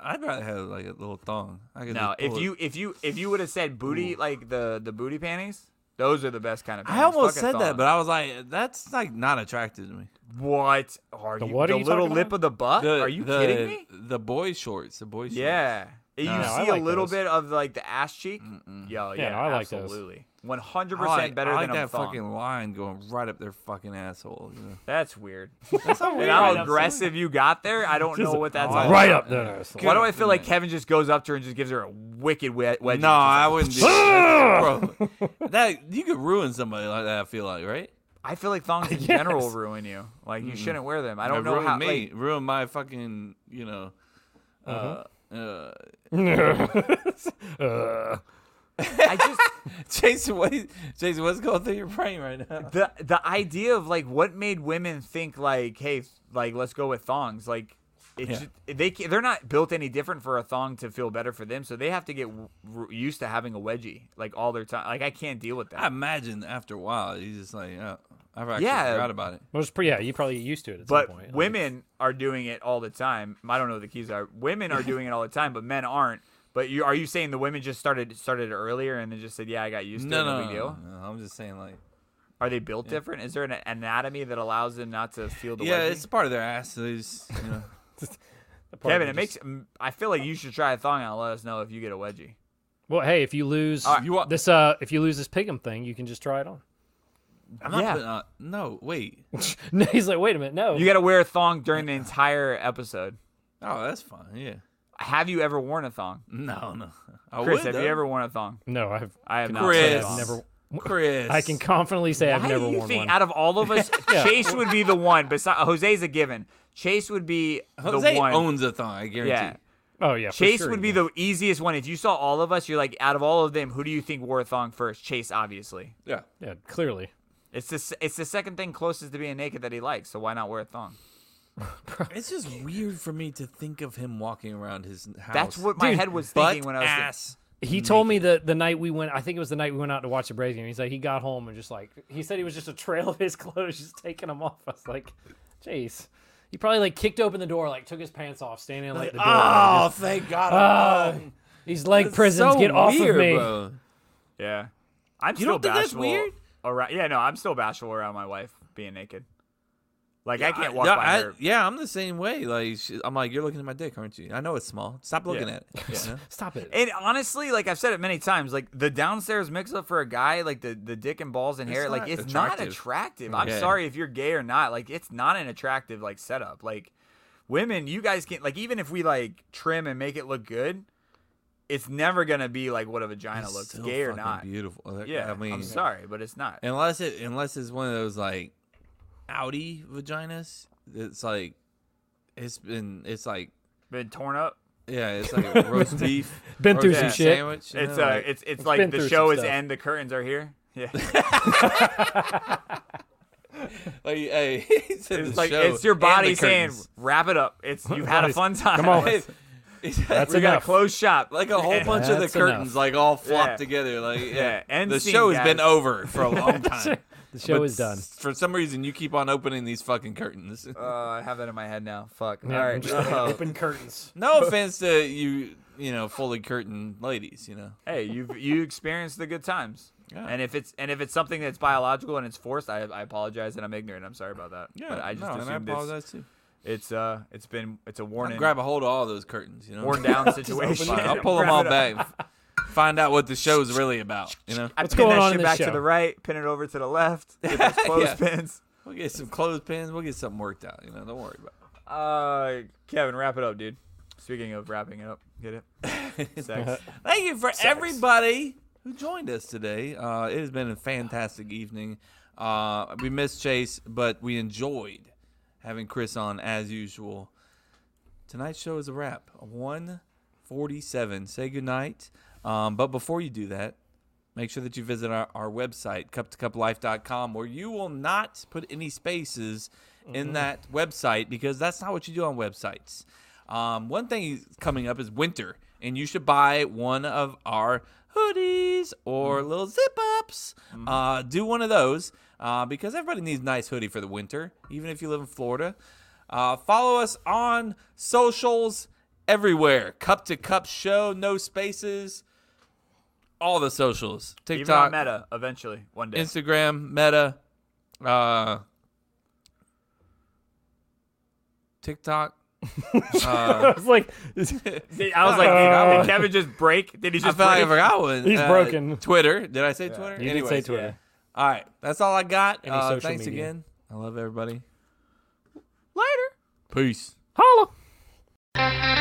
A: I'd rather have like a little thong. I could
B: No,
A: just
B: if
A: pull it.
B: you if you if you would have said booty like the the booty panties, those are the best kind of. Panties.
A: I almost
B: Fuck a
A: said that,
B: thong.
A: but I was like, that's like not attractive to me.
B: what are
A: The
B: you?
A: what are
B: the
A: you
B: little
A: talking
B: lip
A: about?
B: of the butt?
A: The-
B: are you
A: the-
B: kidding me?
A: The boy shorts. The boy shorts.
B: Yeah, you
A: No, I
B: see
A: like
B: a little
A: those.
B: bit of like the ass cheek. Yo, yeah,
A: Yeah, no, I like those.
B: absolutely. One hundred
A: I like-
B: percent better
A: I like
B: than
A: that
B: a thong.
A: fucking line going right up their fucking asshole. you know?
B: That's weird.
A: [LAUGHS] That's not
B: And
A: weird. Right
B: how
A: up
B: aggressive you got there, I don't
A: Just
B: know what that's
A: right
C: Oh,
B: all
A: up
B: about.
A: there.
B: Why do
C: [LAUGHS]
B: I feel like Kevin just goes up to her and just gives her a wicked wet wedge?
A: No, I wouldn't do [LAUGHS] that. Bro, that you could ruin somebody like that. I feel like, right?
B: I feel
A: [LAUGHS]
B: like thongs in
A: Yes.
B: general ruin you. Like you
A: Mm-mm.
B: shouldn't wear them. I
A: It
B: don't know
A: ruined
B: how.
A: Me
B: Like,
A: ruin my fucking. You know. Uh, uh, [LAUGHS]
C: Uh.
A: [LAUGHS]
B: I
A: just Jason. What? is- Jason, what's going through your brain right now?
B: the the idea of like what made women think like, hey, like let's go with thongs. Like it
A: Yeah.
B: just, they ca- they're not built any different for a thong to feel better for them, so they have to get w- r- used to having a wedgie like all their time. Like I can't deal with that.
A: I imagine after a while, you just like, oh, I've actually
B: Yeah.
A: forgot about it.
C: Well, it's pretty, yeah, you probably get used to it at
B: but
C: some point.
B: women are doing it all the time. I don't know what the keys are. Women are doing it all the time, but men aren't. But you are you saying the women just started started earlier and then just said, "Yeah, I got used to
A: No,
B: it." No,
A: no,
B: big
A: no,
B: deal.
A: no, no, I'm just saying like.
B: Are they built
A: Yeah.
B: different? Is there an anatomy that allows them not to feel the
A: yeah,
B: wedgie?
A: it's part of their ass. so they just, you [LAUGHS] know.
C: part of
B: Kevin,
C: it
B: it makes. mm, I feel like you should try a thong out. and Let us know if you get a wedgie.
C: Well, hey, if you lose
B: All right.
C: this, uh, if you lose this pigum thing, you can just try it on. [LAUGHS]
A: I'm not
B: Yeah.
A: putting on. No, wait.
C: No, he's like, wait a minute, no.
B: You got to wear a thong during the entire episode.
A: Oh, that's fine. Yeah.
B: Have you ever worn a thong?
A: No, no. I
B: Chris,
A: would,
B: have
A: though.
B: you ever worn a thong?
C: No, I've.
B: I have not.
A: Chris.
B: I've
C: never-
A: Chris.
C: I can confidently say I've
B: Why
C: never
B: do you
C: worn
B: think
C: one.
B: out of all of [LAUGHS] us,
C: Yeah.
B: Chase would be the one? Besides, Jose's a given. Chase would be
A: Jose
B: the one.
A: owns a thong. I guarantee.
B: Yeah.
C: oh yeah, for
B: Chase
C: sure
B: would
C: he
B: be the easiest one. If you saw all of us, you're like, out of all of them, who do you think wore a thong first? Chase, obviously.
A: Yeah.
C: Yeah, clearly.
B: It's the s- it's the second thing closest to being naked that he likes. So why not wear a thong?
A: [LAUGHS] It's just weird for me to think of him walking around his house.
B: That's what my head was
A: butt
B: thinking when I was thinking-
A: ass.
C: He told me that the night we went, I think it was the night we went out to watch the Braves game. He's like, he got home and just like, he said he was just a trail of his [LAUGHS] clothes, just taking them off. I was like, jeez. He probably like kicked open the door, like took his pants off, standing
A: Like,
C: like, the door.
A: "Oh,
C: like,
A: thank [LAUGHS] God
B: Uh,
C: "Ah,
A: I'm home."
C: these leg
A: That's
C: prisons,
A: so
C: get off
A: weird,
C: of me.
A: bro.
B: Yeah. I'm
A: You
B: still
A: don't think that's
B: bashful
A: weird?
B: Around, yeah, no, I'm still bashful around my wife being naked. Like I can't walk
A: yeah,
B: by
A: I-
B: her.
A: yeah, I'm the same way. Like she, I'm like, you're looking at my dick, aren't you? I know it's small. Stop looking
B: [LAUGHS] Yeah.
A: at it. you know?
C: Stop it.
B: And honestly, like I've said it many times, like the downstairs mix up for a guy, like the, the dick and balls and
A: It's
B: hair,
A: not
B: like it's not
A: attractive. Mm,
B: attractive. I'm
A: Yeah.
B: sorry if you're gay or not. Like it's not an attractive like setup. Like women, you guys can't like even if we like trim and make it look good, it's never gonna be like what a vagina
A: It's
B: looks,
A: so
B: gay or
A: fucking
B: not.
A: Beautiful. Like,
B: Yeah,
A: I mean,
B: I'm sorry, but it's not.
A: Unless it unless it's one of those like outy vaginas. It's like it's been it's like
B: Been torn up.
A: yeah, it's
C: [LAUGHS]
A: like roast beef.
C: Been through
A: roast
C: some
A: beef
C: shit.
A: Sandwich, you
B: It's
A: know,
B: uh,
A: like-
B: it's it's
C: It's
B: like
C: been
B: the
C: through
B: show
C: some
B: is
C: stuff.
B: end. The curtains are here. [LAUGHS] Yeah.
A: like hey, [LAUGHS] he said
B: it's
A: the
B: like
A: show
B: it's your
A: and the
B: body saying, [LAUGHS]
A: curtains.
B: "Wrap it up." It's you've had a
A: Body's-
B: fun time.
A: Come
B: [LAUGHS]
A: on.
B: It's-
A: It's-
C: That's
B: we got
C: enough.
B: to close shop.
A: [LAUGHS] Like a [LAUGHS] whole bunch of the
C: That's
A: curtains,
C: enough.
A: like all flopped
B: Yeah.
A: together. Like yeah,
B: Yeah, end
A: the
B: scene,
A: show has been
B: guys.
A: over
B: [LAUGHS]
A: for a long time.
C: The
A: [LAUGHS]
C: show
A: But
C: is done.
A: s- For some reason, you keep on opening these fucking curtains.
B: Uh, I have that in my head now. Fuck.
C: Yeah,
B: All
C: I'm
B: right.
C: just like,
B: Oh.
C: open curtains.
A: [LAUGHS] No offense to you, you know, fully curtain ladies. You know,
B: hey, you you experienced the good times.
A: Yeah.
B: And if it's and if it's something that's biological and it's forced, I, I apologize and I'm ignorant. I'm sorry about that. but I just
A: no, and I
B: assumed it's-
A: apologize too.
B: It's uh, it's been it's a
A: I'll
B: warning.
A: grab a hold of all those curtains. You know, [LAUGHS]
B: Worn down
A: Just open
B: situation.
A: them. I'll pull them
B: [LAUGHS] Wrap
A: all
B: it
A: back. Find out what the show's
B: [LAUGHS]
A: really about. You know,
B: I
C: What's
B: pin
C: going
B: that
C: on
B: shit
C: in this
B: back
C: show?
B: to the right, pin it over to the left,
A: [LAUGHS]
B: get those clothespins.
A: we'll get some clothespins. We'll get something worked out. You know, don't worry about. it.
B: Uh, Kevin, wrap it up, dude. Speaking of wrapping it up, get it? Sex.
A: Thank you for everybody who joined us today. Uh, it has been a fantastic evening. Uh, we missed Chase, but we enjoyed having Chris on as usual. tonight's show is a wrap. 147. Say goodnight. Um, but before you do that, make sure that you visit our, our website, cuptocuplife.com, where you will not put any spaces in
L: Mhm.
A: that website because that's not what you do on websites. Um, one thing is coming up is winter, and you should buy one of our hoodies or little zip ups. Uh, do one of those uh, because everybody needs a nice hoodie for the winter, even if you live in Florida. Uh, follow us on socials everywhere. Cup to Cup Show, no spaces. All the socials
B: Even on
A: TikTok,
B: Meta eventually one day.
A: Instagram, Meta, uh, TikTok. Oh.
C: [LAUGHS] I
A: [LAUGHS]
C: was like,
B: Did- I was like, did, did Kevin just break? Did he
A: I
B: just?
A: feel like I
B: break?
A: forgot one.
C: He's
A: Uh,
C: broken.
A: Twitter. Did I say Twitter?
C: You did
A: Anyways,
C: say Twitter.
A: yeah. All right, that's all I got.
C: Any
A: Uh,
C: social
A: thanks
C: media.
A: again. I love everybody.
B: Later.
A: Peace.
C: Holla.